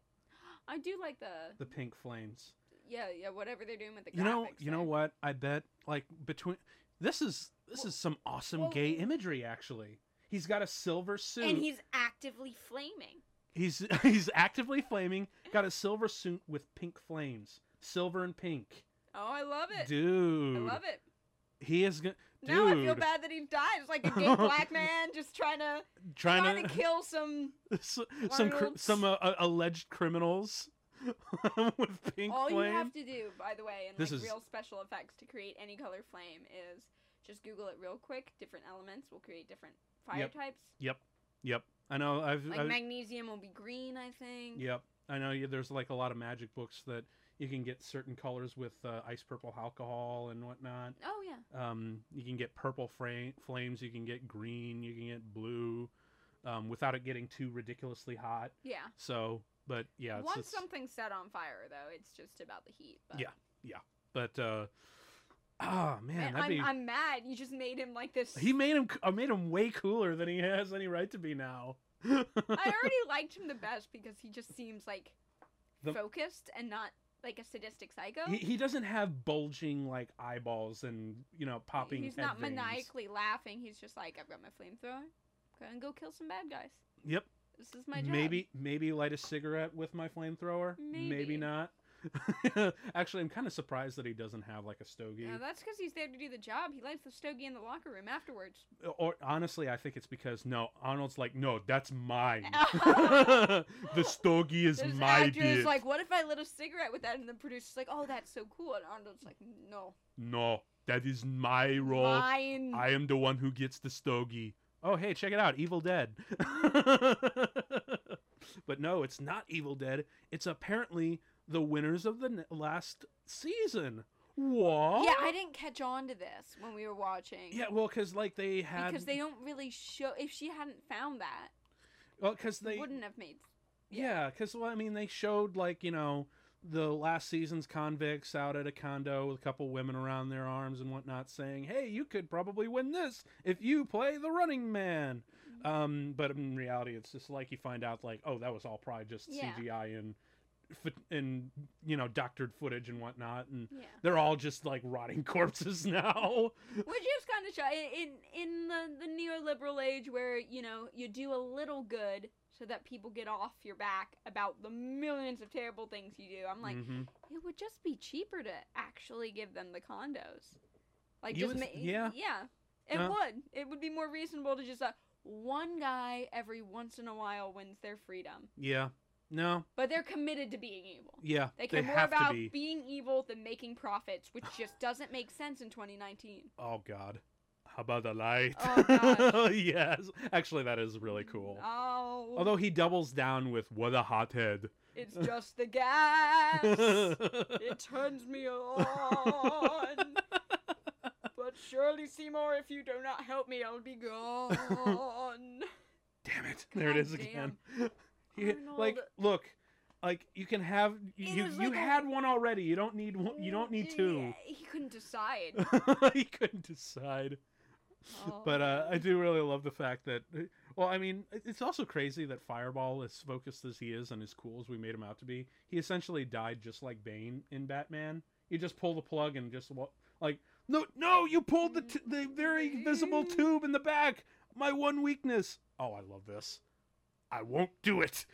Speaker 2: I do like the,
Speaker 1: The pink flames.
Speaker 2: yeah yeah whatever they're doing with the
Speaker 1: you know
Speaker 2: graphics
Speaker 1: you know
Speaker 2: there.
Speaker 1: what i bet like between this is this
Speaker 2: Well-
Speaker 1: is some awesome
Speaker 2: well-
Speaker 1: gay imagery actually he's got a silver suit
Speaker 2: And he's actively flaming.
Speaker 1: he's he's actively flaming got a silver suit with pink flames silver and pink
Speaker 2: Oh, I love it.
Speaker 1: dude
Speaker 2: I love it.
Speaker 1: he is go-
Speaker 2: Now I feel
Speaker 1: Dude.
Speaker 2: bad that he died. It's like a gay black man just trying to
Speaker 1: trying,
Speaker 2: trying
Speaker 1: to,
Speaker 2: to kill some.
Speaker 1: s- some cr-
Speaker 2: Arnold's-
Speaker 1: some uh, uh, alleged criminals with pink
Speaker 2: All
Speaker 1: flame
Speaker 2: you have to do, by the way, in
Speaker 1: This
Speaker 2: like
Speaker 1: is-
Speaker 2: real special effects to create any color flame is just Google it real quick. Different elements will create different fire
Speaker 1: Yep.
Speaker 2: types.
Speaker 1: yep yep i know i've,
Speaker 2: Like
Speaker 1: I've
Speaker 2: magnesium will be green, I think.
Speaker 1: Yep, I know. You, there's like a lot of magic books that you can get certain colors with uh, ice purple alcohol and whatnot.
Speaker 2: Oh yeah.
Speaker 1: Um, you can get purple fra- flames. You can get green. You can get blue, um, without it getting too ridiculously hot.
Speaker 2: Yeah.
Speaker 1: So, but yeah, it's,
Speaker 2: Once
Speaker 1: it's-
Speaker 2: something's set on fire, though, it's just about the heat. But
Speaker 1: Yeah. but uh, Oh man,
Speaker 2: And
Speaker 1: that'd
Speaker 2: I'm,
Speaker 1: be.
Speaker 2: I'm mad. You just made him like this.
Speaker 1: He made him. I made him way cooler than he has any right to be now.
Speaker 2: I already liked him the best because he just seems like
Speaker 1: The-
Speaker 2: focused and not like a sadistic psycho.
Speaker 1: he, he doesn't have bulging like eyeballs and you know popping.
Speaker 2: He's
Speaker 1: head
Speaker 2: not
Speaker 1: veins.
Speaker 2: maniacally laughing. He's just like, I've got my flamethrower. Go and go kill some bad guys.
Speaker 1: Yep.
Speaker 2: This is my job.
Speaker 1: Maybe maybe light a cigarette with my flamethrower.
Speaker 2: Maybe.
Speaker 1: not. Actually, I'm kind of surprised that he doesn't have like a stogie.
Speaker 2: No, that's because he's there to do the job. He lights the stogie in the locker room afterwards.
Speaker 1: or honestly, I think it's because no, Arnold's like, no, that's mine. the
Speaker 2: The
Speaker 1: stogie is
Speaker 2: This
Speaker 1: my
Speaker 2: actor
Speaker 1: bit.
Speaker 2: is like, what if I lit a cigarette with that? And the producer's like, oh, that's so cool. And Arnold's like, no,
Speaker 1: no, that is my role.
Speaker 2: mine.
Speaker 1: I am the one who gets the stogie. Oh, hey, check it out, Evil Dead. but no, it's not Evil Dead. It's apparently the winners of the n- last season. What?
Speaker 2: yeah, I didn't catch on to this when we were watching.
Speaker 1: Oh. Yeah, well, because like they had
Speaker 2: because they don't really show. If she hadn't found that,
Speaker 1: well, because they
Speaker 2: wouldn't have made.
Speaker 1: yeah, because well, I mean, they showed like you know the last season's convicts out at a condo with a couple women around their arms and whatnot, saying, "Hey, you could probably win this if you play the Running Man." Um, but in reality, it's just like you find out like, oh, that was all probably just
Speaker 2: Yeah.
Speaker 1: CGI and fit- and you know doctored footage and whatnot, and
Speaker 2: Yeah.
Speaker 1: they're all just like rotting corpses now.
Speaker 2: Which is kind of shy in in the, the neoliberal age where you know you do a little good so that people get off your back about the millions of terrible things you do. I'm like,
Speaker 1: Mhm.
Speaker 2: it would just be cheaper to actually give them the condos, like
Speaker 1: You
Speaker 2: just
Speaker 1: would
Speaker 2: ma-
Speaker 1: th- yeah.
Speaker 2: yeah, it
Speaker 1: Uh.
Speaker 2: would. It would be more reasonable to just uh, one guy every once in a while wins their freedom,
Speaker 1: yeah, no,
Speaker 2: but they're committed to being evil.
Speaker 1: yeah,
Speaker 2: They care more
Speaker 1: have
Speaker 2: about
Speaker 1: to be.
Speaker 2: being evil than making profits, which just doesn't make sense in 2019.
Speaker 1: Oh God. How about the light?
Speaker 2: Oh, gosh.
Speaker 1: yes. Actually that is really cool.
Speaker 2: Oh.
Speaker 1: Although he doubles down with what a hothead.
Speaker 2: It's just the gas. it
Speaker 1: head.
Speaker 2: turns me on. but surely, Seymour, if you do not help me, I'll be gone.
Speaker 1: Damn it. There it
Speaker 2: God
Speaker 1: is again. He- like
Speaker 2: Arnold.
Speaker 1: look, like you can have you
Speaker 2: It
Speaker 1: you,
Speaker 2: is
Speaker 1: you
Speaker 2: like a-
Speaker 1: had one already. You don't need one you don't need two.
Speaker 2: He couldn't decide.
Speaker 1: he couldn't decide. But uh,
Speaker 2: Oh.
Speaker 1: I do really love the fact that, well, I mean, it- it's also crazy that Fireball, as focused as he is and as cool as we made him out to be, he essentially died just like Bane in Batman. You just pull the plug and just wa- like, no, no, you pulled the t- the very visible tube in the back. My one weakness. Oh, I love this. I won't do it.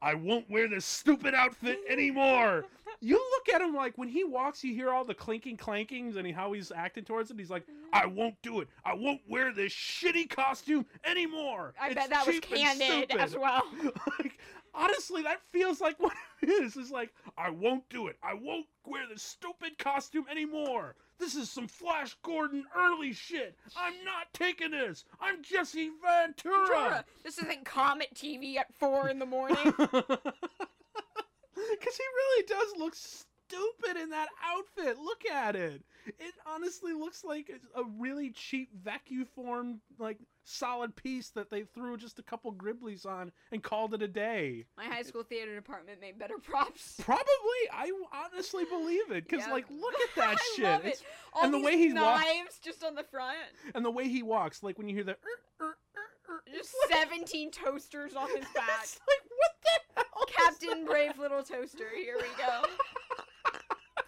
Speaker 1: I won't wear this stupid outfit anymore. You look at him like when he walks, you hear all the clinking clankings and how he's acting towards it. He's like, I won't do it. I won't wear this shitty costume anymore.
Speaker 2: I
Speaker 1: It's
Speaker 2: bet that was
Speaker 1: cheap and
Speaker 2: candid
Speaker 1: stupid."
Speaker 2: as well.
Speaker 1: Like, honestly, that feels like what it is. It's like, I won't do it. I won't wear this stupid costume anymore. This is some Flash Gordon early shit. I'm not taking this. I'm Jesse Ventura.
Speaker 2: Jura, this isn't Comet TV at four in the morning.
Speaker 1: Because he really does look stupid in that outfit. Look at it. It honestly looks like it's a really cheap vacuum formed, like solid piece that they threw just a couple griblies on and called it a day.
Speaker 2: My high school theater department made better props.
Speaker 1: Probably, I honestly believe it. Because
Speaker 2: Yeah.
Speaker 1: like, look at that
Speaker 2: I
Speaker 1: shit.
Speaker 2: love it.
Speaker 1: It's-
Speaker 2: All
Speaker 1: and the
Speaker 2: these
Speaker 1: way he walk-
Speaker 2: knives just on the front.
Speaker 1: and the way he walks, like when you hear the. Er, er, er, er,
Speaker 2: Just 17 toasters on his back.
Speaker 1: it's like what the hell? is
Speaker 2: Captain Brave Little Toaster, here we go.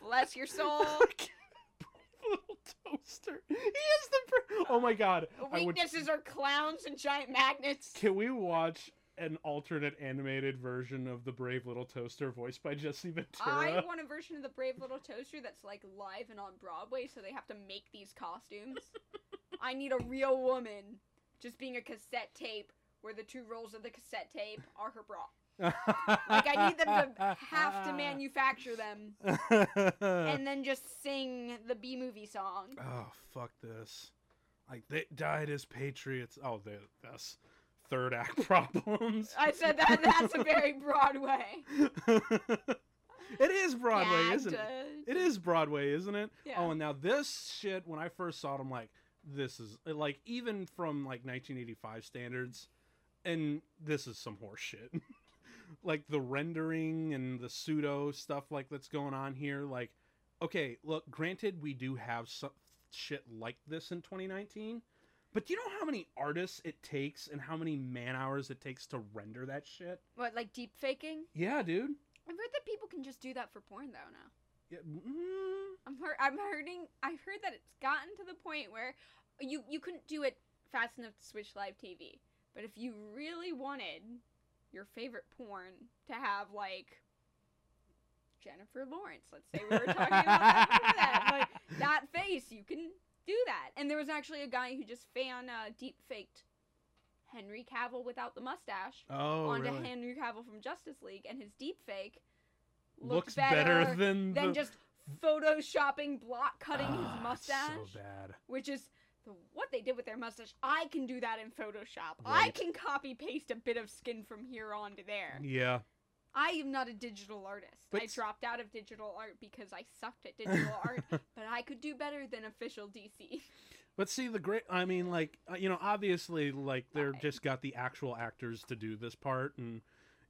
Speaker 2: Bless your soul.
Speaker 1: Little toaster. He is the. Pr- oh my god! I would
Speaker 2: Weaknesses are clowns and giant magnets.
Speaker 1: Can we watch an alternate animated version of the Brave Little Toaster voiced by Jesse
Speaker 2: I
Speaker 1: Ventura?
Speaker 2: want a version of the Brave Little Toaster that's like live and on Broadway, so they have to make these costumes. I need a real woman just being a cassette tape where the two rolls of the cassette tape are her bra. Like, I need them to have to manufacture them and then just sing the B movie song.
Speaker 1: oh fuck this! Like they died as patriots. Oh, they, that's third act problems.
Speaker 2: I said that that's a very Broadway. Uh,
Speaker 1: it is Broadway,
Speaker 2: Yeah,
Speaker 1: isn't it?
Speaker 2: duh.
Speaker 1: It is Broadway, isn't it?
Speaker 2: Yeah.
Speaker 1: Oh, and now this shit. When I first saw it, I'm like, this is uh, like even from like 1985 standards, and this is some horse shit. like the rendering and the pseudo stuff like that's going on here. Like okay, look, granted, we do have some shit like this in 2019, but do you know how many artists it takes and how many man hours it takes to render that shit?
Speaker 2: What, like deep faking?
Speaker 1: Yeah, dude.
Speaker 2: I've heard that people can just do that for porn though now.
Speaker 1: Yeah, mm,
Speaker 2: I'm heard, I'm hurting. I've heard that it's gotten to the point where you you couldn't do it fast enough to switch live TV. But if you really wanted your favorite porn to have like Jennifer Lawrence, let's say we were talking about that, before that, like, that face, you can do that. And there was actually a guy who just fan uh, deep faked Henry Cavill without the mustache
Speaker 1: oh,
Speaker 2: onto
Speaker 1: really?
Speaker 2: Henry Cavill from Justice League, and his deep fake
Speaker 1: Looks better, than
Speaker 2: than
Speaker 1: the...
Speaker 2: just photoshopping block cutting
Speaker 1: Ah,
Speaker 2: his mustache
Speaker 1: it's So bad.
Speaker 2: which is the, what they did with their mustache i can do that in photoshop i
Speaker 1: Right.
Speaker 2: can copy paste a bit of skin from here on to there
Speaker 1: Yeah.
Speaker 2: i am not a digital artist i
Speaker 1: But-
Speaker 2: dropped out of digital art because i sucked at digital art but i could do better than official dc
Speaker 1: But see the great I mean like uh, you know obviously like they're
Speaker 2: Right.
Speaker 1: just got the actual actors to do this part and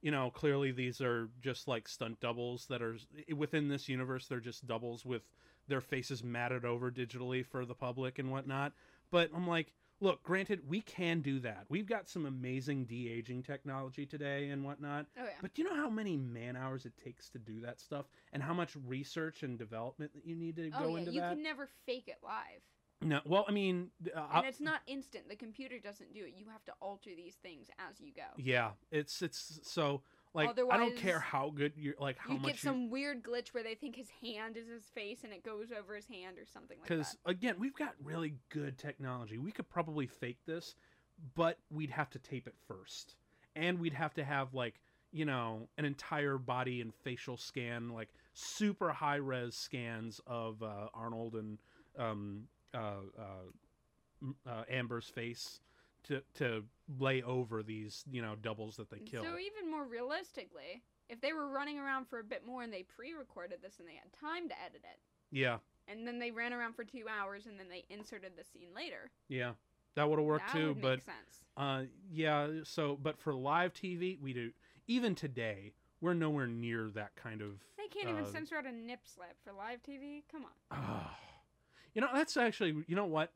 Speaker 1: you know clearly these are just like stunt doubles that are i- within this universe they're just doubles with their faces matted over digitally for the public and whatnot but I'm like look granted we can do that we've got some amazing de-aging technology today and whatnot
Speaker 2: oh yeah
Speaker 1: but do you know how many man hours it takes to do that stuff and how much research and development that you need to go
Speaker 2: oh yeah
Speaker 1: into
Speaker 2: you
Speaker 1: that
Speaker 2: can never fake it live
Speaker 1: no well I mean d- uh,
Speaker 2: and
Speaker 1: I-
Speaker 2: it's not instant the computer doesn't do it you have to alter these things as you go
Speaker 1: Yeah, it's it's so like I don't care
Speaker 2: Otherwise,
Speaker 1: how good you're like how
Speaker 2: you
Speaker 1: much
Speaker 2: get some weird glitch where they think his hand is his face and it goes over his hand or something like that
Speaker 1: because again we've got really good technology. We could probably fake this, but we'd have to tape it first, and we'd have to have like you know an entire body and facial scan, like super high res scans of uh, Arnold and um, uh, uh, m- uh, Amber's face to to lay over these you know doubles that they kill.
Speaker 2: So even more realistically, if they were running around for a bit more and they pre-recorded this and they had time to edit it,
Speaker 1: yeah,
Speaker 2: and then they ran around for two hours and then they inserted the scene later,
Speaker 1: yeah, that would have worked
Speaker 2: that
Speaker 1: too,
Speaker 2: would make
Speaker 1: but.
Speaker 2: sense.
Speaker 1: Uh, yeah. So, but for live TV, we do even today. We're nowhere near that kind of.
Speaker 2: They can't
Speaker 1: uh,
Speaker 2: even censor out a nip slip for live TV. Come on.
Speaker 1: you know, that's actually. You know what?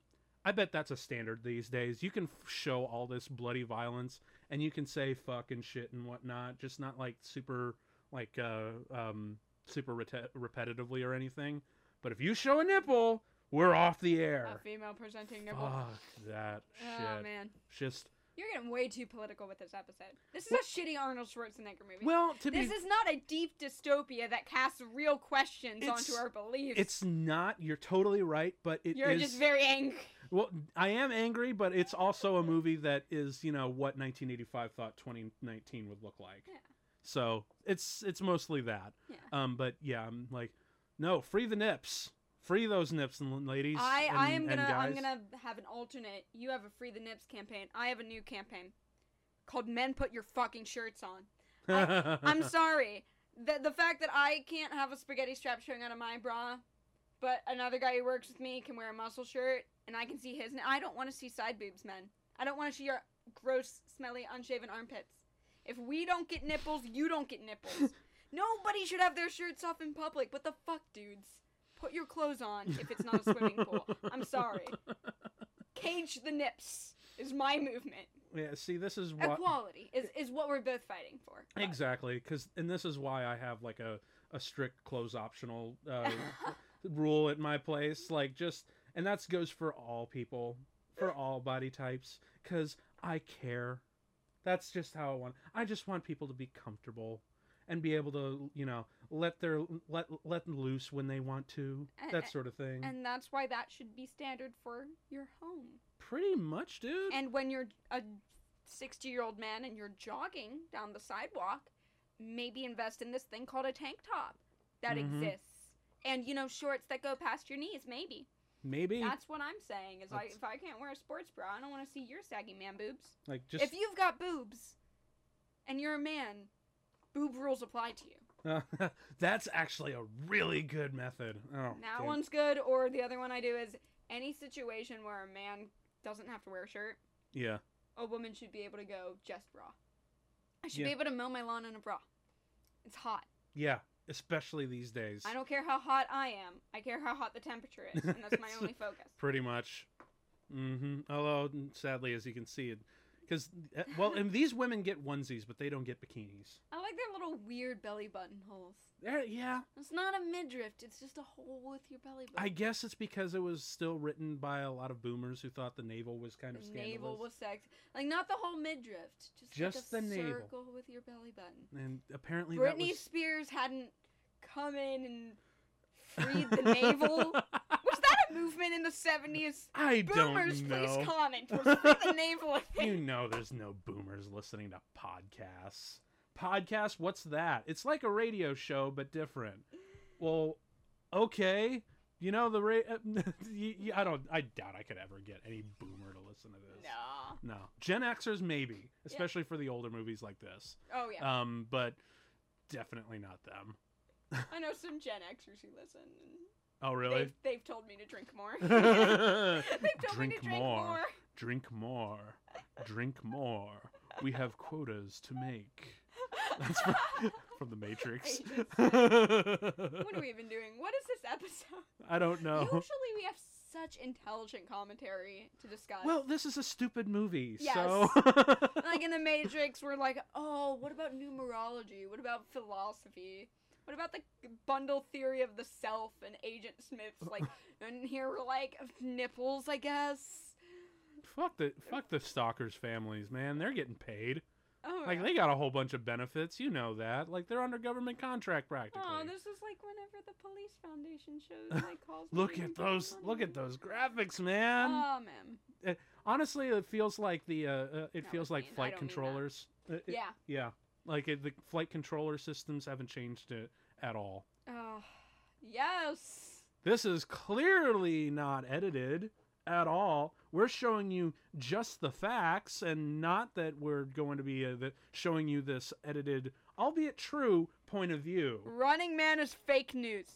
Speaker 1: I bet that's a standard these days. You can f- show all this bloody violence, and you can say fuck and shit and whatnot, just not like super, like uh, um, super rete- repetitively or anything. But if you show a nipple, we're off the
Speaker 2: A
Speaker 1: air.
Speaker 2: female presenting nipple.
Speaker 1: er, Fuck that shit.
Speaker 2: Oh man,
Speaker 1: Just
Speaker 2: you're getting way too political with this episode. This is
Speaker 1: Well-
Speaker 2: a shitty Arnold Schwarzenegger movie.
Speaker 1: well, to be
Speaker 2: this is not a deep dystopia that casts real questions onto
Speaker 1: It's-
Speaker 2: our beliefs.
Speaker 1: It's not. You're totally right, but it
Speaker 2: you're
Speaker 1: is-
Speaker 2: just very angry.
Speaker 1: well, I am angry, but it's also a movie that is, you know, what 1985 thought 2019 would look like.
Speaker 2: Yeah.
Speaker 1: So it's it's mostly that.
Speaker 2: Yeah.
Speaker 1: Um, but yeah, I'm like, no, free the nips, free those nips and ladies.
Speaker 2: I,
Speaker 1: and,
Speaker 2: I am
Speaker 1: and
Speaker 2: gonna I'm
Speaker 1: guys.
Speaker 2: gonna have an alternate. You have a free the nips campaign. I have a new campaign called Men Put Your Fucking Shirts On. I'm sorry. The the fact that I can't have a spaghetti strap showing out of my bra, but another guy who works with me can wear a muscle shirt and I can see his. I don't want to see side boobs, men. I don't want to see your gross, smelly, unshaven armpits. If we don't get nipples, you don't get nipples. Nobody should have their shirts off in public. What the fuck, dudes? Put your clothes on if it's not a swimming pool. I'm sorry. Cage the nips is my movement.
Speaker 1: Yeah. See, this is what
Speaker 2: Equality is, is what we're both fighting for. But-
Speaker 1: exactly because, and this is why I have like a a strict clothes optional uh, rule at my place like just and that's goes for all people for all body types because i care that's just how i want i just want people to be comfortable and be able to you know let their let let loose when they want to
Speaker 2: And-
Speaker 1: that sort of thing
Speaker 2: and that's why that should be standard for your home.
Speaker 1: pretty much dude
Speaker 2: And when you're a 60 year old man and you're jogging down the sidewalk, maybe invest in this thing called a tank top that
Speaker 1: Mhm.
Speaker 2: exists. And you know, shorts that go past your knees, maybe.
Speaker 1: maybe
Speaker 2: That's what I'm saying. Is like
Speaker 1: That's-
Speaker 2: if I can't wear a sports bra, I don't want to see your saggy man boobs.
Speaker 1: like just
Speaker 2: If you've got boobs, and you're a man, boob rules apply to you.
Speaker 1: that's actually a really good method oh
Speaker 2: That
Speaker 1: damn.
Speaker 2: one's good. Or the other one I do is any situation where a man doesn't have to wear a shirt,
Speaker 1: yeah
Speaker 2: a woman should be able to go just bra. I should
Speaker 1: Yeah.
Speaker 2: be able to mow my lawn in a bra. It's hot.
Speaker 1: yeah especially these days.
Speaker 2: I don't care how hot I am. I care how hot the temperature is, and that's my
Speaker 1: It's-
Speaker 2: only focus.
Speaker 1: Pretty much. hmm Although, sadly, as you can see, it because well, and these women get onesies, but they don't get bikinis.
Speaker 2: I like their little weird belly button holes.
Speaker 1: Eh, yeah,
Speaker 2: It's not a midriff. It's just a hole with your belly button.
Speaker 1: I guess it's because it was still written by a lot of boomers who thought the navel was kind
Speaker 2: the
Speaker 1: of scandalous.
Speaker 2: navel was sex. Like not the whole midriff. Just,
Speaker 1: Just the
Speaker 2: like a
Speaker 1: navel.
Speaker 2: circle with your belly button.
Speaker 1: and apparently that
Speaker 2: Britney
Speaker 1: was
Speaker 2: Spears hadn't come in and freed the navel. Was that a movement in the seventies?
Speaker 1: I
Speaker 2: Boomers,
Speaker 1: don't
Speaker 2: please
Speaker 1: know.
Speaker 2: comment. Was free the navel a
Speaker 1: You
Speaker 2: thing?
Speaker 1: know, there's no boomers listening to podcasts. Podcast, what's that? It's like a radio show but different. Well, okay. You know the ra- you, you, I don't. I doubt I could ever get any boomer to listen to this.
Speaker 2: No.
Speaker 1: No. Gen Xers maybe, especially for the older movies like this.
Speaker 2: Oh yeah.
Speaker 1: Um, but definitely not them.
Speaker 2: I know some Gen Xers who listen. And
Speaker 1: Oh, Ah. really?
Speaker 2: they've, they've told me to drink more. they've told me
Speaker 1: drink
Speaker 2: to drink more.
Speaker 1: more. Drink more. Drink more. We have quotas to make. That's from, from the Matrix.
Speaker 2: what are we even doing? What is this episode?
Speaker 1: I don't know.
Speaker 2: Usually we have such intelligent commentary to discuss.
Speaker 1: Well, this is a stupid movie,
Speaker 2: Yes.
Speaker 1: so
Speaker 2: like in the Matrix, we're like, oh, what about numerology? What about philosophy? What about the bundle theory of the self and Agent Smith's like? and here we're like nipples, I guess.
Speaker 1: fuck the fuck the stalkers' families, man. They're getting paid.
Speaker 2: Oh,
Speaker 1: Like
Speaker 2: yeah.
Speaker 1: they got a whole bunch of benefits, you know that. Like they're under government contract practically.
Speaker 2: oh, this is like whenever the Police Foundation shows like calls. me
Speaker 1: look
Speaker 2: to
Speaker 1: at
Speaker 2: give
Speaker 1: those look
Speaker 2: money.
Speaker 1: at those graphics, man.
Speaker 2: Oh man,
Speaker 1: Honestly, it feels like the uh, uh it
Speaker 2: No,
Speaker 1: feels
Speaker 2: it's
Speaker 1: like
Speaker 2: mean. I
Speaker 1: flight
Speaker 2: don't mean that.
Speaker 1: controllers. Uh, it-
Speaker 2: yeah.
Speaker 1: Yeah. Like it, the flight controller systems haven't changed it at all.
Speaker 2: Oh, yes.
Speaker 1: This is clearly not edited at all. We're showing you just the facts and not that we're going to be uh, the, showing you this edited, albeit true, point of view.
Speaker 2: Running Man is fake news.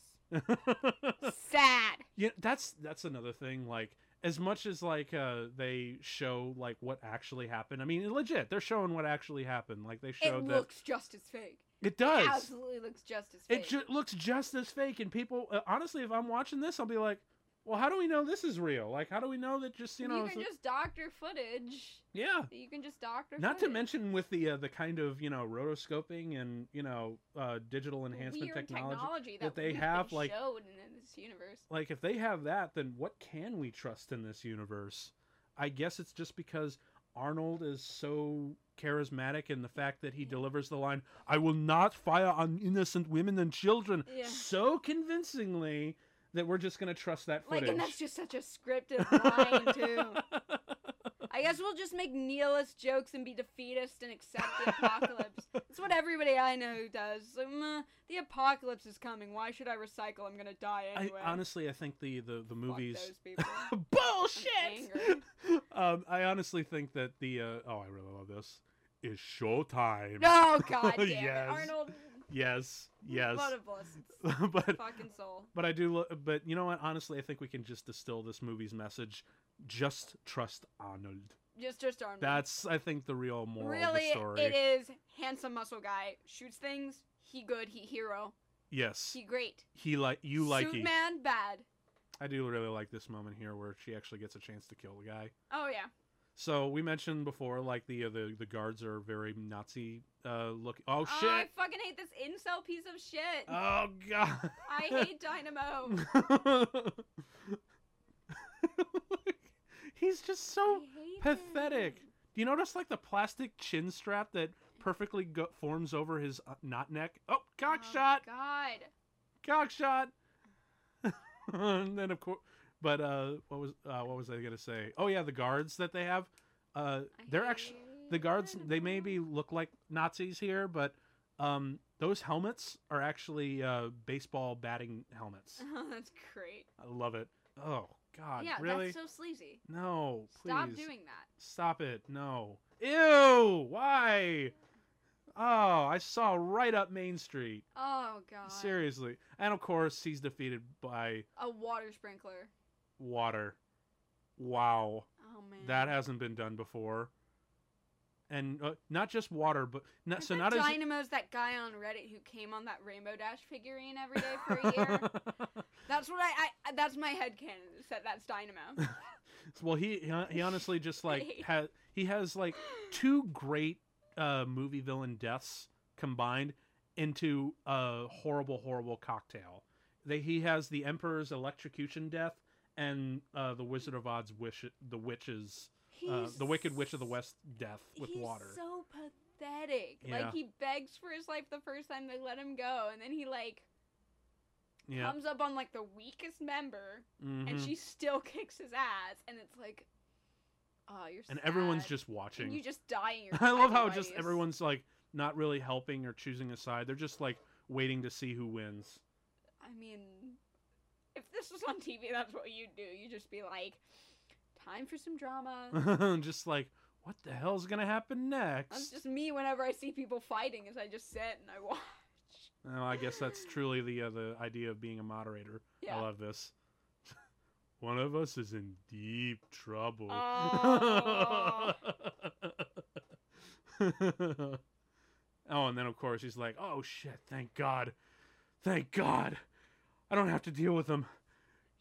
Speaker 2: Sad.
Speaker 1: yeah, that's that's another thing like as much as like uh they show like what actually happened. I mean, legit, they're showing what actually happened. Like they
Speaker 2: It
Speaker 1: showed that
Speaker 2: looks just as fake.
Speaker 1: it does.
Speaker 2: Absolutely looks just as fake.
Speaker 1: It ju- looks just as fake, and people. Uh, honestly, if I'm watching this, I'll be like, "Well, how do we know this is real? Like, how do we know that just you know?"
Speaker 2: can
Speaker 1: it's-
Speaker 2: just doctor footage.
Speaker 1: yeah.
Speaker 2: You can just doctor.
Speaker 1: Not to
Speaker 2: footage.
Speaker 1: mention with the uh, the kind of you know rotoscoping and you know uh, digital enhancement
Speaker 2: Weird
Speaker 1: technology. that
Speaker 2: that,
Speaker 1: they
Speaker 2: we've been
Speaker 1: have, like-
Speaker 2: showed in this universe.
Speaker 1: Like, if they have that, then what can we trust in this universe? I guess it's just because Arnold is so charismatic, and the fact that he
Speaker 2: Yeah.
Speaker 1: delivers the line "I will not fire on innocent women and children"
Speaker 2: Yeah.
Speaker 1: so convincingly. That we're just gonna trust that footage.
Speaker 2: Like, and that's just such a scripted line too. I guess we'll just make nihilist jokes and be defeatist and accept the apocalypse. That's what everybody I know does. Um, uh, the apocalypse is coming. Why should I recycle? I'm gonna die
Speaker 1: I,
Speaker 2: anyway.
Speaker 1: honestly, I think the the, the
Speaker 2: Fuck
Speaker 1: movies.
Speaker 2: those people.
Speaker 1: Bullshit.
Speaker 2: angry.
Speaker 1: um, I honestly think that the uh, oh, I really love this. Is showtime.
Speaker 2: No, god damn
Speaker 1: Yes.
Speaker 2: it, Arnold.
Speaker 1: Yes, yes.
Speaker 2: Blood of blessings.
Speaker 1: but
Speaker 2: Fucking soul.
Speaker 1: but I do. Lo- but you know what? Honestly, I think we can just distill this movie's message. Just trust Arnold.
Speaker 2: Just, just Arnold.
Speaker 1: That's I think the real moral of
Speaker 2: really
Speaker 1: the story.
Speaker 2: it is handsome muscle guy shoots things. He good. He hero.
Speaker 1: Yes,
Speaker 2: He great.
Speaker 1: he like you like.
Speaker 2: Suit
Speaker 1: he.
Speaker 2: man bad.
Speaker 1: I do really like this moment here where she actually gets a chance to kill the guy.
Speaker 2: Oh yeah.
Speaker 1: So we mentioned before, like the uh, the the guards are very Nazi uh, look. Oh
Speaker 2: I
Speaker 1: shit!
Speaker 2: fucking hate this incel piece of shit.
Speaker 1: Oh god!
Speaker 2: I hate Dynamo.
Speaker 1: He's just
Speaker 2: I
Speaker 1: so.
Speaker 2: hate
Speaker 1: pathetic.
Speaker 2: him.
Speaker 1: Do you notice like the plastic chin strap that perfectly go- forms over his uh, knot neck? Oh, cock
Speaker 2: Oh,
Speaker 1: shot!
Speaker 2: God.
Speaker 1: Cock shot! and then of course, but uh, what was uh, what was I gonna say? Oh yeah, the guards that they have, uh,
Speaker 2: I
Speaker 1: they're actually. the
Speaker 2: hate
Speaker 1: guards they
Speaker 2: Dynamo.
Speaker 1: maybe look like Nazis here, but um, those helmets are actually uh, baseball batting helmets.
Speaker 2: Oh, that's great.
Speaker 1: I love it. Oh God,
Speaker 2: yeah,
Speaker 1: really?
Speaker 2: that's so sleazy.
Speaker 1: no, please
Speaker 2: Stop doing that.
Speaker 1: Stop it. No. Ew. Why? Oh, I saw right up Main Street.
Speaker 2: Oh God.
Speaker 1: Seriously. And of course, he's defeated by
Speaker 2: A water sprinkler.
Speaker 1: water. Wow.
Speaker 2: Oh man.
Speaker 1: That hasn't been done before. and uh, not just water, but not so not as
Speaker 2: Dynamo's that guy on Reddit who came on that Rainbow Dash figurine every day for a year. that's what I, I that's my headcanon is that that's Dynamo.
Speaker 1: well, he he hon- he honestly just like has he has like two great uh, movie villain deaths combined into a horrible, horrible cocktail. They, he has the Emperor's electrocution death and uh, the Wizard of Oz wish the witch's uh, the Wicked Witch of the West death with
Speaker 2: he's
Speaker 1: water.
Speaker 2: so pathetic.
Speaker 1: Yeah.
Speaker 2: Like he begs for his life the first time they let him go, and then he like
Speaker 1: yeah,
Speaker 2: comes up on like the weakest member, and
Speaker 1: mhm.
Speaker 2: she still kicks his ass, and it's like, oh, you're.
Speaker 1: and everyone's
Speaker 2: sad,
Speaker 1: just
Speaker 2: and
Speaker 1: watching.
Speaker 2: you just die. In your
Speaker 1: I love how
Speaker 2: sacrifice.
Speaker 1: just everyone's like not really helping or choosing a side. They're just like waiting to see who wins.
Speaker 2: I mean, if this was on TV, that's what you'd do. You'd just be like, time for some drama.
Speaker 1: just like what the hell's gonna happen
Speaker 2: That's
Speaker 1: next?
Speaker 2: just me whenever I see people fighting, is I just sit and I watch.
Speaker 1: Oh, I guess that's truly the uh, the idea of being a moderator. I
Speaker 2: Yeah.
Speaker 1: love this. One of us is in deep trouble.
Speaker 2: Oh.
Speaker 1: oh, and then of course he's like, "Oh shit! Thank God, thank God, I don't have to deal with him.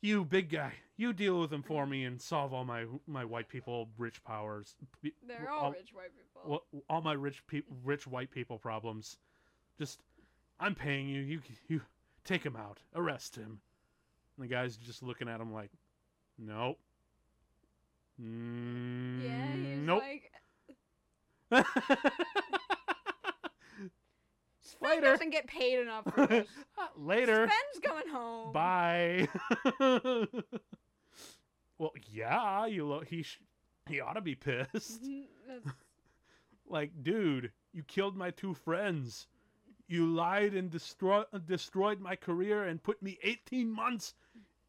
Speaker 1: You big guy, you deal with him for
Speaker 2: Mm-hmm.
Speaker 1: me and solve all my my white people rich powers. p-
Speaker 2: They're
Speaker 1: all-
Speaker 2: all rich white people.
Speaker 1: well, all my rich peop rich white people problems. Just, I'm paying you. You you take him out. Arrest him. And the guy's just looking at him like, nope. Mm,
Speaker 2: yeah, he's
Speaker 1: nope.
Speaker 2: like, Sven
Speaker 1: Later.
Speaker 2: doesn't get paid enough for this.
Speaker 1: Later.
Speaker 2: Sven's going home.
Speaker 1: Bye. well, yeah, you lo- he sh- he ought to be pissed.
Speaker 2: That's-
Speaker 1: like dude you killed my two friends you lied and destroy- destroyed my career and put me 18 months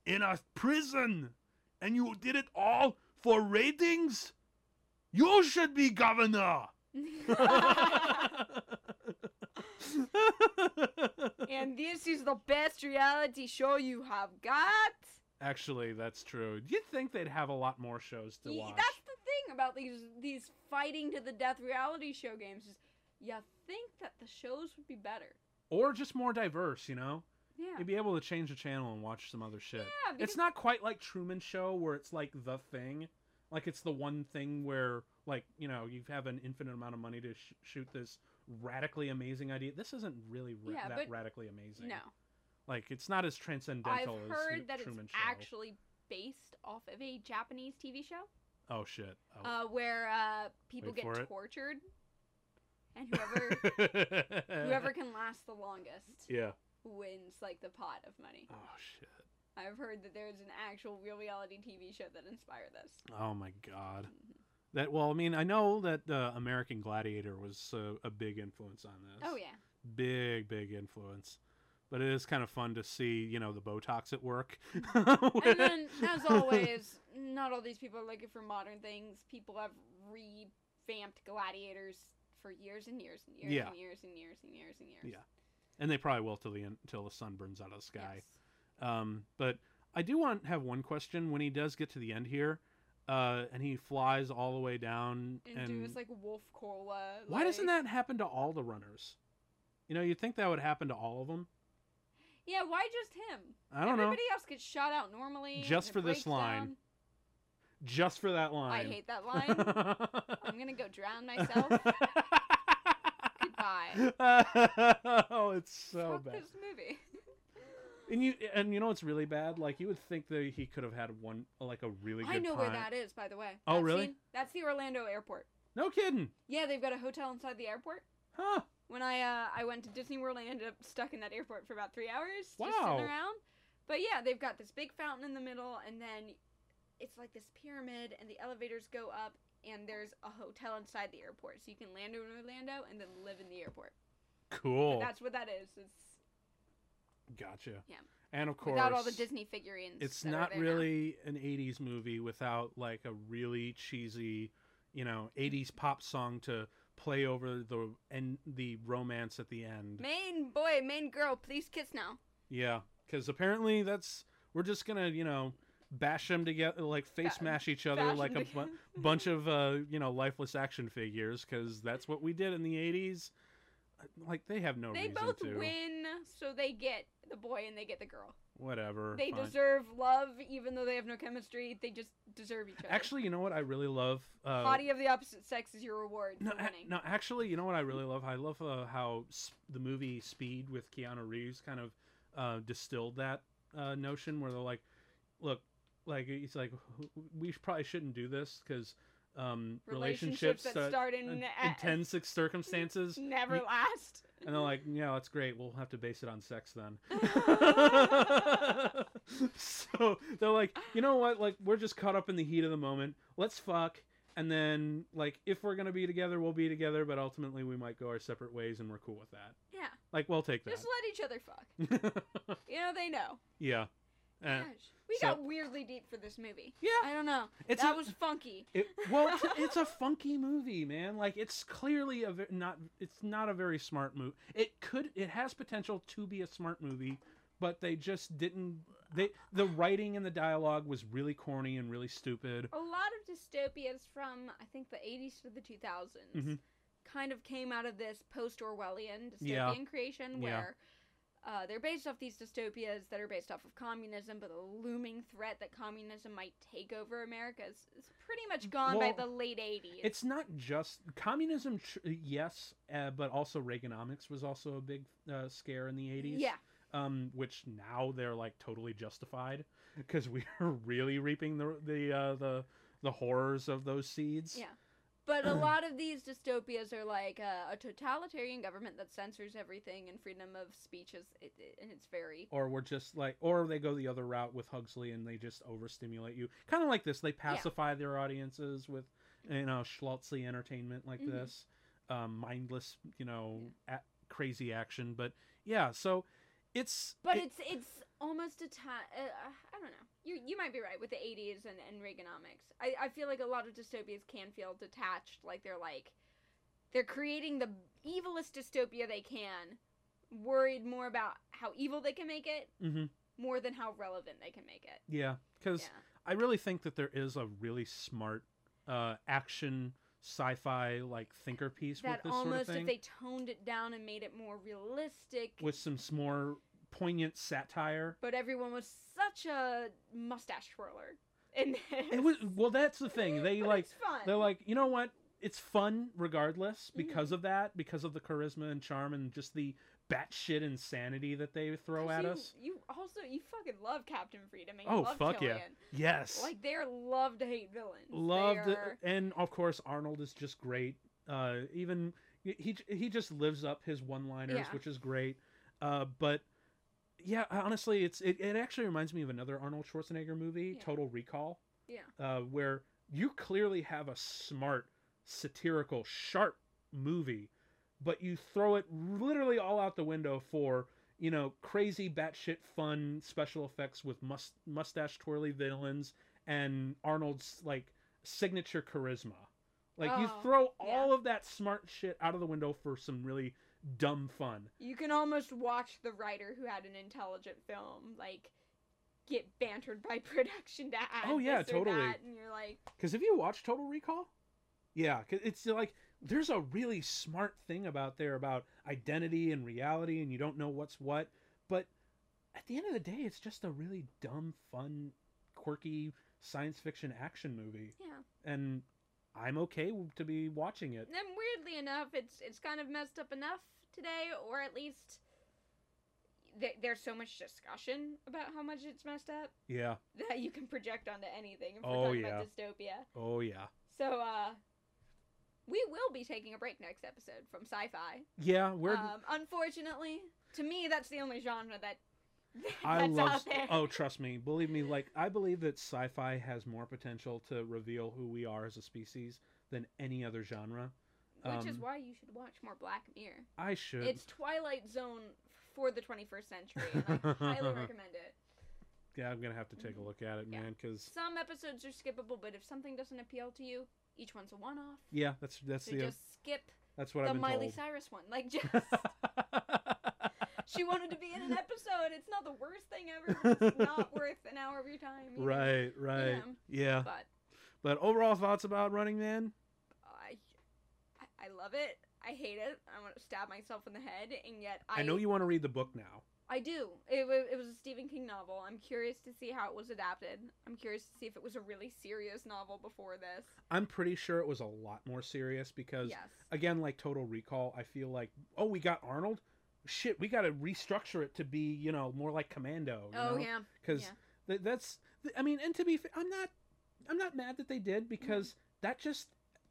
Speaker 1: in a prison and you did it all for ratings you should be governor
Speaker 2: and this is the best reality show you have got.
Speaker 1: actually that's true you'd think they'd have a lot more shows to
Speaker 2: Ye-
Speaker 1: watch
Speaker 2: That's the thing about these these fighting to the death reality show games is you think that the shows would be better.
Speaker 1: or just more diverse you know
Speaker 2: Yeah.
Speaker 1: you'd be able to change the channel and watch some other shit
Speaker 2: Yeah, because
Speaker 1: it's not quite like Truman Show where it's like the thing, like it's the one thing where like you know you have an infinite amount of money to sh- shoot this radically amazing idea. This isn't really ra-
Speaker 2: Yeah,
Speaker 1: that
Speaker 2: but-
Speaker 1: radically amazing.
Speaker 2: no.
Speaker 1: like it's not as transcendental.
Speaker 2: I've
Speaker 1: as Hu-
Speaker 2: heard that
Speaker 1: Truman
Speaker 2: it's
Speaker 1: Show.
Speaker 2: actually based off of a Japanese TV show
Speaker 1: Oh shit! Oh.
Speaker 2: uh, where uh, people
Speaker 1: Wait for it.
Speaker 2: get tortured, and whoever whoever can last the longest
Speaker 1: Yeah.
Speaker 2: wins like the pot of money.
Speaker 1: Oh shit.
Speaker 2: I've heard that there's an actual real reality TV show that inspired this.
Speaker 1: Oh my god.
Speaker 2: Mhm.
Speaker 1: That well, I mean, I know that uh, American Gladiator was uh, a big influence on this.
Speaker 2: Oh yeah,
Speaker 1: big big influence but it is kind of fun to see you know the botox at work and
Speaker 2: and then as always, not all these people are looking for modern things. People have revamped gladiators for years and years and years
Speaker 1: Yeah.
Speaker 2: and years and years and years and years.
Speaker 1: Yeah. they probably will till the end till the sun burns out of the sky
Speaker 2: Yes.
Speaker 1: um but i do want have one question when he does get to the end here uh and he flies all the way down
Speaker 2: And,
Speaker 1: and,
Speaker 2: do his like wolf cola.
Speaker 1: why doesn't
Speaker 2: like-
Speaker 1: that happen to all the runners you know you'd think that would happen to all of them
Speaker 2: Yeah, why just him?
Speaker 1: i don't know
Speaker 2: Everybody else gets shot out normally.
Speaker 1: Just
Speaker 2: and it
Speaker 1: for this
Speaker 2: breaks
Speaker 1: line.
Speaker 2: down.
Speaker 1: just for that line
Speaker 2: I hate that line. I'm gonna go drown myself. Goodbye.
Speaker 1: oh it's so
Speaker 2: Fuck
Speaker 1: bad
Speaker 2: this movie.
Speaker 1: And you and you know what's really bad? Like you would think that he could have had one like a really good
Speaker 2: I know where
Speaker 1: pint.
Speaker 2: that is, by the way.
Speaker 1: Oh,
Speaker 2: That
Speaker 1: really?
Speaker 2: scene- that's the Orlando airport.
Speaker 1: No kidding.
Speaker 2: Yeah, they've got a hotel inside the airport.
Speaker 1: Huh.
Speaker 2: When I uh, I went to Disney World, I ended up stuck in that airport for about three hours, just
Speaker 1: Wow.
Speaker 2: sitting around. But yeah, they've got this big fountain in the middle, and then it's like this pyramid, and the elevators go up, and there's a hotel inside the airport, so you can land in Orlando and then live in the airport. But
Speaker 1: Cool.
Speaker 2: that's what that is. It's
Speaker 1: Gotcha.
Speaker 2: Yeah.
Speaker 1: And of course
Speaker 2: without all the Disney figurines.
Speaker 1: it's
Speaker 2: that are
Speaker 1: not
Speaker 2: there now.
Speaker 1: really an 80s movie without like a really cheesy, you know, 80s pop song to play over the and the romance at the end.
Speaker 2: Main boy, main girl, please kiss now.
Speaker 1: Yeah, cuz apparently that's we're just going to, you know, bash them together, like face
Speaker 2: Ba-
Speaker 1: mash each other like a
Speaker 2: Fashioned
Speaker 1: bu-
Speaker 2: again.
Speaker 1: bunch of uh, you know lifeless action figures because that's what we did in the '80s. Like they have no
Speaker 2: They
Speaker 1: reason
Speaker 2: both
Speaker 1: to.
Speaker 2: win, so they get the boy and they get the girl.
Speaker 1: Whatever.
Speaker 2: They
Speaker 1: fine.
Speaker 2: deserve love, even though they have no chemistry. They just deserve each other.
Speaker 1: Actually, you know what I really love? Uh,
Speaker 2: body of the opposite sex is your reward
Speaker 1: no,
Speaker 2: for
Speaker 1: a-
Speaker 2: winning.
Speaker 1: no. Actually, you know what I really love? I love uh, how s the movie Speed with Keanu Reeves kind of uh, distilled that uh, notion where they're like, look, like he's like, "W- w- we sh- probably shouldn't do this because um, relationships,
Speaker 2: that
Speaker 1: that
Speaker 2: start in
Speaker 1: in
Speaker 2: a-
Speaker 1: intense ex- circumstances,
Speaker 2: never
Speaker 1: you-
Speaker 2: last.
Speaker 1: and they're like, yeah, that's great. We'll have to base it on sex then. so they're like, you know what? Like, we're just caught up in the heat of the moment. Let's fuck. And then, like, if we're going to be together, we'll be together. But ultimately, we might go our separate ways and we're cool with that.
Speaker 2: yeah,
Speaker 1: Like, we'll take
Speaker 2: just
Speaker 1: that.
Speaker 2: let each other fuck. You know they know.
Speaker 1: yeah. Eh.
Speaker 2: Gosh, we
Speaker 1: so-
Speaker 2: got weirdly deep for this movie.
Speaker 1: Yeah.
Speaker 2: I don't know.
Speaker 1: It's
Speaker 2: that
Speaker 1: a-
Speaker 2: was funky.
Speaker 1: It, well, it's, it's a funky movie, man. Like it's clearly a ve- not. It's not a very smart movie. It could. It has potential to be a smart movie, but they just didn't. They the writing and the dialogue was really corny and really stupid.
Speaker 2: A lot of dystopias from I think the 80s to the 2000s
Speaker 1: Mhm.
Speaker 2: kind of came out of this post-Orwellian dystopian
Speaker 1: Yeah.
Speaker 2: creation
Speaker 1: Yeah.
Speaker 2: where uh, they're based off these dystopias that are based off of communism, but the looming threat that communism might take over America is, is pretty much gone by
Speaker 1: Well,
Speaker 2: the late 80s.
Speaker 1: It's not just communism. Tr- yes, uh, but also Reaganomics was also a big uh, scare in the eighties.
Speaker 2: yeah,
Speaker 1: um, which now they're like totally justified because we are really reaping the the uh, the the horrors of those seeds.
Speaker 2: Yeah. but a lot of these dystopias are like uh, a totalitarian government that censors everything and freedom of speech is it, it- and it's very
Speaker 1: or we're just like or they go the other route with Huxley and they just overstimulate you. Kind of like this, they pacify their audiences with you know schmaltzy entertainment like
Speaker 2: Mhm.
Speaker 1: this, um, mindless you know a- crazy action. But yeah, so it's
Speaker 2: But
Speaker 1: it-
Speaker 2: it's it's almost a time. Uh, I don't know. You you might be right with the '80s and and Reaganomics. I I feel like a lot of dystopias can feel detached. Like they're like they're creating the evilest dystopia they can, worried more about how evil they can make it
Speaker 1: mhm,
Speaker 2: more than how relevant they can make it.
Speaker 1: yeah because
Speaker 2: Yeah.
Speaker 1: I really think that there is a really smart uh, action sci-fi like thinker piece
Speaker 2: That
Speaker 1: with this
Speaker 2: almost
Speaker 1: sort of thing
Speaker 2: if they toned it down and made it more realistic.
Speaker 1: with some s- more poignant satire.
Speaker 2: but everyone was such a mustache twirler. And
Speaker 1: It was well, that's the thing. They like
Speaker 2: it's fun.
Speaker 1: They're like, you know what? It's fun regardless
Speaker 2: Mm-hmm.
Speaker 1: because of that, because of the charisma and charm and just the batshit insanity that they throw
Speaker 2: 'Cause
Speaker 1: at
Speaker 2: you,
Speaker 1: us.
Speaker 2: You also you fucking love Captain Freedom. And you
Speaker 1: Oh,
Speaker 2: love
Speaker 1: fuck yeah.
Speaker 2: Killian.
Speaker 1: Yes.
Speaker 2: Like they're love to hate villains.
Speaker 1: Loved
Speaker 2: they
Speaker 1: it.
Speaker 2: are,
Speaker 1: And of course, Arnold is just great. Uh, even he he just lives up his one-liners,
Speaker 2: Yeah.
Speaker 1: which is great. Uh, but yeah, honestly, it's it, it actually reminds me of another Arnold Schwarzenegger movie,
Speaker 2: Yeah.
Speaker 1: Total Recall.
Speaker 2: Yeah.
Speaker 1: uh, where you clearly have a smart, satirical, sharp movie, but you throw it literally all out the window for you know crazy, batshit fun special effects with must- mustache twirly villains and Arnold's like signature charisma. Like you
Speaker 2: Oh,
Speaker 1: throw
Speaker 2: yeah.
Speaker 1: all of that smart shit out of the window for some really dumb fun.
Speaker 2: You can almost watch the writer who had an intelligent film like get bantered by production to add.
Speaker 1: Oh, yeah,
Speaker 2: this or
Speaker 1: totally.
Speaker 2: that, and you're like,
Speaker 1: Because if you watch Total Recall, yeah, 'cause it's like there's a really smart thing about there about identity and reality, and you don't know what's what. But at the end of the day, it's just a really dumb, fun, quirky science fiction action movie,
Speaker 2: yeah.
Speaker 1: and I'm okay w- to be watching it.
Speaker 2: And weirdly enough, it's it's kind of messed up enough today, or at least. there- There's so much discussion about how much it's messed up
Speaker 1: Yeah.
Speaker 2: that you can project onto anything. If we're
Speaker 1: Oh,
Speaker 2: talking
Speaker 1: yeah.
Speaker 2: about dystopia,
Speaker 1: Oh yeah.
Speaker 2: So, uh, we will be taking a break next episode from sci-fi.
Speaker 1: Yeah, we're.
Speaker 2: Um, unfortunately, to me, that's the only genre that
Speaker 1: I
Speaker 2: that's
Speaker 1: love.
Speaker 2: out
Speaker 1: st-
Speaker 2: there.
Speaker 1: oh, trust me, believe me. Like I believe that sci-fi has more potential to reveal who we are as a species than any other genre.
Speaker 2: Which is
Speaker 1: um,
Speaker 2: why you should watch more Black Mirror.
Speaker 1: I should.
Speaker 2: It's Twilight Zone for the 21st century, and I highly recommend it.
Speaker 1: Yeah, I'm gonna have to take a look at it,
Speaker 2: Mm-hmm. Yeah.
Speaker 1: man. Because
Speaker 2: Some episodes are skippable, but if something doesn't appeal to you, each one's a one-off.
Speaker 1: yeah, that's that's
Speaker 2: So
Speaker 1: the uh,
Speaker 2: just skip
Speaker 1: that's what
Speaker 2: the
Speaker 1: I've been
Speaker 2: Miley
Speaker 1: told.
Speaker 2: Cyrus one. Like, just she wanted to be in an episode. It's not the worst thing ever. but It's not worth an hour of your time. you know?
Speaker 1: right, right. Yeah.
Speaker 2: But
Speaker 1: But overall thoughts about Running Man?
Speaker 2: I, I- I love it. I hate it. I want to stab myself in the head, and yet I,
Speaker 1: I know you want to read the book now.
Speaker 2: I do. It, wa- it was a Stephen King novel. I'm curious to see how it was adapted. I'm curious to see if it was a really serious novel before this.
Speaker 1: I'm pretty sure it was a lot more serious because
Speaker 2: Yes.
Speaker 1: again, like Total Recall, I feel like oh, we got Arnold. Shit, we got to restructure it to be you know more like Commando. You
Speaker 2: oh
Speaker 1: know?
Speaker 2: yeah.
Speaker 1: because
Speaker 2: Yeah.
Speaker 1: th- that's th- i mean and to be fair i'm not i'm not mad that they did because that just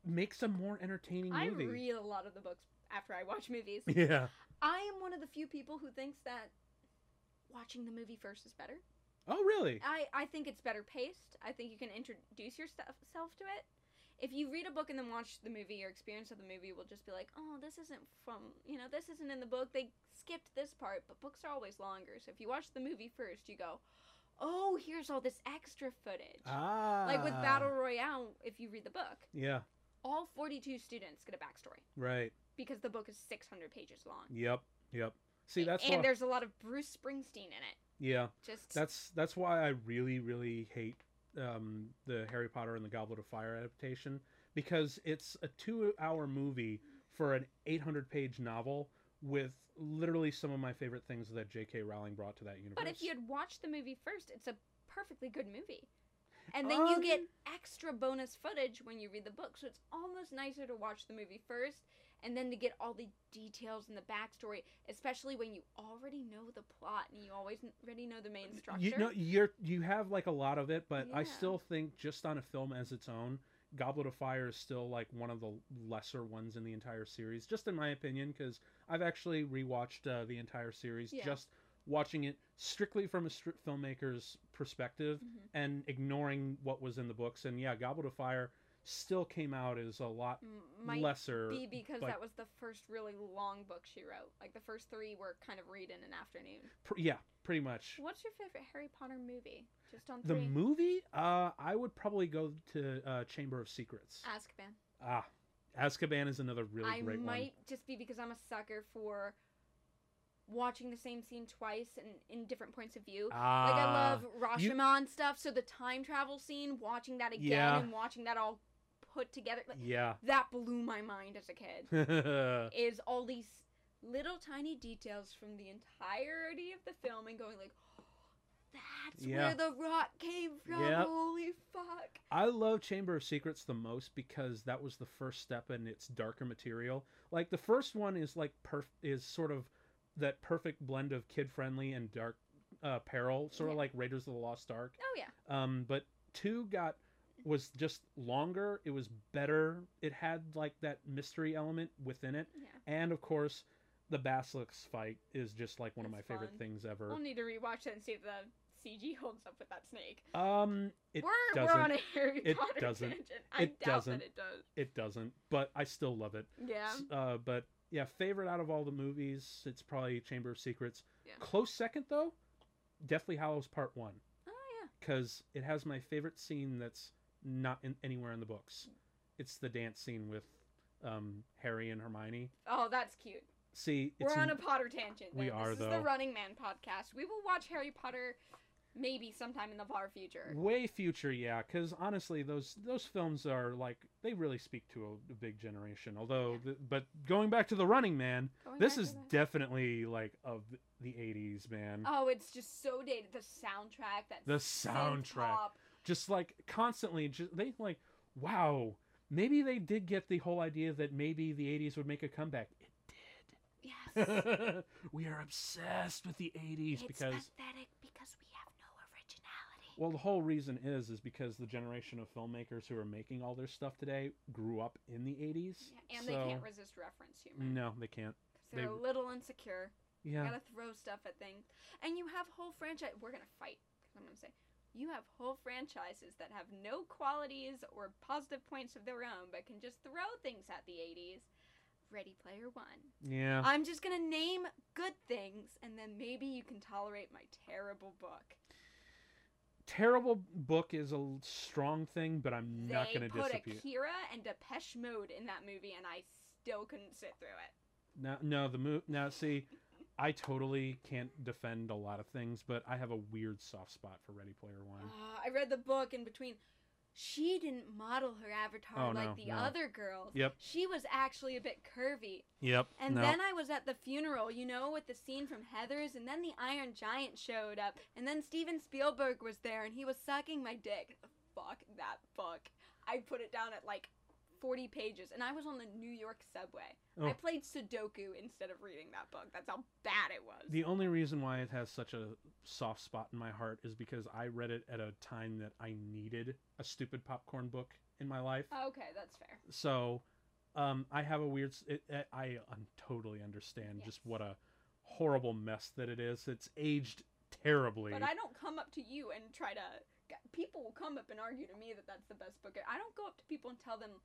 Speaker 1: makes a more entertaining
Speaker 2: Mm. I
Speaker 1: movie
Speaker 2: read a lot of the books after I watch movies.
Speaker 1: yeah
Speaker 2: I am one of the few people who thinks that watching the movie first is better.
Speaker 1: oh really
Speaker 2: I, I think it's better paced. I think you can introduce yourself to it. If you read a book and then watch the movie, your experience of the movie will just be like, oh, this isn't from, you know, this isn't in the book. They skipped this part, but books are always longer. So if you watch the movie first, you go, oh, here's all this extra footage.
Speaker 1: ah
Speaker 2: like with Battle Royale, if you read the book,
Speaker 1: yeah
Speaker 2: all 42 students get a backstory
Speaker 1: right
Speaker 2: because the book is 600 pages long.
Speaker 1: yep yep see that's
Speaker 2: and
Speaker 1: why
Speaker 2: there's a lot of Bruce Springsteen in it.
Speaker 1: yeah
Speaker 2: Just
Speaker 1: that's that's why i really really hate um the harry potter and the goblet of fire adaptation because it's a two hour movie for an 800 page novel with literally some of my favorite things that jk rowling brought to that universe
Speaker 2: But if you had watched the movie first, it's a perfectly good movie. And then you
Speaker 1: Um,
Speaker 2: get extra bonus footage when you read the book. So it's almost nicer to watch the movie first and then to get all the details and the backstory, especially when you already know the plot and you always n- already know the main structure.
Speaker 1: You know, you're you have like a lot of it, but I
Speaker 2: Yeah.
Speaker 1: still think just on a film as its own, Goblet of Fire is still like one of the lesser ones in the entire series, just in my opinion. Because I've actually rewatched uh, the entire series,
Speaker 2: Yeah.
Speaker 1: just watching it strictly from a strip filmmaker's perspective
Speaker 2: Mhm.
Speaker 1: and ignoring what was in the books. And yeah, Goblet of Fire still came out as a lot
Speaker 2: M- Might
Speaker 1: lesser.
Speaker 2: be because
Speaker 1: like-
Speaker 2: that was the first really long book she wrote. Like the first three were kind of read in an afternoon.
Speaker 1: pr- yeah, pretty much.
Speaker 2: What's your favorite Harry Potter movie? Just on
Speaker 1: The
Speaker 2: three.
Speaker 1: movie, uh, I would probably go to uh, Chamber of Secrets.
Speaker 2: Azkaban.
Speaker 1: Ah, Azkaban is another really
Speaker 2: I
Speaker 1: great
Speaker 2: might just be because I'm a sucker for watching the same scene twice and in different points of view.
Speaker 1: one. Ah,
Speaker 2: like I love
Speaker 1: you-
Speaker 2: Rashomon stuff, so the time travel scene, watching that again
Speaker 1: Yeah.
Speaker 2: and watching that all put together, like,
Speaker 1: yeah.
Speaker 2: that blew my mind as a kid. is all these little tiny details from the entirety of the film and going like, that's
Speaker 1: Yeah.
Speaker 2: where the rock came from.
Speaker 1: Yep.
Speaker 2: Holy fuck!
Speaker 1: I love Chamber of Secrets the most because that was the first step in its darker material. Like the first one is like perf is sort of that perfect blend of kid friendly and dark uh, peril, sort of
Speaker 2: Yeah.
Speaker 1: like Raiders of the Lost Ark.
Speaker 2: Oh yeah,
Speaker 1: Um, but two got was just longer. It was better. It had like that mystery element within it,
Speaker 2: yeah.
Speaker 1: and of course. The Basilisk fight is just like one of my
Speaker 2: It's
Speaker 1: favorite
Speaker 2: fun.
Speaker 1: things ever.
Speaker 2: We'll need to rewatch that and see if the CG holds up with that snake.
Speaker 1: Um, it
Speaker 2: we're,
Speaker 1: doesn't.
Speaker 2: we're on a Harry
Speaker 1: it
Speaker 2: Potter
Speaker 1: doesn't.
Speaker 2: tangent. I
Speaker 1: It
Speaker 2: doubt
Speaker 1: doesn't.
Speaker 2: that it does.
Speaker 1: It doesn't. But I still love it.
Speaker 2: Yeah.
Speaker 1: S- Uh, but yeah, favorite out of all the movies, it's probably Chamber of Secrets.
Speaker 2: Yeah.
Speaker 1: Close second though, Deathly Hallows Part One,
Speaker 2: Oh
Speaker 1: because it has my favorite scene that's not in, anywhere in the books. It's the dance scene with um, Harry and Hermione.
Speaker 2: yeah. Oh, that's cute.
Speaker 1: See, it's
Speaker 2: we're on a
Speaker 1: n-
Speaker 2: Potter tangent.
Speaker 1: We
Speaker 2: then.
Speaker 1: are,
Speaker 2: This is
Speaker 1: though.
Speaker 2: the Running Man podcast. We will watch Harry Potter maybe sometime in the far future.
Speaker 1: way future, yeah. Because honestly, those those films are like they really speak to a, a big generation. Although, th- but going back to the Running Man,
Speaker 2: Going
Speaker 1: this
Speaker 2: back
Speaker 1: is
Speaker 2: to that-
Speaker 1: definitely like of the 80s man
Speaker 2: Oh, it's just so dated. The soundtrack. That
Speaker 1: The soundtrack.
Speaker 2: synth pop.
Speaker 1: just like constantly just they like wow maybe they did get the whole idea that maybe the 80s would make a comeback
Speaker 2: Yes.
Speaker 1: we are obsessed with the 80s
Speaker 2: it's
Speaker 1: because
Speaker 2: pathetic because we have no originality.
Speaker 1: well the whole reason is is because the generation of filmmakers who are making all their stuff today grew up in the 80s
Speaker 2: Yeah, and they can't
Speaker 1: so-
Speaker 2: resist reference humor.
Speaker 1: no they can't
Speaker 2: 'Cause They're
Speaker 1: they-
Speaker 2: a little insecure.
Speaker 1: yeah
Speaker 2: Gotta throw stuff at things. And you have whole franchise. We're gonna fight. 'cause I'm gonna say you have whole franchises that have no qualities or positive points of their own, but can just throw things at the 80s. Ready Player One.
Speaker 1: yeah
Speaker 2: I'm just gonna name good things, and then maybe you can tolerate my terrible book.
Speaker 1: terrible book is a l- strong thing but i'm not
Speaker 2: they
Speaker 1: gonna
Speaker 2: put
Speaker 1: disappear
Speaker 2: Akira and Depeche Mode in that movie, and I still couldn't sit through it.
Speaker 1: No, no, the move. Now, see, I totally can't defend a lot of things, but I have a weird soft spot for Ready Player One.
Speaker 2: Ah, I read the book in between. She didn't model her avatar
Speaker 1: Oh,
Speaker 2: like
Speaker 1: no,
Speaker 2: the
Speaker 1: no.
Speaker 2: other girls.
Speaker 1: Yep.
Speaker 2: She was actually a bit curvy.
Speaker 1: Yep.
Speaker 2: And then I was at the funeral, you know, with the scene from Heather's, and then the Iron Giant showed up, and then Steven Spielberg was there, and he was sucking my dick. Fuck that book. I put it down at like 40 pages, and I was on the New York subway. I
Speaker 1: Oh.
Speaker 2: played Sudoku instead of reading that book. That's how bad it was.
Speaker 1: the only reason why it has such a soft spot in my heart is because I read it at a time that I needed a stupid popcorn book in my life.
Speaker 2: okay, that's fair.
Speaker 1: so um, I have a weird. s- It, it, I un- totally understand just
Speaker 2: Yes.
Speaker 1: what a horrible mess that it is. It's aged terribly.
Speaker 2: But I don't come up to you and try to. g- People will come up and argue to me that that's the best book. I don't go up to people and tell them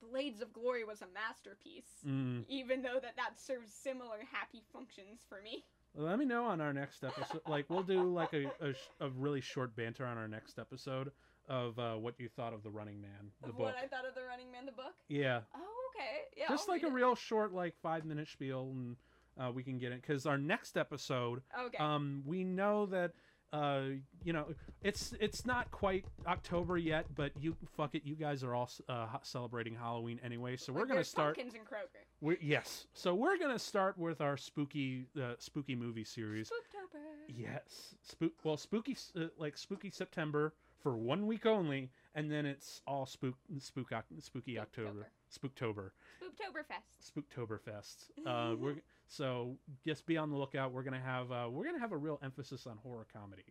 Speaker 2: Blades of Glory was a masterpiece.
Speaker 1: Mm.
Speaker 2: even though that that serves similar happy functions for me.
Speaker 1: Let me know on our next episode. Like we'll do like a, a, sh- a really short banter on our next episode of uh, what you thought of the Running Man, the
Speaker 2: of
Speaker 1: book.
Speaker 2: what I thought of the Running Man, the book.
Speaker 1: Yeah,
Speaker 2: Oh, okay, yeah.
Speaker 1: just
Speaker 2: I'll
Speaker 1: like a
Speaker 2: read
Speaker 1: real short, like five minute spiel, and uh, we can get it because our next episode,
Speaker 2: it. Okay.
Speaker 1: um, we know that. Uh, you know, it's it's not quite October yet, but you fuck it, you guys are all s- uh, ho- celebrating Halloween anyway, so we're
Speaker 2: Like,
Speaker 1: gonna
Speaker 2: there's
Speaker 1: start.
Speaker 2: Pumpkins and Kroger.
Speaker 1: We're, yes, so we're gonna start with our spooky uh, spooky movie series.
Speaker 2: Spooktober.
Speaker 1: Yes, spook. Well, spooky s- uh, like spooky September for one week only, and then it's all spook spook Oc- spooky October, Spooktober,
Speaker 2: Spooktoberfest.
Speaker 1: Spooktoberfest. Uh, we're so just be on the lookout. We're gonna have uh, we're gonna have a real emphasis on horror comedy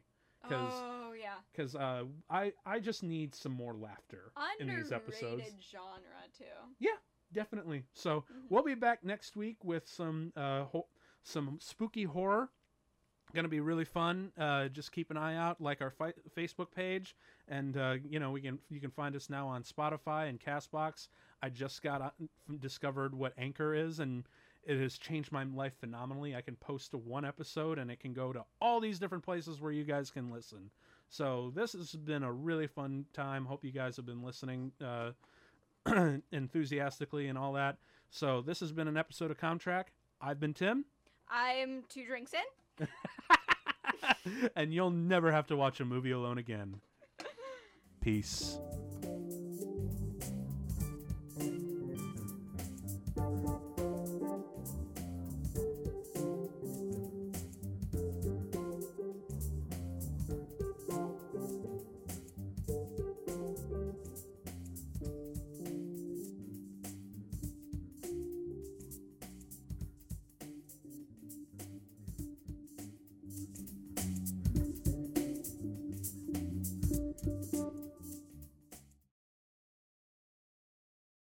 Speaker 1: 'Cause-
Speaker 2: Oh yeah.
Speaker 1: because uh, I I just need some more laughter in
Speaker 2: Underrated
Speaker 1: these episodes.
Speaker 2: genre too.
Speaker 1: Definitely. So
Speaker 2: Mhm.
Speaker 1: we'll be back next week with some uh, ho- some spooky horror. Gonna be really fun. Uh, just keep an eye out, like our fi- Facebook page, and uh, you know we can you can find us now on Spotify and Castbox. I just got on, discovered what Anchor is, and it has changed my life phenomenally. I can post to one episode, and it can go to all these different places where you guys can listen. So this has been a really fun time. Hope you guys have been listening uh, enthusiastically and all that. So this has been an episode of Comtrack. I've been Tim,
Speaker 2: Mm-hmm. I'm two drinks in.
Speaker 1: and you'll never have to watch a movie alone again. Peace.